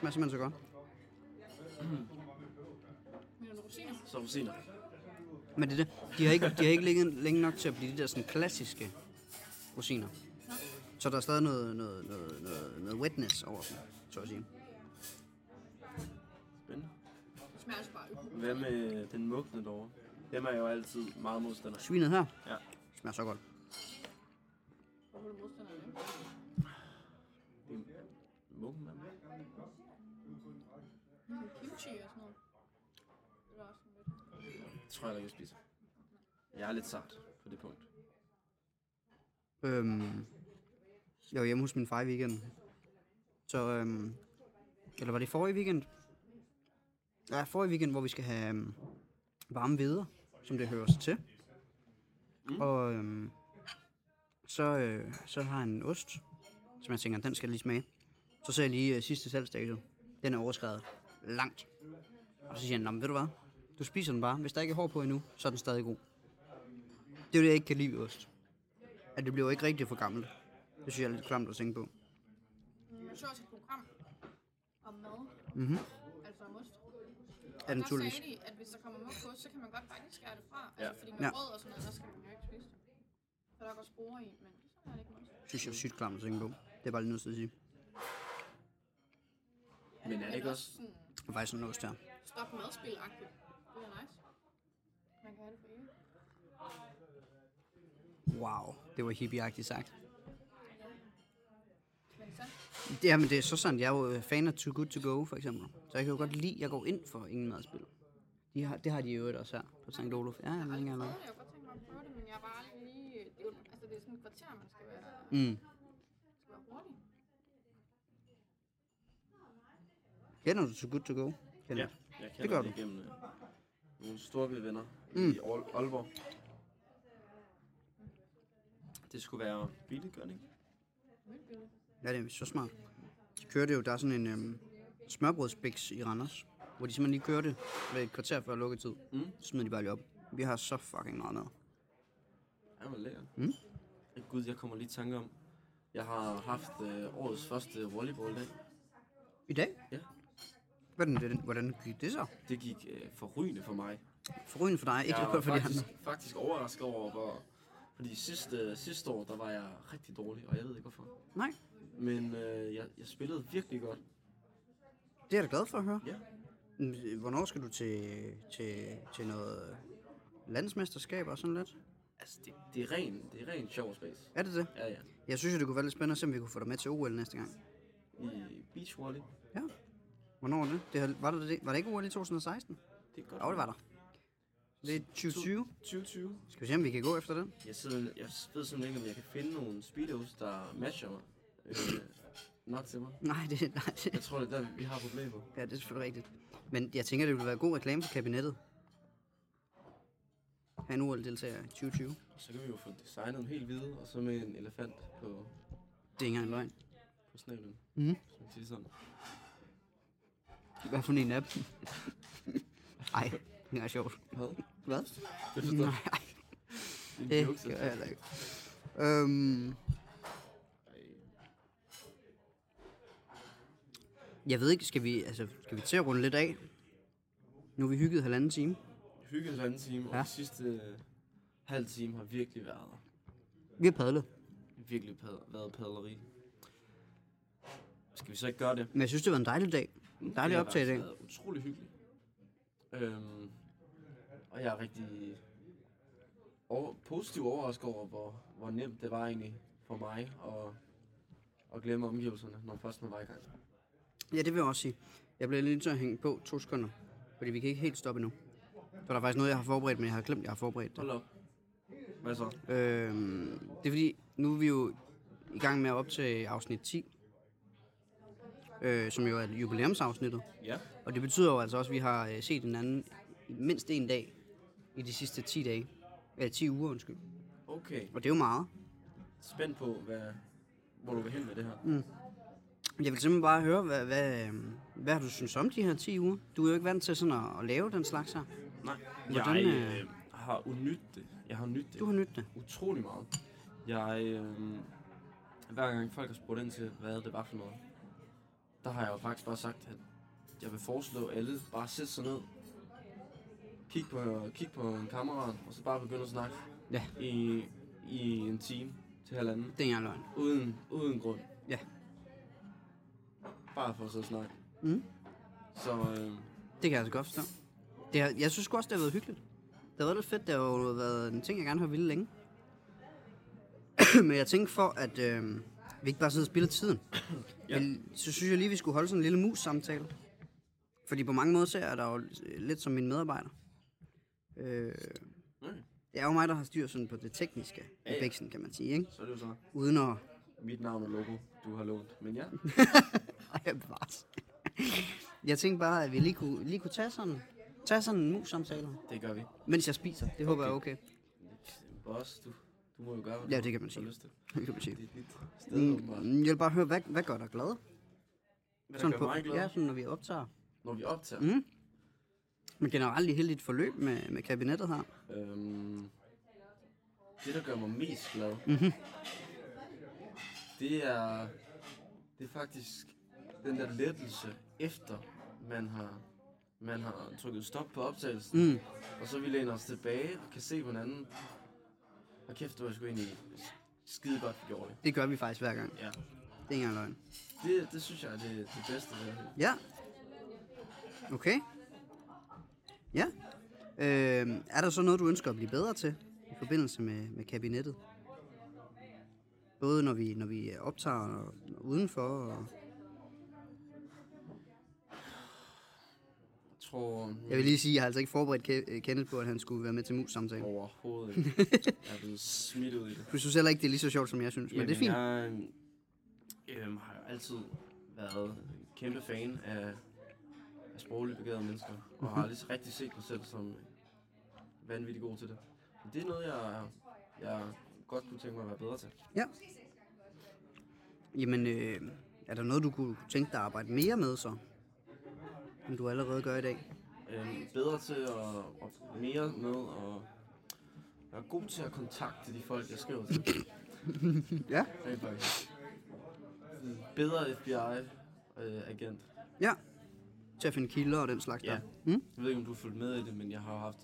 smager simpelthen så godt. Men en rosiner. Så for senere. Men det er det. De har ikke, de har ikke ligget længe nok til at blive de der sådan klassiske rosiner. Så der er stadig noget, noget, noget, noget, noget wetness over dem, så at sige. Spændende. Det smager altså bare økonomisk. Hvad med den mugne derovre? Dem er jeg jo altid meget modstander. af. Svinet her Ja. smager så godt. Hvorfor er du modstander af det? Mugne, mand. Mm, Kimchi og sådan noget. Det var også lidt. Det tror jeg, ikke, jeg spiser. Jeg er lidt sart på det punkt. Øhm, jeg var hjemme hos min far i weekenden. Så, øhm, eller var det forrige weekend? Ja, forrige weekend, hvor vi skal have øhm, varme veder, som det hører sig til. Mm. Og øhm, så, øh, så har han en ost, som jeg tænker, den skal jeg lige smage. Så ser jeg lige øh, sidste salgsdato. Den er overskrevet langt. Og så siger han, "Nå, men ved du hvad? Du spiser den bare. Hvis der ikke er hår på endnu, så er den stadig god. Det er jo det, jeg ikke kan lide ved ost at det bliver ikke rigtig for gammelt. Det synes jeg er lidt klamt at tænke på. Mm, Jeg så også et program om mad. Mhm. Altså om ost. Ja, Der naturligvis. sagde de, at hvis der kommer mok på, så kan man godt faktisk skære det fra. Ja. Altså, fordi med Ja. brød og sådan noget, der skal man jo ikke spise det. For der går spore i, men sådan er det ikke med ost. Det synes jeg er sygt klamt at tænke på. Det er bare lige nødt til at sige. Men er det ikke også... Sådan, Det er faktisk sådan noget her. stop madspil-agtigt. Det er nice. Man kan have det for evigt. Wow, det var hippieagtigt sagt. Men så, Jamen det er så sandt. Jeg er jo øh, fan af Too Good To Go for eksempel. Så jeg kan jo godt lide, jeg går ind for ingen madspil. De har, det har de jo øvrigt også her på St. Olof. Ja, jeg ikke jeg allerede. har godt tænkt mig at prøve det, men jeg er bare aldrig lige... Det er jo, altså, det er sådan et kvarter, man skal være, Mm. skal være hurtig. Kender du Too Good To Go? Kender. Ja. Ja, jeg Det kender gør det, du. igennem øh, nogle storbyvenner mm. i Aal- Aalborg. Det skulle være billigt, gør det ikke? ja, det er så smart. De kører det jo, der er sådan en øhm, smørbrødsbiks i Randers, hvor de simpelthen lige kører det med et kvarter før lukketid. Mm. Så smider de bare lige op. Vi har så fucking meget mad. Ja, hvor lækkert. Mm. Ej, Gud, jeg kommer lige i tanke om, jeg har haft øh, årets første volleyballdag. I dag? Ja. Hvordan, hvordan, hvordan gik det så? Det gik øh, forrygende for mig. Forrygende for dig, ikke jeg ja, for de faktisk, andre. faktisk overrasket over, hvor... Fordi sidste, sidste år, der var jeg rigtig dårlig, og jeg ved ikke hvorfor. Nej, Men øh, jeg, jeg spillede virkelig godt. det er jeg da glad for at høre. Ja. Men, Mm, Hvornår skal du til, til, til noget landsmesterskab og sådan lidt? Altså, det, det er ren, det er ren sjov space. Er det det? Ja, ja. Jeg synes jo, det kunne være lidt spændende at se, om vi kunne få dig med til OL næste gang. I beach volley. Ja. Hvornår er det? det har, var, det, det var det ikke OL i 2016? Det er godt. Jo, det var der. Det er 2020. 2020. Skal vi se, om vi kan gå efter den? Jeg, sidder, jeg ved simpelthen ikke, om jeg kan finde nogle speedos, der matcher mig. Øh, nok til mig. Nej, det, nej, det, Jeg tror, det er der, vi har problemer. ja, det er selvfølgelig rigtigt. Men jeg tænker, det ville være god reklame for kabinettet. Han deltager i 2020. Det Og så kan vi jo få designet dem helt hvide, og så med en elefant på, er ikke engang løgn. på snablen. Mhm. Hvis man siger sådan. Hvad for en af dem? Ej, det er sjovt. Hvad? Hvad? Det Nej, forstår jeg. ej, Det er det en joke, gør jeg heller selvfølgelig. ikke. Øhm, jeg ved ikke, skal vi, altså, skal vi til at runde lidt af? Nu har vi hygget halvanden time. Hygget halvanden time, og Ja. ja. de sidste øh, halv time har virkelig været der. Vi har padlet. virkelig pad, været padleri. Skal vi så ikke gøre det? Men jeg synes, det var en dejlig dag. En dejlig har optag i dag. faktisk været utrolig hyggeligt. Øhm, og jeg er rigtig over, positiv overrasket over, hvor, hvor nemt det var egentlig for mig at, at glemme omgivelserne, når først man var i gang. Ja, det vil jeg også sige. Jeg bliver lige nødt til at hænge på to sekunder, fordi vi kan ikke helt stoppe endnu. For der er faktisk noget, jeg har forberedt, men jeg har glemt, jeg har forberedt det. Hold op. Hvad så? Øhm, det er fordi, nu er vi jo i gang med at optage afsnit 10, øh, som jo er jubilæumsafsnittet. Ja. Og det betyder jo altså også, at vi har øh, set hinanden i mindst en dag i de sidste 10 dage. Eller 10 uger, undskyld. Okay. Og det er jo meget. Spændt på, hvad, hvor du vil hen med det her. Mm. Jeg vil simpelthen bare høre, hvad, hvad, øh, hvad har du synes om de her 10 uger? Du er jo ikke vant til sådan at, at lave den slags her. Nej. Hvordan, jeg øh, har unydt det. Jeg har nyt det. Du har nydt det. utrolig meget. Jeg, øh, hver gang folk har spurgt ind til, hvad det var for noget, der har jeg jo faktisk bare sagt, at jeg vil foreslå alle bare sætte sig ned, kig på, kig på en kammerat, og så bare begynde at snakke Ja. i, i en time til halvanden, Det er ikke engang løgn. uden, uden grund. Ja. Bare for at sidde og snakke. Mm. Så øh, Det kan jeg altså godt forstå. Det har, jeg synes sgu også, det har været hyggeligt. Det har været lidt fedt. Det har jo været en ting, jeg gerne har ville længe. Men jeg tænkte for, at øh, vi ikke bare sidder og spilder tiden. ja. Ja. Men så synes jeg lige, vi skulle holde sådan en lille mus-samtale. Fordi på mange måder ser jeg dig jo lidt som min medarbejder. Øh, okay. det er jo mig, der har styr sådan på det tekniske i Ja, ja. bæksen, kan man sige. Ikke? så er det jo så Uden at... mit navn og logo, du har lånt. Men ja, Ej, jeg bevares. jeg tænkte bare, at vi lige kunne, lige kunne tage sådan, tage sådan en mus-samtale, det gør vi. mens jeg spiser. Det håber jeg er okay. Boss, du, du må jo gøre, hvad Ja, du det kan man har sige. lyst til. Det kan man sige. Det er dit sted, åbenbart. Mm, jeg vil bare høre, hvad, hvad gør dig glad? Hvad der gør mig glad, Ja, sådan når vi optager. når vi optager. Mm. Men generelt i hele dit forløb med, med kabinettet her. Øhm, det, der gør mig mest glad, mm-hmm. det, er, det er faktisk den der lettelse, efter man har, man har trykket stop på optagelsen, Mm. og så vi læner os tilbage og kan se hinanden. Og kæft, det var sgu egentlig skide godt, vi gjorde det. Det gør vi faktisk hver gang. Ja. Det er ikke engang løgn. Det, det synes jeg er det, det bedste ved det. Ja. Okay. Ja. Øh, er der så noget, du ønsker at blive bedre til i forbindelse med, med kabinettet? Både når vi, når vi optager og udenfor. Og... Jeg tror, Jeg vil lige sige, at jeg har altså ikke forberedt Ke- Kenneth på, at han skulle være med til mus-samtalen. Overhovedet ikke. Jeg er blevet smidt ud i det. Du synes heller ikke, det er lige så sjovt, som jeg synes, men det er fint. Jeg øhm, har jo altid været en kæmpe fan af, af sprogligt begavede mennesker, og Mhm. har aldrig rigtig set mig selv som vanvittig god til det. Men det er noget, jeg, jeg godt kunne tænke mig at være bedre til. Jamen, øh, er der noget, du kunne tænke dig at arbejde mere med så? End du allerede gør i dag? Øhm, bedre til at, og mere med at være god til at kontakte de folk, jeg skriver til. Ja. Rent faktisk. Sådan en Bedre FBI-agent. Ja. Til at finde kilder og den slags Ja. der. Mm? Jeg ved ikke, om du har fulgt med i det, men jeg har jo haft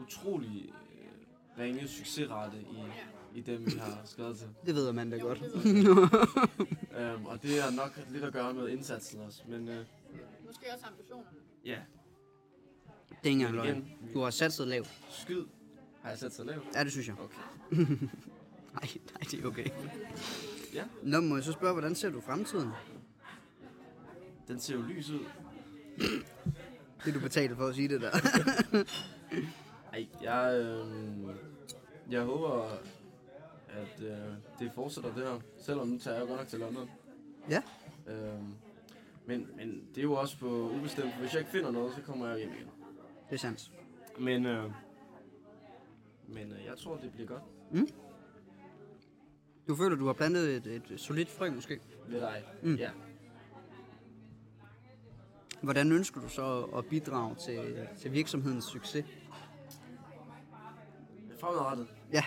utrolig øh, ringe succesrate i, i dem, vi har skrevet til. Det ved man da godt. Øhm, og det har nok lidt at gøre med indsatsen også, men øh, Måske også ambitionerne. ja, Det er ikke engang Igen. løgn. Du har satset lavt. skyd har jeg sat så lavt. Ja, det synes jeg. Okay. Nej, nej, det er okay. Ja. Nå, må jeg så spørge, hvordan ser du fremtiden? Den ser jo lys ud. Det du betalte for at sige det der. Ej, jeg, øh, jeg håber, at øh, det fortsætter det her, selvom nu tager jeg godt nok til London. Ja. Øh, men, men det er jo også på ubestemt. Hvis jeg ikke finder noget, så kommer jeg hjem igen. Det er sandt. Men, øh, men øh, jeg tror, det bliver godt Du føler, du har plantet et, et solidt frø måske. ved dig. Mm. Ja. Hvordan ønsker du så at bidrage til, til virksomhedens succes? Fremadrettet. Ja,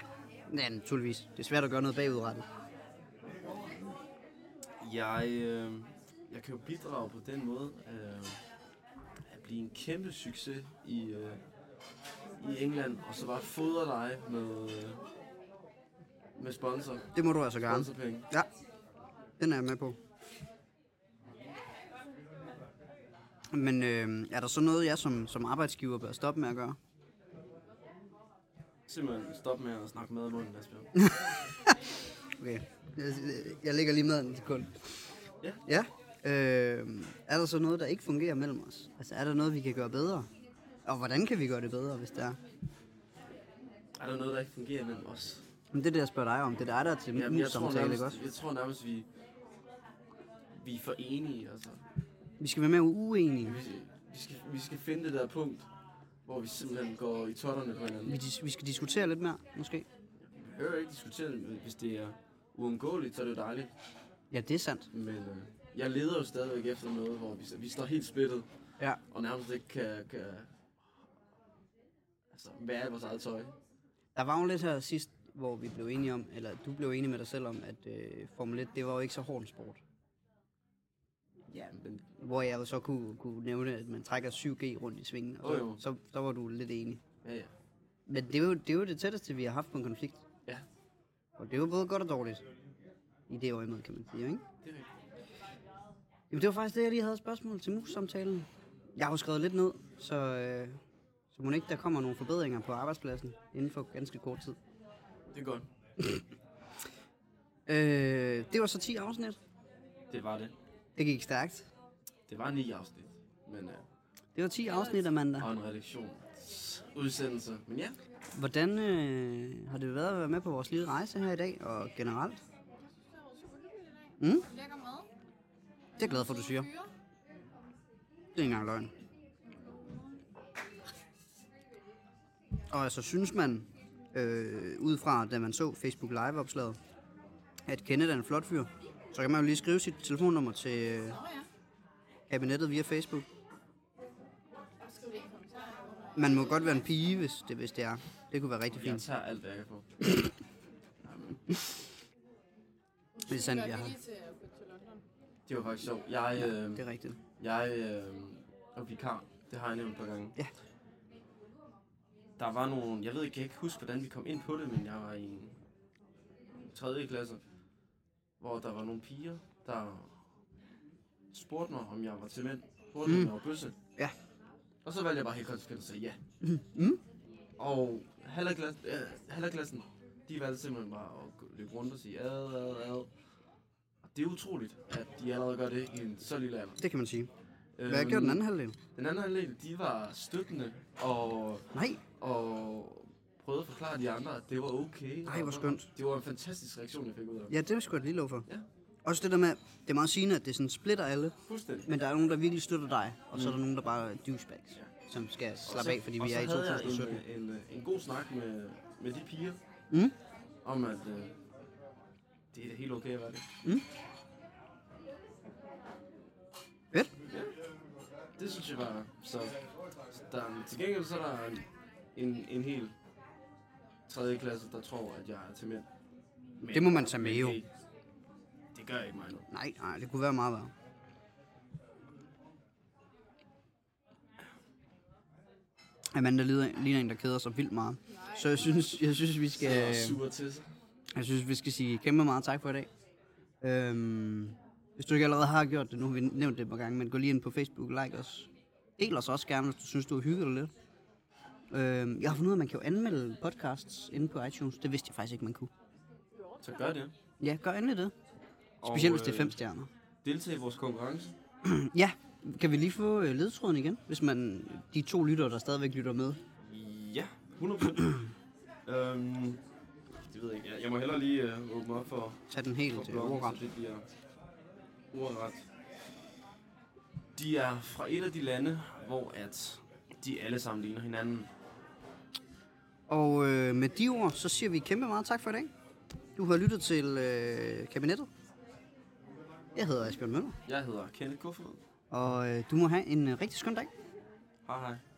ja, naturligvis. Det er svært at gøre noget bagudrettet. Jeg, øh, jeg kan jo bidrage på den måde øh, at blive en kæmpe succes i, øh, i England, og så bare fodre dig med, øh, med sponsor, Det må du altså gerne. sponsorpenge. Ja, den er jeg med på. Men øh, er der så noget, jeg som, som arbejdsgiver bør stoppe med at gøre? Simpelthen stop med at snakke med i munden, Asbjørn. Okay, jeg, jeg lægger lige maden en sekund. Ja. Ja. Øh, er der så noget, der ikke fungerer mellem os? Altså, er der noget, vi kan gøre bedre? Og hvordan kan vi gøre det bedre, hvis det er? Er der noget, der ikke fungerer mellem os? Men det er det, jeg spørger dig om. Det er dig, der er til ja, Jamen, jeg, tror mus-samtale, ikke nærmest, også? jeg tror nærmest, vi, vi er for enige. Altså. Vi skal være mere uenige. Vi, vi, skal, vi skal finde det der punkt, hvor vi simpelthen går i totterne på hinanden. Vi, dis- vi skal diskutere lidt mere, måske. Vi behøver ikke diskutere det, men hvis det er uundgåeligt, så er det jo dejligt. Ja, det er sandt. Men øh, jeg leder jo stadigvæk efter noget, hvor vi, vi står helt splittet, Ja. og nærmest ikke kan, kan altså, være i vores eget tøj. Der var jo lidt her sidst, hvor vi blev enige om, eller du blev enig med dig selv om, at øh, Formel 1, det var jo ikke så hård en sport. Ja, men Hvor jeg jo så kunne, kunne nævne, at man trækker 7G rundt i svingen, og så, Åh, jo. så, så var du lidt enig. ja, ja. Men det er, jo, det er jo det tætteste, vi har haft på en konflikt. Ja, Og det er jo både godt og dårligt. I det øje med, kan man sige, ikke? det er rigtigt. Jamen, det var faktisk det, jeg lige havde et spørgsmål til mus-samtalen. Jeg har jo skrevet lidt ned, så, øh, så må ikke, der kommer nogle forbedringer på arbejdspladsen inden for ganske kort tid. Det er godt. Øh, det var så 10 afsnit. Det var det. Det gik stærkt. Det var ni afsnit, men, øh, Det var 10 afsnit, Amanda. og en redaktion. Udsendelse. Men ja, Hvordan øh, har det været at være med på vores lille rejse her i dag, og generelt? Det var super hyggeligt i dag. Mm? Lækker mad. Det er jeg glad for, du siger. Det Fyre. er ikke engang løgn. Og altså, synes man, øh, ud fra da man så Facebook Live-opslaget, at Kenneth er en flot fyr, så kan man jo lige skrive sit telefonnummer til øh, Nå ja. kabinettet via Facebook. Skriv det i kommentarerne. Man må godt være en pige, hvis det, hvis det er. Det kunne være rigtig jeg fint. tager alt, hvad jeg kan få. Det er sandt, Gør jeg det har. lige til at flytte til London. Det var faktisk sjovt. Jeg, øh, Det er rigtigt. Jeg øh, er vikar. Det har jeg nævnt et par gange. Ja. Der var nogle... Jeg ved ikke, jeg kan ikke huske, hvordan vi kom ind på det, men jeg var i en 3. klasse, hvor der var nogle piger, der spurgte mig, om jeg var til mænd. Spurgte mm. om Mm. jeg var bøsse. Ja. Og så valgte jeg bare helt konsekvent at sige ja. Mm. Og halvklassen, øh, halvklassen, de valgte simpelthen bare at gå- løbe rundt og sige ad, ad, ad. Og det er utroligt, at de allerede gør det i en så lille alder. Det kan man sige. Hvad gjorde den anden halvdel? Øhm, Den anden halvdel, de var støttende og, Nej, og prøvede at forklare de andre, at det var okay. Ej, hvor skønt. Det var en fantastisk reaktion, jeg fik ud af det. ja, det er sgu et lille lov for. Ja. Også det der med, det er meget sigende, at det sådan splitter alle, Fuldstændig. men der er nogen, der virkelig støtter dig, og så er der nogen, der bare er douchebags, som skal Mm. Og så- slappe af, fordi og vi så er i havde jeg 2017. En, en, øh, en god snak med, med de piger, Mm? om at øh, det er da helt okay at være det. Fedt. Det synes jeg var... Så så der, til gengæld så er der en, en, en hel tredje klasse, der tror, at jeg er til mænd. Men, Det må man tage med, men jo. Det, det gør ikke mig noget. Nej, nej, det kunne være meget værre. Amanda lider- ligner en, der keder sig vildt meget. Så jeg synes, jeg synes, vi Det er skal, også super til sig. jeg synes, vi skal sige kæmpe meget tak for i dag. Øhm, hvis du ikke allerede har gjort det, nu har vi nævnt det et par gange, men gå lige ind på Facebook, like os. Del os også gerne, hvis du synes, du har hygget dig lidt. Øhm, jeg har fundet ud af, at man kan jo anmelde podcasts inde på iTunes. Det vidste jeg faktisk ikke, man kunne. Så gør det. Ja, gør endelig det. Og, Specielt hvis det er øh, fem stjerner. Deltag i vores konkurrence. Ja, kan vi lige få øh, ledtråden igen, hvis man de to lyttere, der stadigvæk lytter med, Ja. 100%. øhm, det ved jeg ikke. Jeg, jeg må hellere lige øh, åbne op for, Tag den for helt øh, bloggen, ordret. så det bliver ordret. De er fra et af de lande, hvor at de alle sammen ligner hinanden. Og øh, med de ord, så siger vi kæmpe meget tak for i dag. Du har lyttet til øh, kabinettet. Jeg hedder Asbjørn Møller, Jeg hedder Kenneth Kofod. og øh, du må have en øh, rigtig skøn dag. Hej hej.